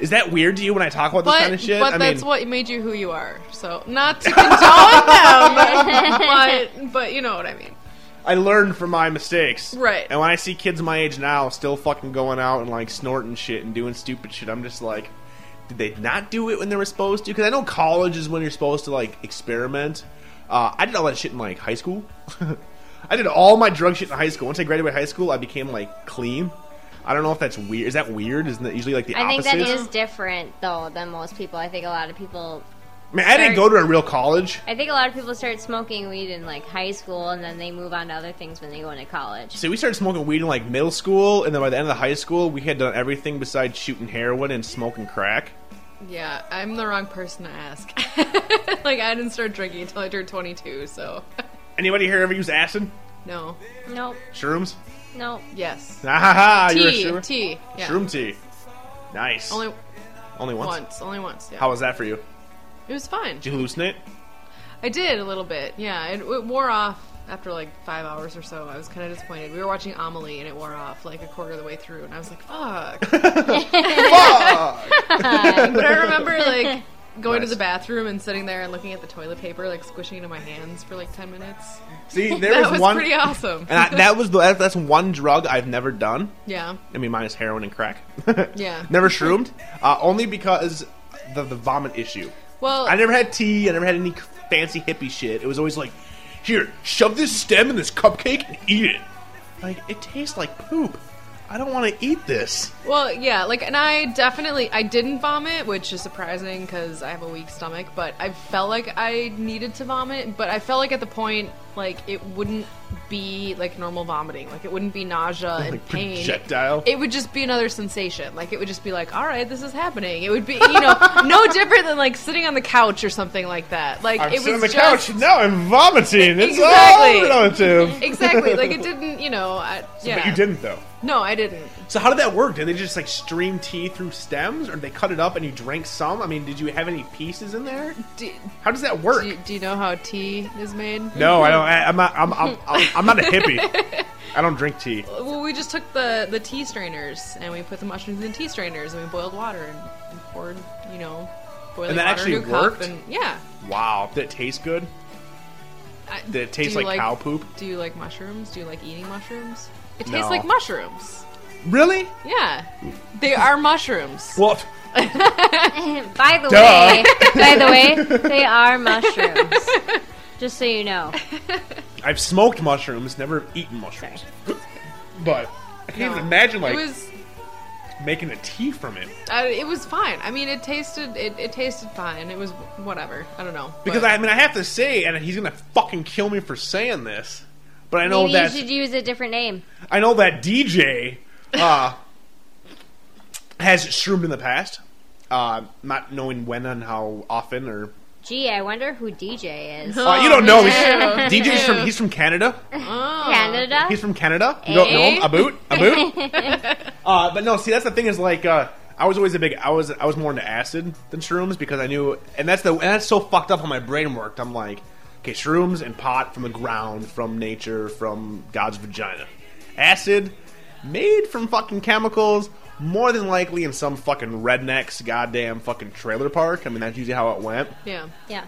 Speaker 2: Is that weird to you when I talk about this
Speaker 4: But,
Speaker 2: kind of shit?
Speaker 4: but
Speaker 2: I
Speaker 4: that's
Speaker 2: mean,
Speaker 4: what made you who you are. So not to condone them, but, but you know what I mean.
Speaker 2: I learned from my mistakes.
Speaker 4: Right.
Speaker 2: And when I see kids my age now still fucking going out and like snorting shit and doing stupid shit, I'm just like, did they not do it when they were supposed to? Because I know college is when you're supposed to like experiment. Uh, I did all that shit in like high school. I did all my drug shit in high school. Once I graduated high school, I became like clean. I don't know if that's weird. Is that weird? Isn't that usually like the
Speaker 3: I think
Speaker 2: opposite?
Speaker 3: that is different though than most people. I think a lot of people.
Speaker 2: I mean, I didn't go to a real college.
Speaker 3: I think a lot of people start smoking weed in like high school, and then they move on to other things when they go into college.
Speaker 2: So we started smoking weed in like middle school, and then by the end of the high school, we had done everything besides shooting heroin and smoking crack.
Speaker 4: Yeah, I'm the wrong person to ask. like I didn't start drinking until I turned 22. So
Speaker 2: Anybody here ever use acid?
Speaker 4: no.
Speaker 3: Nope,
Speaker 2: Shrooms?
Speaker 3: nope.
Speaker 4: Yes.
Speaker 2: Ah, ha, ha, you're a
Speaker 4: Tea.
Speaker 2: shroom.
Speaker 4: Tea. Yeah.
Speaker 2: Shroom tea. Nice.
Speaker 4: Only
Speaker 2: Only once.
Speaker 4: once. Only once. Yeah.
Speaker 2: How was that for you?
Speaker 4: it was fine.
Speaker 2: Did you hallucinate?
Speaker 4: I did a little bit. Yeah, it, it wore off after like five hours or so. I was kind of disappointed. We were watching Amelie and it wore off like a quarter of the way through, and I was like, "Fuck!" but I remember like going
Speaker 2: Nice.
Speaker 4: to the bathroom and sitting there and looking at the toilet paper, like squishing it in my hands for like ten minutes.
Speaker 2: See, there
Speaker 4: that
Speaker 2: was
Speaker 4: was
Speaker 2: one.
Speaker 4: pretty awesome.
Speaker 2: and I, that was the, that- that's one drug I've never done.
Speaker 4: yeah,
Speaker 2: I mean, minus heroin and crack.
Speaker 4: yeah.
Speaker 2: never shroomed. Uh, only because the the vomit issue.
Speaker 4: Well,
Speaker 2: I never had tea. I never had any fancy hippie shit. It was always like, here, shove this stem in this cupcake and eat it. Like it tastes like poop. I don't want to eat this.
Speaker 4: Well, yeah, like, and I definitely I didn't vomit, which is surprising because I have a weak stomach. But I felt like I needed to vomit, but I felt like at the point like it wouldn't be like normal vomiting, like it wouldn't be nausea and
Speaker 2: Like
Speaker 4: pain.
Speaker 2: projectile?
Speaker 4: It would just be another sensation. Like it would just be like, all right, this is happening. It would be you know no different than like sitting on the couch or something like that. Like
Speaker 2: I'm
Speaker 4: it was
Speaker 2: sitting on the
Speaker 4: just,
Speaker 2: couch now. I'm vomiting. It's
Speaker 4: Exactly.
Speaker 2: all relative.
Speaker 4: Exactly, like it didn't, you know. I, yeah.
Speaker 2: But you didn't though.
Speaker 4: No, I didn't.
Speaker 2: So how did that work? Did they just like stream tea through stems, or did they cut it up and you drank some? I mean, did you have any pieces in there?
Speaker 4: Do,
Speaker 2: How does that work?
Speaker 4: Do you, do you know how tea is made?
Speaker 2: no, I don't. I, I'm not. I'm, I'm, I'm, I'm not a hippie. I don't drink tea.
Speaker 4: Well, we just took the the tea strainers and we put the mushrooms in the tea strainers and we boiled water and, and poured, you know, boiling
Speaker 2: And that
Speaker 4: water
Speaker 2: actually
Speaker 4: into a
Speaker 2: worked?
Speaker 4: cup. And yeah,
Speaker 2: Wow, did it taste good?
Speaker 4: I,
Speaker 2: Did it taste
Speaker 4: do you
Speaker 2: like cow poop?
Speaker 4: Do you like mushrooms? Do you like eating mushrooms? It
Speaker 2: No.
Speaker 4: tastes like mushrooms.
Speaker 2: Really?
Speaker 4: Yeah, they are mushrooms.
Speaker 2: Well,
Speaker 3: by the
Speaker 2: Duh.
Speaker 3: way, by the way, they are mushrooms. Just so you know.
Speaker 2: I've smoked mushrooms, never eaten mushrooms. But I can't even imagine like
Speaker 4: it was.
Speaker 2: making a tea from it
Speaker 4: Uh, it was fine. I mean, it tasted it, it tasted fine. It was whatever. I don't know
Speaker 2: because
Speaker 4: but-
Speaker 2: I mean I have to say, and he's gonna fucking kill me for saying this, but I know
Speaker 3: Maybe you
Speaker 2: that
Speaker 3: should use a different name.
Speaker 2: I know that DJ uh, has shroomed in the past, uh, not knowing when and how often or
Speaker 3: Gee, I wonder who DJ is.
Speaker 2: Uh, you don't know. He's, DJ's from he's from Canada.
Speaker 4: oh.
Speaker 3: Canada?
Speaker 2: He's from Canada. You don't know him? A boot? A boot? uh, but no, see, that's the thing is like, uh, I was always a big, I was, I was more into acid than shrooms because I knew, and that's the, and that's so fucked up how my brain worked. I'm like, okay, shrooms and pot from the ground, from nature, from God's vagina. Acid, made from fucking chemicals, more than likely in some fucking redneck's goddamn fucking trailer park. I mean, that's usually how it went.
Speaker 4: yeah.
Speaker 3: Yeah.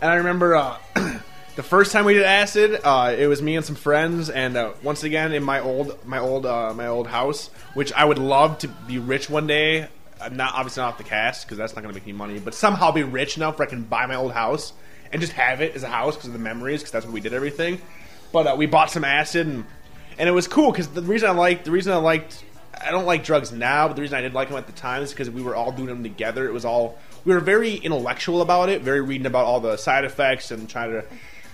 Speaker 2: And I remember uh, the first time we did acid, uh, it was me and some friends, and uh, once again in my old, my old, uh, my old house, which I would love to be rich one day. I'm not obviously not off the cast because that's not going to make me money, but somehow be rich enough where I can buy my old house and just have it as a house because of the memories, because that's where we did everything. But uh, we bought some acid, and and it was cool because the reason I liked, the reason I liked. I don't like drugs now, but the reason I did like them at the time is because we were all doing them together. It was all we were very intellectual about it, very reading about all the side effects and trying to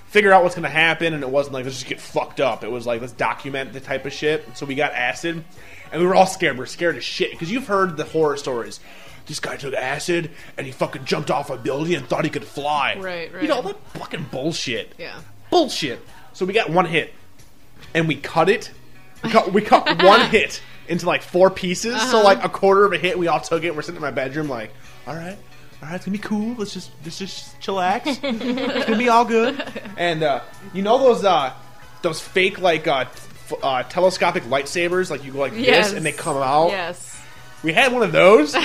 Speaker 2: figure out what's going to happen. And it wasn't like let's just get fucked up. It was like let's document the type of shit. So we got acid, and we were all scared. We were scared as shit because you've heard the horror stories. This guy took acid and he fucking jumped off a building and thought he could fly.
Speaker 4: Right,
Speaker 2: You
Speaker 4: right.
Speaker 2: know that fucking bullshit.
Speaker 4: Yeah.
Speaker 2: Bullshit. So we got one hit, and we cut it. We cut, we cut one hit into like four pieces. So
Speaker 4: Uh-huh.
Speaker 2: like a quarter of a hit, we all took it. and We're sitting in my bedroom, like, all right, all right, it's gonna be cool. Let's just let's just chillax. it's gonna be all good. And uh, you know those uh, those fake like uh, f- uh, telescopic lightsabers, like you go like
Speaker 4: Yes.
Speaker 2: this and they come out.
Speaker 4: Yes.
Speaker 2: We had one of those, and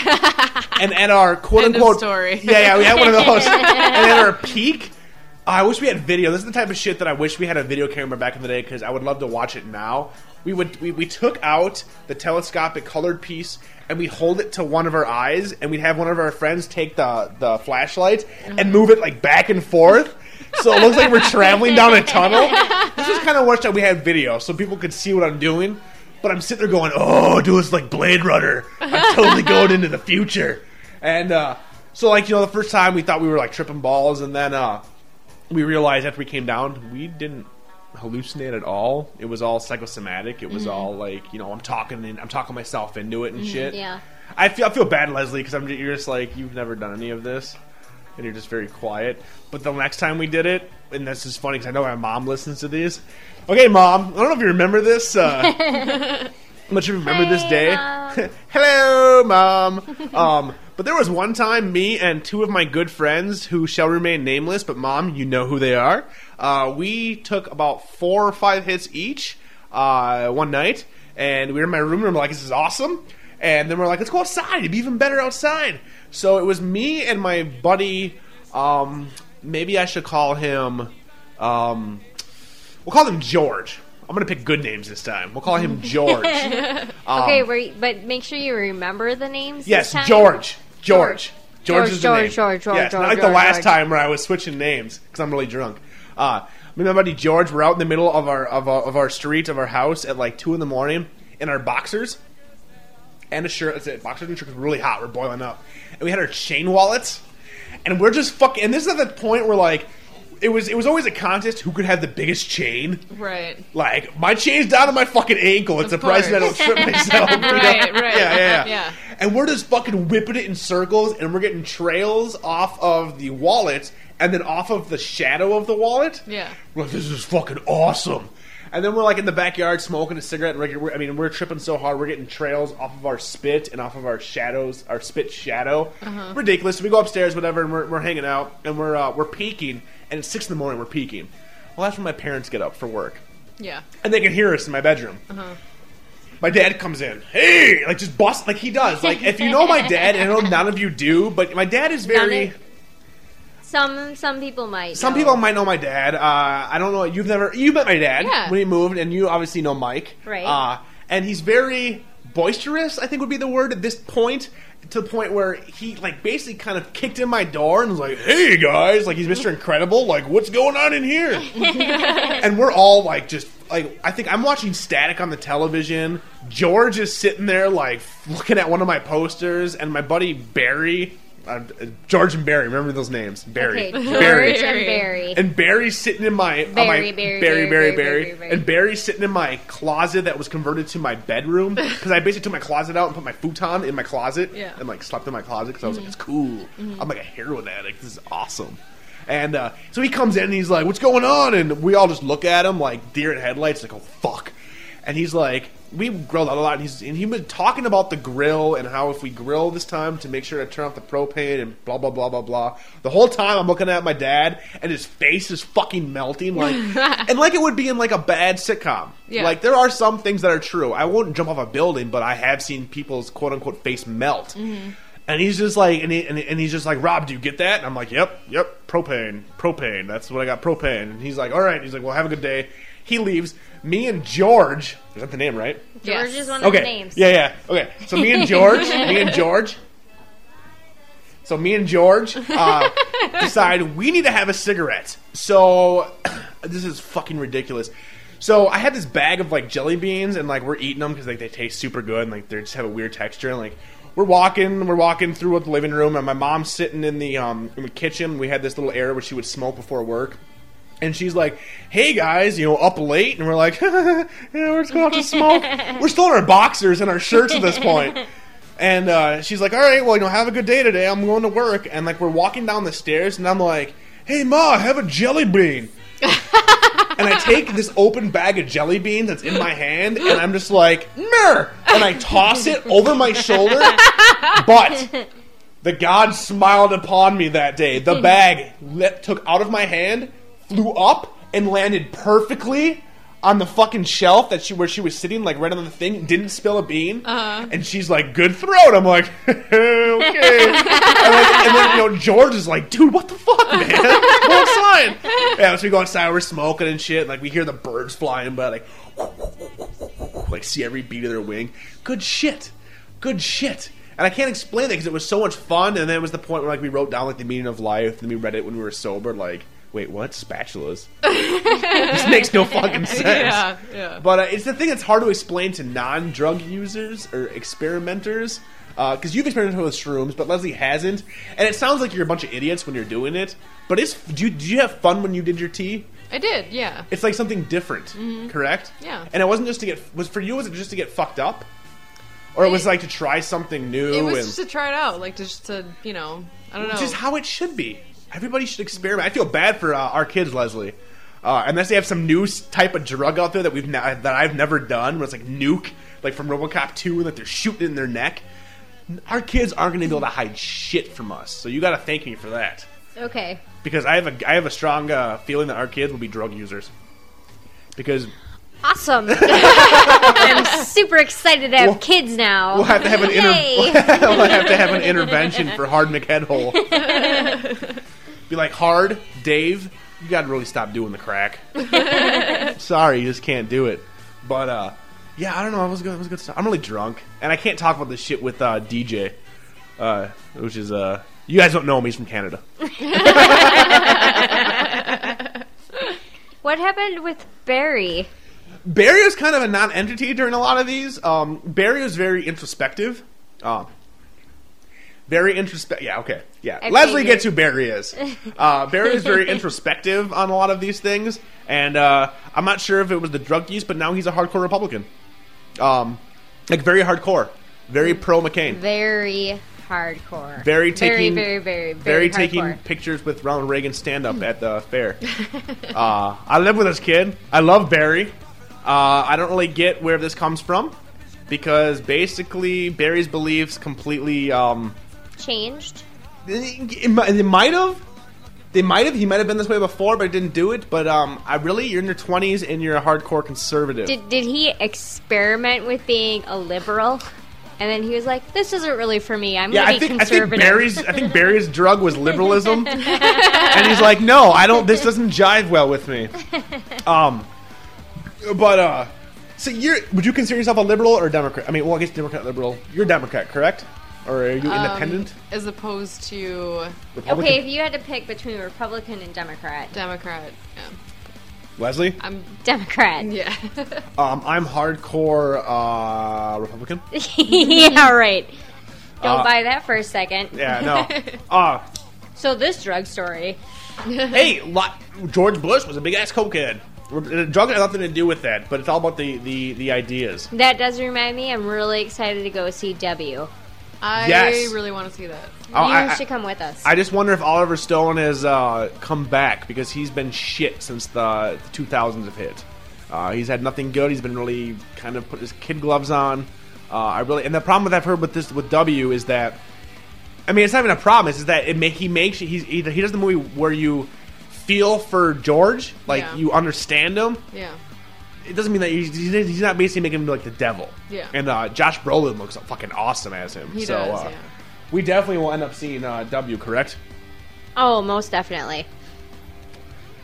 Speaker 2: at our quote
Speaker 4: End of
Speaker 2: unquote
Speaker 4: story.
Speaker 2: Yeah, yeah, we had one of those, and at our peak, oh, I wish we had video. This is the type of shit that I wish we had a video camera back in the day because I would love to watch it now. We would we, we took out the telescopic colored piece and we hold it to one of our eyes, and we'd have one of our friends take the the flashlight and move it like back and forth. So it looks like we're traveling down a tunnel. This is kind of wish that we had video so people could see what I'm doing. But I'm sitting there going, "Oh, dude, it's like Blade Runner. I'm totally going into the future." And uh, so, like you know, the first time we thought we were like tripping balls, and then uh, we realized after we came down, we didn't hallucinate at all. It was all psychosomatic. It was all like you know, I'm talking and I'm talking myself into it and shit.
Speaker 3: Yeah.
Speaker 2: I feel I feel bad, Leslie, because I'm ju- you're just like you've never done any of this, and you're just very quiet. But the next time we did it, and this is funny because I know my mom listens to these. Okay, mom, I don't know if you remember this. Uh, much you remember this
Speaker 3: Hey,
Speaker 2: day.
Speaker 3: Mom.
Speaker 2: Hello, mom. Um, but there was one time me and two of my good friends who shall remain nameless, but mom, you know who they are. Uh, we took about four or five hits each uh, one night, and we were in my room and we're like, "This is awesome." And then we're like, "Let's go outside. It'd be even better outside." So it was me and my buddy. Um, maybe I should call him. Um, we'll call him George. I'm gonna pick good names this time. We'll call him George.
Speaker 3: okay, were you- but make sure you remember the names.
Speaker 2: um, Yes,
Speaker 3: this time.
Speaker 2: George. George.
Speaker 3: George.
Speaker 2: George,
Speaker 3: George,
Speaker 2: is the
Speaker 3: George,
Speaker 2: name.
Speaker 3: George, George,
Speaker 2: yes,
Speaker 3: George,
Speaker 2: not like the
Speaker 3: George,
Speaker 2: last
Speaker 3: George.
Speaker 2: time where I was switching names because I'm really drunk. Uh, me and my buddy George were out in the middle of our of our, of our street of our house at like two in the morning in our boxers and a shirt. That's it. Boxers and shirt was really hot. We're boiling up, and we had our chain wallets, and we're just fucking. And this is at the point where like it was it was always a contest who could have the biggest chain.
Speaker 4: Right.
Speaker 2: Like my chain's down to my fucking ankle. It's
Speaker 4: Of
Speaker 2: surprising I don't
Speaker 4: course.
Speaker 2: trip myself. you know?
Speaker 4: Right, right.
Speaker 2: Yeah, yeah, yeah.
Speaker 4: Yeah.
Speaker 2: And we're just fucking whipping it in circles, and we're getting trails off of the wallet, and then off of the shadow of the wallet.
Speaker 4: Yeah.
Speaker 2: We're like, this is fucking awesome. And then we're like in the backyard smoking a cigarette. And we're, we're- I mean, we're tripping so hard, we're getting trails off of our spit and off of our shadows, our spit shadow.
Speaker 4: Uh-huh.
Speaker 2: Ridiculous. We go upstairs, whatever, and we're, we're hanging out, and we're uh, we're peeking, and it's six in the morning. We're peeking. Well, that's when my parents get up for work.
Speaker 4: Yeah.
Speaker 2: and they can hear us in my bedroom. My dad comes in, hey, like just bust, like he does. Like if you know my dad, and I know none of you do, but my dad is very.
Speaker 3: None of- Some some people might.
Speaker 2: Some
Speaker 3: know.
Speaker 2: people might know my dad. Uh, I don't know. You've never you met my dad
Speaker 4: Yeah.
Speaker 2: when he moved, and you obviously know Mike,
Speaker 3: Right.
Speaker 2: Uh, and he's very boisterous. I think would be the word at this point. To the point where he like basically kind of kicked in my door and was like, "Hey guys, like he's
Speaker 3: Mm-hmm.
Speaker 2: Mr. Incredible. Like what's going on in here?" and we're all like just like I think I'm watching static on the television. George is sitting there like looking at one of my posters, and my buddy Barry, uh, George and Barry, remember those names? Barry,
Speaker 3: Okay, George
Speaker 2: Barry,
Speaker 3: and Barry.
Speaker 2: and Barry's sitting in my on my-
Speaker 3: Barry, Barry,
Speaker 2: Barry,
Speaker 3: Barry,
Speaker 2: Barry,
Speaker 3: Barry,
Speaker 2: Barry.
Speaker 3: Barry, Barry.
Speaker 2: and Barry's sitting in my closet that was converted to my bedroom because I basically took my closet out and put my futon in my closet
Speaker 4: Yeah.
Speaker 2: and like slept in my closet because I was like, it's cool. I'm like a heroin addict. This is awesome. And uh, so he comes in and he's like, what's going on? And we all just look at him like deer in headlights, like, oh fuck. And he's like, we grilled out a lot, and he's and he was talking about the grill and how if we grill this time to make sure to turn off the propane and blah blah blah blah blah. The whole time I'm looking at my dad, and his face is fucking melting, like and like it would be in like a bad sitcom.
Speaker 4: Yeah.
Speaker 2: Like there are some things that are true. I won't jump off a building, but I have seen people's quote unquote face melt. And he's just like, and, he, and, he- and he's just like, Rob, do you get that? And I'm like, yep, yep, propane, propane. That's what I got, propane. And he's like, all right. He's like, well, have a good day. He leaves. Me and George, is that the name, right?
Speaker 3: George
Speaker 4: Yes.
Speaker 3: is one of
Speaker 2: Okay.
Speaker 3: the names.
Speaker 2: Yeah, yeah. Okay. So me and George, me and George. So me and George uh, decide we need to have a cigarette. So this is fucking ridiculous. So I had this bag of like jelly beans and like we're eating them because like they taste super good and like they just have a weird texture and like we're walking we're walking through the living room and my mom's sitting in the um in the kitchen. We had this little area where she would smoke before work. And she's like, "Hey guys, you know, up late," and we're like, "Yeah, we're just going out to smoke." we're still in our boxers and our shirts at this point. And uh, she's like, "All right, well, you know, have a good day today. I'm going to work." And like, we're walking down the stairs, and I'm like, "Hey, ma, have a jelly bean." and I take this open bag of jelly beans that's in my hand, and I'm just like, "Mer," and I toss it over my shoulder, but. The god smiled upon me that day. The bag lit, took out of my hand, flew up, and landed perfectly on the fucking shelf that she where she was sitting, like right on the thing. Didn't spill a bean. Uh-huh. And she's like, "Good throat." I'm like, "Okay." and, like- and then you know George is like, "Dude, what the fuck, man? Let's go outside." Yeah, so we go outside. We're smoking and shit. Like we hear the birds flying, but like, like see every beat of their wing. Good shit good shit. And I can't explain that because it was so much fun. And then it was the point where like we wrote down like the meaning of life, and then we read it when we were sober. Like, wait, what? Spatulas. this makes no fucking sense.
Speaker 4: Yeah. Yeah.
Speaker 2: But uh, it's the thing that's hard to explain to non-drug users or experimenters, because you've experimented with shrooms, but Leslie hasn't. And it sounds like you're a bunch of idiots when you're doing it. But it's do you, did you have fun when you did your tea?
Speaker 4: I did. Yeah.
Speaker 2: It's like something different, correct?
Speaker 4: Mm-hmm. Yeah.
Speaker 2: And it wasn't just to get was for you. Was it just to get fucked up, or it, was
Speaker 4: It-
Speaker 2: like to try something new?
Speaker 4: It was
Speaker 2: and,
Speaker 4: just oh. to try it out, like just to you know, I don't know.
Speaker 2: which is how it should be. Everybody should experiment. I feel bad for uh, our kids, Leslie, uh, unless they have some new s- type of drug out there that we've ne- that I've never done, where it's like nuke, like from RoboCop two, and that they're shooting it in their neck. Our kids aren't going to be able to hide shit from us, so you got to thank me for that
Speaker 3: Okay.
Speaker 2: because I have a I have a strong uh, feeling that our kids will be drug users because
Speaker 3: Awesome. I'm super excited to have
Speaker 2: We'll-
Speaker 3: kids now.
Speaker 2: we'll have to have an inter-
Speaker 3: Yay.
Speaker 2: we'll have to have an intervention for Hard McHeadhole. Be like, Hard Dave, you got to really stop doing the crack. Sorry, you just can't do it. But uh, yeah, I don't know. It was good. It was good stuff. I'm really drunk, and I can't talk about this shit with uh, DJ, uh, which is uh, you guys don't know him. He's from Canada.
Speaker 3: What happened with Barry?
Speaker 2: Barry was kind of a non-entity during a lot of these. Um, Barry was very introspective. Um, very introspective. Yeah, okay, yeah.
Speaker 3: I
Speaker 2: Leslie
Speaker 3: figured.
Speaker 2: gets who Barry is. Uh, Barry is very introspective on a lot of these things, and uh, I'm not sure if it was the drug use, but now he's a hardcore Republican. Um, like very hardcore, very pro McCain,
Speaker 3: Very hardcore.
Speaker 2: very taking,
Speaker 3: very, very, very, very,
Speaker 2: very taking
Speaker 3: hardcore.
Speaker 2: pictures with Ronald Reagan stand up at the fair. uh, I live with this kid. I love Barry. Uh, I don't really get where this comes from because basically Barry's beliefs completely. Um,
Speaker 3: changed.
Speaker 2: it, it mi- it might have, They might have. He might have been this way before, but didn't do it. But um, I really, you're in your 20s and you're a hardcore conservative.
Speaker 3: Did, did he experiment with being a liberal? And then he was like, "This isn't really for me. I'm
Speaker 2: yeah,
Speaker 3: gonna
Speaker 2: I
Speaker 3: be
Speaker 2: think I think
Speaker 3: conservative."
Speaker 2: Barry's I think Barry's drug was liberalism, and he's like, no, I don't. This doesn't jive well with me. Um, but uh, so you're would you consider yourself a liberal or a Democrat? I mean, well, I guess Democrat liberal. You're Democrat, correct? Or are
Speaker 4: Um,
Speaker 2: you independent?
Speaker 4: as opposed to
Speaker 2: Republican?
Speaker 3: okay, if you had to pick between Republican and Democrat,
Speaker 4: Democrat. Yeah.
Speaker 2: Leslie,
Speaker 4: I'm
Speaker 3: Democrat.
Speaker 4: yeah.
Speaker 2: um, I'm hardcore uh, Republican.
Speaker 3: yeah, right. Don't
Speaker 2: Uh,
Speaker 3: buy that for a second.
Speaker 2: Yeah, no. Uh,
Speaker 3: So this drug story.
Speaker 2: hey, lo- George Bush was a big ass cokehead. Re- Drug had nothing to do with that, but it's all about the the, the ideas.
Speaker 3: That does remind me. I'm really excited to go see W.
Speaker 4: I
Speaker 2: Yes.
Speaker 4: really want to see that.
Speaker 2: Oh,
Speaker 3: you
Speaker 2: I- I-
Speaker 3: should come with us.
Speaker 2: I just wonder if Oliver Stone has uh, come back because he's been shit since the, the 2000s have hit. Uh, he's had nothing good. He's been really kind of put his kid gloves on. Uh, I really and the problem that I've heard with this with W is that I mean it's not even a problem. It's just that it ma- he makes he's he, he does the movie where you feel for George, like
Speaker 4: Yeah.
Speaker 2: you understand him.
Speaker 4: Yeah.
Speaker 2: It doesn't mean that he's, he's he's not basically making him like the devil.
Speaker 4: Yeah.
Speaker 2: And uh, Josh Brolin looks fucking awesome as him.
Speaker 4: He
Speaker 2: so
Speaker 4: does,
Speaker 2: uh,
Speaker 4: yeah.
Speaker 2: we definitely will end up seeing uh, W. Correct.
Speaker 3: oh, most definitely.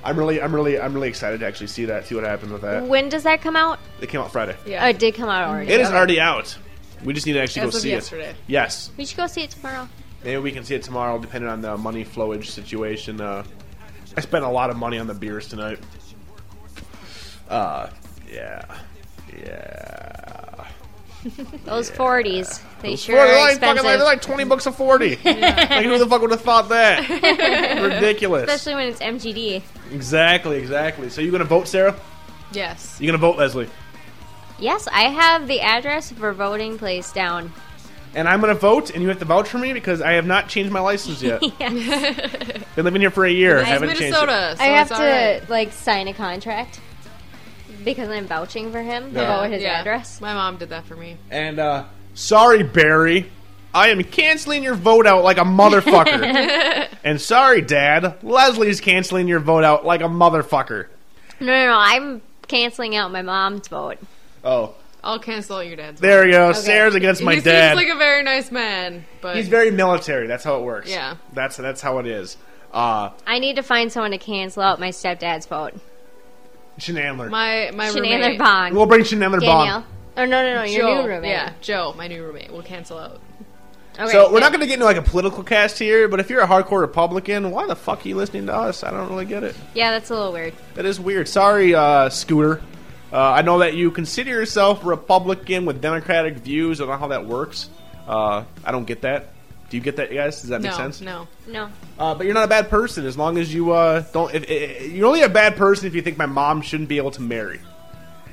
Speaker 2: I'm really, I'm really, I'm really excited to actually see that, see what happens with that.
Speaker 3: When does that come out?
Speaker 2: It came out Friday.
Speaker 3: Oh, it did come out already.
Speaker 2: It is already out. We just need to actually
Speaker 4: As
Speaker 2: go
Speaker 4: of
Speaker 2: see
Speaker 4: yesterday.
Speaker 2: it. Yes,
Speaker 3: We should go see it tomorrow.
Speaker 2: maybe we can see it tomorrow, depending on the money flowage situation. Uh, I spent a lot of money on the beers tonight. Uh, yeah, yeah.
Speaker 3: Those forties. They
Speaker 2: Those
Speaker 3: sure are
Speaker 2: fucking-
Speaker 3: expensive.
Speaker 2: they're like twenty bucks a forty. Like who the fuck would have thought that? Ridiculous.
Speaker 3: Especially when it's MGD.
Speaker 2: exactly, exactly. So you gonna vote, Sarah?
Speaker 4: Yes.
Speaker 2: You gonna vote, Leslie?
Speaker 3: Yes, I have the address for voting place down.
Speaker 2: and I'm gonna vote, and you have to vouch for me because I have not changed my license yet. Been living here for a year,
Speaker 4: It's
Speaker 2: haven't changed
Speaker 4: Minnesota. So
Speaker 3: I have
Speaker 4: it's
Speaker 3: to like sign a contract because I'm vouching for him
Speaker 2: Yeah.
Speaker 3: about his
Speaker 4: yeah.
Speaker 3: address.
Speaker 4: My mom did that for me.
Speaker 2: it. And uh, sorry, Barry, I am canceling your vote out like a motherfucker. and sorry, Dad, Leslie's canceling your vote out like a motherfucker.
Speaker 3: No, no, no. I'm canceling out my mom's vote.
Speaker 2: Oh,
Speaker 4: I'll cancel your dad's.
Speaker 2: there we go. Sarah's against
Speaker 4: He
Speaker 2: my
Speaker 4: seems
Speaker 2: dad.
Speaker 4: like a very nice man, but
Speaker 2: He's very military. That's how it works.
Speaker 4: Yeah.
Speaker 2: that's that's how it is. Uh,
Speaker 3: I need to find someone to cancel out my stepdad's vote.
Speaker 2: Shenandler.
Speaker 4: my my
Speaker 3: Shenanigans
Speaker 4: roommate.
Speaker 3: Bong.
Speaker 2: we'll bring Shenandler
Speaker 3: Danielle.
Speaker 2: Bond.
Speaker 3: Oh no, no, no. Your
Speaker 4: Joe,
Speaker 3: new roommate.
Speaker 4: Yeah, Joe, my new roommate, will cancel out.
Speaker 3: Okay.
Speaker 2: So we're not going to get into like a political cast here, but if you're a hardcore Republican, why the fuck are you listening to us? I don't really get it.
Speaker 3: Yeah, that's a little weird.
Speaker 2: That is weird. Sorry, uh, Scooter. Uh, I know that you consider yourself Republican with Democratic views. I don't know how that works. Uh, I don't get that. Do you get that, guys? Does that
Speaker 4: No,
Speaker 2: make sense?
Speaker 4: no.
Speaker 3: No.
Speaker 2: Uh, but you're not a bad person as long as you uh, don't. If, i i- you're only a bad person if you think my mom shouldn't be able to marry.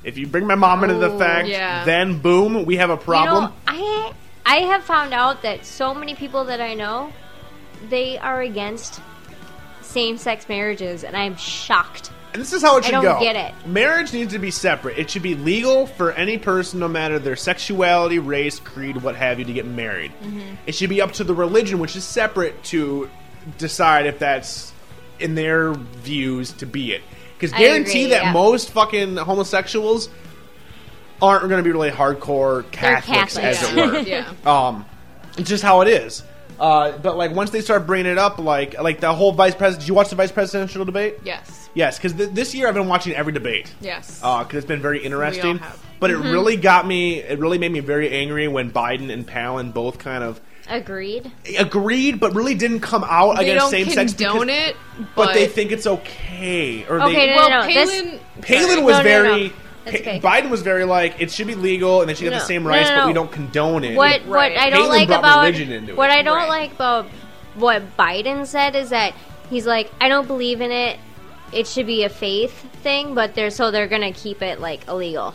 Speaker 2: If you bring my mom into the
Speaker 3: Ooh,
Speaker 2: fact,
Speaker 4: yeah.
Speaker 2: then boom, we have a problem.
Speaker 3: You know, I I have found out that so many people that I know, they are against same-sex marriages, and I'm shocked.
Speaker 2: And this is how it
Speaker 3: I
Speaker 2: should
Speaker 3: don't
Speaker 2: go.
Speaker 3: get it.
Speaker 2: Marriage needs to be separate. It should be legal for any person, no matter their sexuality, race, creed, what have you, to get married.
Speaker 3: Mm-hmm.
Speaker 2: It should be up to the religion, which is separate, to decide if that's in their views to be it. Because
Speaker 3: I
Speaker 2: guarantee
Speaker 3: agree,
Speaker 2: that
Speaker 3: yeah.
Speaker 2: most fucking homosexuals aren't going to be really hardcore Catholics, as it
Speaker 3: Catholics.
Speaker 2: were.
Speaker 4: yeah.
Speaker 2: Um, it's just how it is. Uh, but like once they start bringing it up, like like the whole vice president. Did you watch the vice presidential debate?
Speaker 4: Yes.
Speaker 2: Yes, because th- this year I've been watching every debate.
Speaker 4: Yes.
Speaker 2: Because it's been very interesting.
Speaker 4: have.
Speaker 2: But it
Speaker 3: Mm-hmm.
Speaker 2: really got me, it really made me very angry when Biden and Palin both kind of
Speaker 3: Agreed.
Speaker 2: agreed, but really didn't come out
Speaker 4: they
Speaker 2: against
Speaker 4: don't
Speaker 2: same sex.
Speaker 4: condone it, but,
Speaker 2: But they think it's okay. Or
Speaker 3: Okay,
Speaker 2: they,
Speaker 3: no,
Speaker 4: Well,
Speaker 3: no, no, this-
Speaker 4: Palin.
Speaker 2: Palin
Speaker 4: Sorry.
Speaker 2: was
Speaker 3: No, no,
Speaker 2: very.
Speaker 3: no. That's
Speaker 2: Pa-
Speaker 3: okay.
Speaker 2: Biden was very like, it should be legal and they should get the
Speaker 3: No.
Speaker 2: same
Speaker 3: No,
Speaker 2: rights,
Speaker 3: no,
Speaker 2: but we
Speaker 3: no.
Speaker 2: don't condone it.
Speaker 3: What what
Speaker 4: Right.
Speaker 3: I don't
Speaker 2: Palin
Speaker 3: like
Speaker 2: brought
Speaker 3: about
Speaker 2: religion into it.
Speaker 3: what I don't
Speaker 4: Right.
Speaker 3: like about what Biden said is that he's like I don't believe in it. It should be a faith thing, but they're so they're gonna keep it like illegal.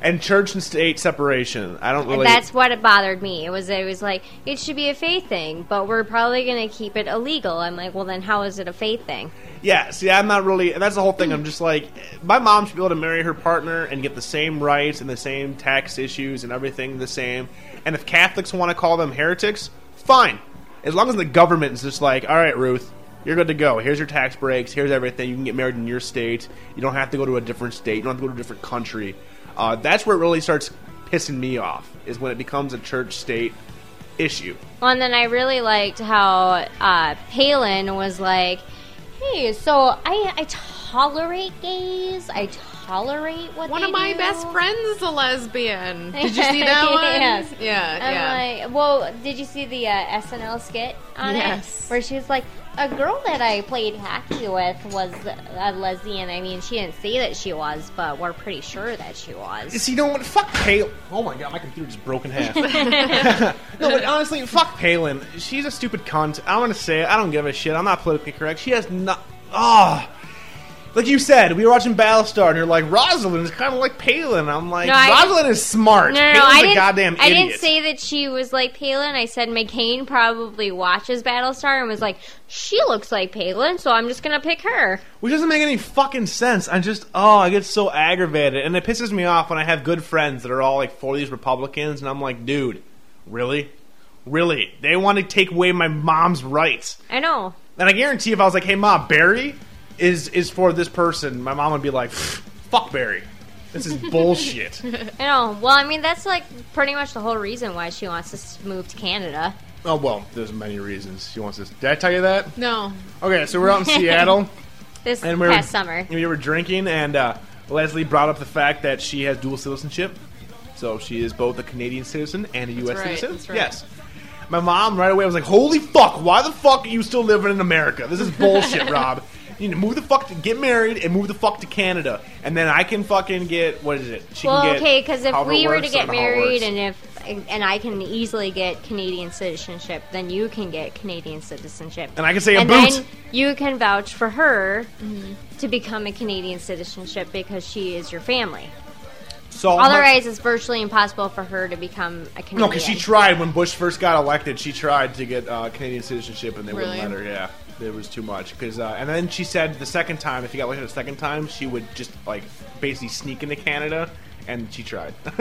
Speaker 2: And church and state separation. I don't really.
Speaker 3: That's what it bothered me. It was it was like it should be a faith thing, but we're probably gonna keep it illegal. I'm like, well, then how is it a faith thing?
Speaker 2: Yeah, see, I'm not really. And that's the whole thing. I'm just like, my mom should be able to marry her partner and get the same rights and the same tax issues and everything the same. And if Catholics want to call them heretics, fine. As long as the government is just like, all right, Ruth, You're good to go. Here's your tax breaks. Here's everything. You can get married in your state. You don't have to go to a different state. You don't have to go to a different country. Uh, that's where it really starts pissing me off. Is when it becomes a church state issue.
Speaker 3: Well, and then I really liked how uh, Palin was like, "Hey, so I I tolerate gays. I tolerate what
Speaker 4: One
Speaker 3: they
Speaker 4: of my
Speaker 3: do."
Speaker 4: best friends is a lesbian. Did you see that one?
Speaker 3: Yes.
Speaker 4: Yeah,
Speaker 3: I'm
Speaker 4: yeah.
Speaker 3: like, well, did you see the uh, SNL skit on
Speaker 4: Yes.
Speaker 3: it? Where she was like, a girl that I played hockey with was a lesbian. I mean, she didn't say that she was, but we're pretty sure that she was.
Speaker 2: See, you know what? Fuck Palin. Oh my god, my computer just broke in half. no, but honestly, fuck Palin. She's a stupid cunt. I'm gonna say it. I don't give a shit. I'm not politically correct. She has not. Ah. Like you said, we were watching Battlestar, and you're like, Rosalind is kind of like Palin. I'm like,
Speaker 3: No, I-
Speaker 2: Rosalind is smart.
Speaker 3: No, no, no,
Speaker 2: Palin's
Speaker 3: I
Speaker 2: a
Speaker 3: didn't.
Speaker 2: goddamn
Speaker 3: I
Speaker 2: idiot.
Speaker 3: didn't say that she was like Palin. I said McCain probably watches Battlestar and was like, she looks like Palin, so I'm just gonna pick her.
Speaker 2: Which doesn't make any fucking sense. I'm just, oh, I get so aggravated. And it pisses me off when I have good friends that are all like for these Republicans, and I'm like, dude, really? Really? They want to take away my mom's rights.
Speaker 3: I know.
Speaker 2: And I guarantee if I was like, hey, mom, Barry is is for this person, my mom would be like, fuck Barry. This is bullshit.
Speaker 3: I know. Well, I mean, that's like pretty much the whole reason why she wants to s- move to Canada.
Speaker 2: oh, well, there's many reasons she wants this. Did I tell you that?
Speaker 4: no.
Speaker 2: Okay, so we're out in Seattle.
Speaker 3: This
Speaker 2: and we were,
Speaker 3: past summer.
Speaker 2: We were drinking, and uh, Leslie brought up the fact that she has dual citizenship, so she is both a Canadian citizen and a U.S.
Speaker 4: right,
Speaker 2: citizen.
Speaker 4: that's right.
Speaker 2: Yes. My mom right away was like, "Holy fuck! Why the fuck are you still living in America? This is bullshit, Rob. You need to move the fuck to get married and move the fuck to Canada, and then I can fucking get what is it? She can
Speaker 3: Well,
Speaker 2: get
Speaker 3: okay, because if
Speaker 2: however it
Speaker 3: we were to
Speaker 2: works, I
Speaker 3: get
Speaker 2: don't know how it
Speaker 3: married
Speaker 2: works.
Speaker 3: and if and I can easily get Canadian citizenship, then you can get Canadian citizenship,
Speaker 2: And I can say a
Speaker 3: and
Speaker 2: boot.
Speaker 3: then you can vouch for her to become a Canadian citizenship because she is your family.
Speaker 2: so I'm like-
Speaker 3: Otherwise, it's virtually impossible for her to become a Canadian.
Speaker 2: No, because she tried when Bush first got elected. She tried to get uh, Canadian citizenship, and they wouldn't
Speaker 4: Really?
Speaker 2: let her. Yeah, it was too much. Because uh, and then she said the second time, if you got elected a second time, she would just like basically sneak into Canada, and she tried.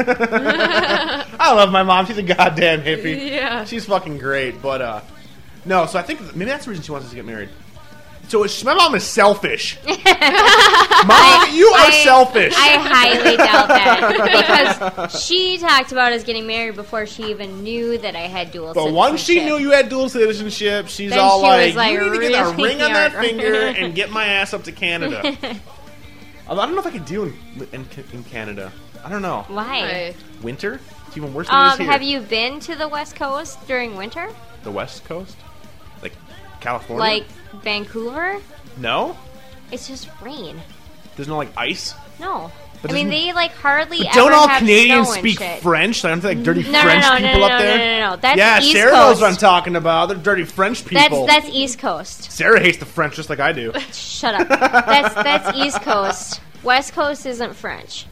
Speaker 2: I love my mom. She's a goddamn hippie.
Speaker 4: Yeah.
Speaker 2: she's fucking great. But uh, no, so I think maybe that's the reason she wants us to get married. So it's, my mom is selfish. mom, you are
Speaker 3: I-
Speaker 2: selfish.
Speaker 3: I highly doubt that because she talked about us getting married before she even knew that I had dual.
Speaker 2: But once she
Speaker 3: citizenship.
Speaker 2: knew you had dual citizenship, she's
Speaker 3: Then
Speaker 2: all
Speaker 3: she
Speaker 2: like,
Speaker 3: was like,
Speaker 2: "You need to get a
Speaker 3: "Really
Speaker 2: ring on that
Speaker 3: hard."
Speaker 2: finger and get my ass up to Canada." I don't know if I could do in, in, in Canada. I don't know.
Speaker 3: why.
Speaker 4: Right.
Speaker 2: Winter? It's even worse than it is
Speaker 3: Um,
Speaker 2: here.
Speaker 3: have you been to the West Coast during winter?
Speaker 2: the West Coast, like California?
Speaker 3: Like Vancouver?
Speaker 2: no?
Speaker 3: It's just rain.
Speaker 2: There's no like ice.
Speaker 3: No.
Speaker 2: But
Speaker 3: I mean,
Speaker 2: doesn't-
Speaker 3: they like hardly ever
Speaker 2: don't all
Speaker 3: have
Speaker 2: Canadians
Speaker 3: snow and
Speaker 2: speak
Speaker 3: shit.
Speaker 2: French? Like, aren't there like dirty
Speaker 3: No, no,
Speaker 2: French
Speaker 3: no, no,
Speaker 2: people
Speaker 3: no,
Speaker 2: up
Speaker 3: no,
Speaker 2: there?
Speaker 3: no, no, no. That's
Speaker 2: yeah,
Speaker 3: East
Speaker 2: Sarah knows
Speaker 3: Coast.
Speaker 2: what I'm talking about. They're dirty French
Speaker 3: That's
Speaker 2: people.
Speaker 3: that's East Coast.
Speaker 2: Sarah hates the French just like I do.
Speaker 3: Shut up. that's that's East Coast. West Coast isn't French.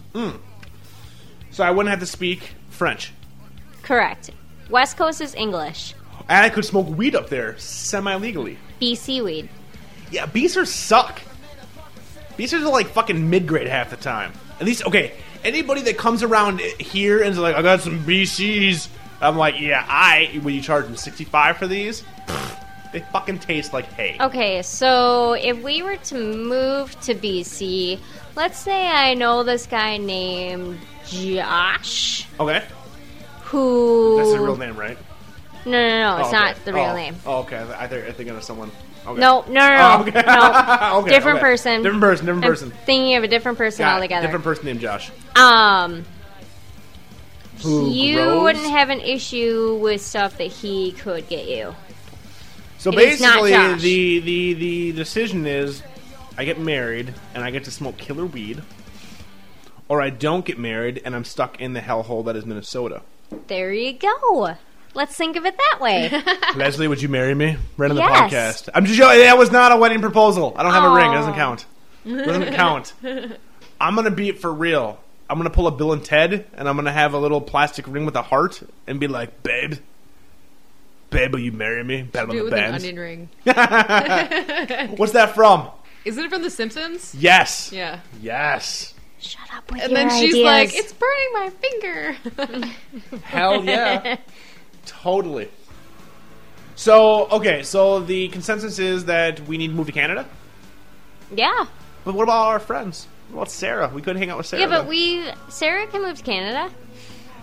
Speaker 2: so I wouldn't have to speak French.
Speaker 3: Correct. West Coast is English.
Speaker 2: And I could smoke weed up there semi legally.
Speaker 3: BC weed.
Speaker 2: Yeah, beasters suck. Beasters are like fucking mid grade half the time. At least, okay, anybody that comes around here and is like, I got some BCs, I'm like, yeah, I, when you charge them 65 for these, Pfft, they fucking taste like hay.
Speaker 3: Okay, so if we were to move to BC, let's say I know this guy named Josh,
Speaker 2: Okay.
Speaker 3: who
Speaker 2: That's the real name, right?
Speaker 3: No, no, no, it's
Speaker 2: Oh,
Speaker 3: not
Speaker 2: okay.
Speaker 3: the real
Speaker 2: Oh.
Speaker 3: name.
Speaker 2: Oh, okay. I, th- I think I'm thinking of someone. Okay.
Speaker 3: No, no, no,
Speaker 2: Oh,
Speaker 3: no,
Speaker 2: okay.
Speaker 3: no.
Speaker 2: okay,
Speaker 3: different
Speaker 2: okay.
Speaker 3: person.
Speaker 2: Different person, different
Speaker 3: I'm
Speaker 2: person.
Speaker 3: Thinking of a different person
Speaker 2: Got it.
Speaker 3: altogether.
Speaker 2: Different person named Josh.
Speaker 3: um,
Speaker 2: Who
Speaker 3: you
Speaker 2: grows?
Speaker 3: wouldn't have an issue with stuff that he could get you.
Speaker 2: So
Speaker 3: It is not
Speaker 2: basically,
Speaker 3: Josh.
Speaker 2: the the the decision is, I get married and I get to smoke killer weed, or I don't get married and I'm stuck in the hellhole that is Minnesota.
Speaker 3: There you go. Let's think of it that way.
Speaker 2: Leslie, would you marry me? Right on
Speaker 3: Yes.
Speaker 2: the podcast. I'm just joking. That was not a wedding proposal. I don't have a ring. It doesn't
Speaker 4: Oh.
Speaker 3: Aw.
Speaker 2: count. It doesn't count. I'm gonna be it for real. I'm gonna pull a Bill and Ted and I'm gonna have a little plastic ring with a heart and be like, babe. Babe, will you marry me? Battle
Speaker 4: Do it
Speaker 2: of
Speaker 4: with
Speaker 2: the
Speaker 4: an
Speaker 2: bands.
Speaker 4: onion ring.
Speaker 2: What's that from?
Speaker 4: Isn't it from The Simpsons?
Speaker 2: Yes.
Speaker 4: Yeah.
Speaker 2: Yes.
Speaker 3: Shut up with
Speaker 4: And
Speaker 3: your
Speaker 4: then she's
Speaker 3: ideas.
Speaker 4: like, "It's burning my finger."
Speaker 2: Hell yeah. totally. So okay, so the consensus is that we need to move to Canada.
Speaker 3: Yeah.
Speaker 2: But what about our friends? What about Sarah? We couldn't hang out with Sarah.
Speaker 3: Yeah, but
Speaker 2: then.
Speaker 3: we Sarah can move to Canada.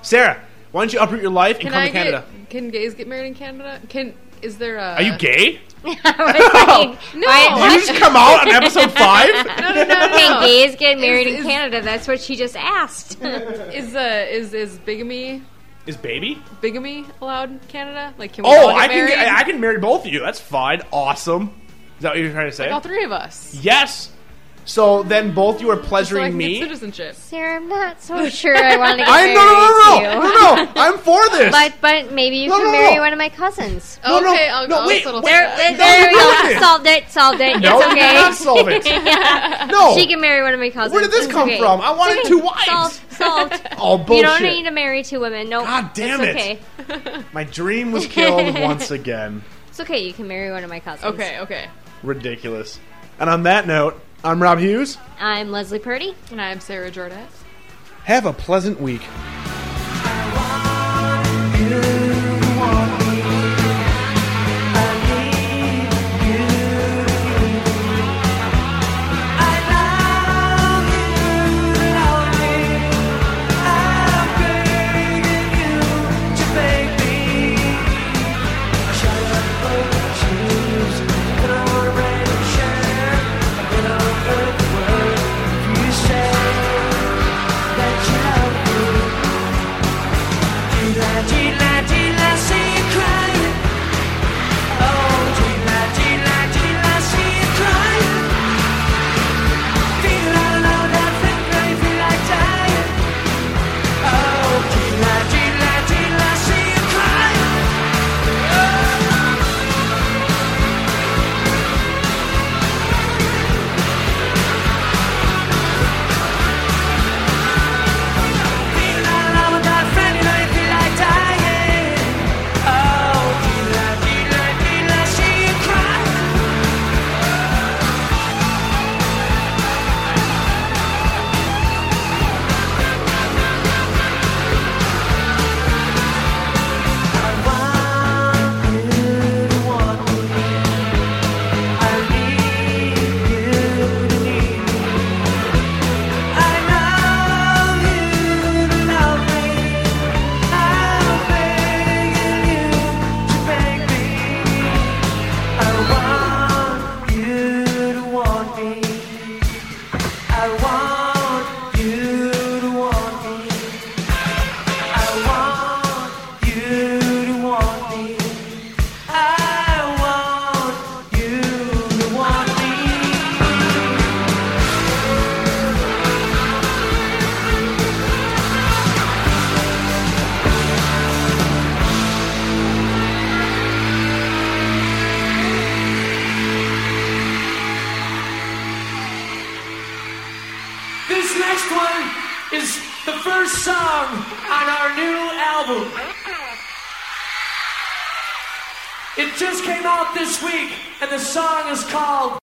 Speaker 2: Sarah, why don't you uproot your life and
Speaker 4: Can
Speaker 2: come
Speaker 4: I
Speaker 2: to Canada?
Speaker 4: get? Can gays get married in Canada? Can is there a?
Speaker 2: Are you gay?
Speaker 3: I was like,
Speaker 4: No.
Speaker 3: why-
Speaker 2: Did you just come out on episode five?
Speaker 4: No, no, no, no.
Speaker 3: Can gays get married
Speaker 4: Is-
Speaker 3: in
Speaker 4: is-
Speaker 3: Canada? That's what she just asked.
Speaker 4: Is uh is is bigamy
Speaker 2: Is baby?
Speaker 4: bigamy allowed in Canada? Like can we all
Speaker 2: Oh,
Speaker 4: get
Speaker 2: I can
Speaker 4: married?
Speaker 2: get, I can marry both of you. That's fine. Awesome. Is that what you're trying to say?
Speaker 4: all three of us.
Speaker 2: yes. So then both you are
Speaker 4: So I
Speaker 2: pleasuring
Speaker 4: can get
Speaker 2: me.
Speaker 4: citizenship.
Speaker 3: Sarah, I'm not so sure I want to get
Speaker 2: I
Speaker 3: married
Speaker 2: no no
Speaker 3: to
Speaker 2: no no
Speaker 3: you.
Speaker 2: no no. I'm for this.
Speaker 3: But but maybe you
Speaker 2: No,
Speaker 3: can
Speaker 2: no,
Speaker 3: marry
Speaker 2: no.
Speaker 3: one of my cousins.
Speaker 2: no, no,
Speaker 4: okay, I'll,
Speaker 2: no,
Speaker 4: I'll
Speaker 2: wait,
Speaker 4: settle
Speaker 2: wait.
Speaker 4: down.
Speaker 3: There,
Speaker 2: you
Speaker 3: there we
Speaker 2: got
Speaker 3: go.
Speaker 2: it.
Speaker 3: Solved it. Solved it.
Speaker 2: no,
Speaker 3: it's
Speaker 2: you cannot
Speaker 3: okay.
Speaker 2: solve it. No.
Speaker 3: She can marry one of my cousins.
Speaker 2: Where did this
Speaker 3: It's
Speaker 2: come
Speaker 3: okay.
Speaker 2: from? I wanted
Speaker 3: It's okay.
Speaker 2: two wives.
Speaker 3: Solved. Solved.
Speaker 2: oh bullshit.
Speaker 3: You don't need to marry two women. No.
Speaker 2: God damn
Speaker 3: it's
Speaker 2: it.
Speaker 3: Okay.
Speaker 2: My dream was killed once again.
Speaker 3: It's okay. You can marry one of my cousins.
Speaker 4: Okay, okay.
Speaker 2: Ridiculous. And on that note, I'm Rob Hughes.
Speaker 3: I'm Leslie Purdy.
Speaker 4: And I'm Sarah Jordan.
Speaker 2: Have a pleasant week.
Speaker 6: This next one is the first song on our new album. It just came out this week, and the song is called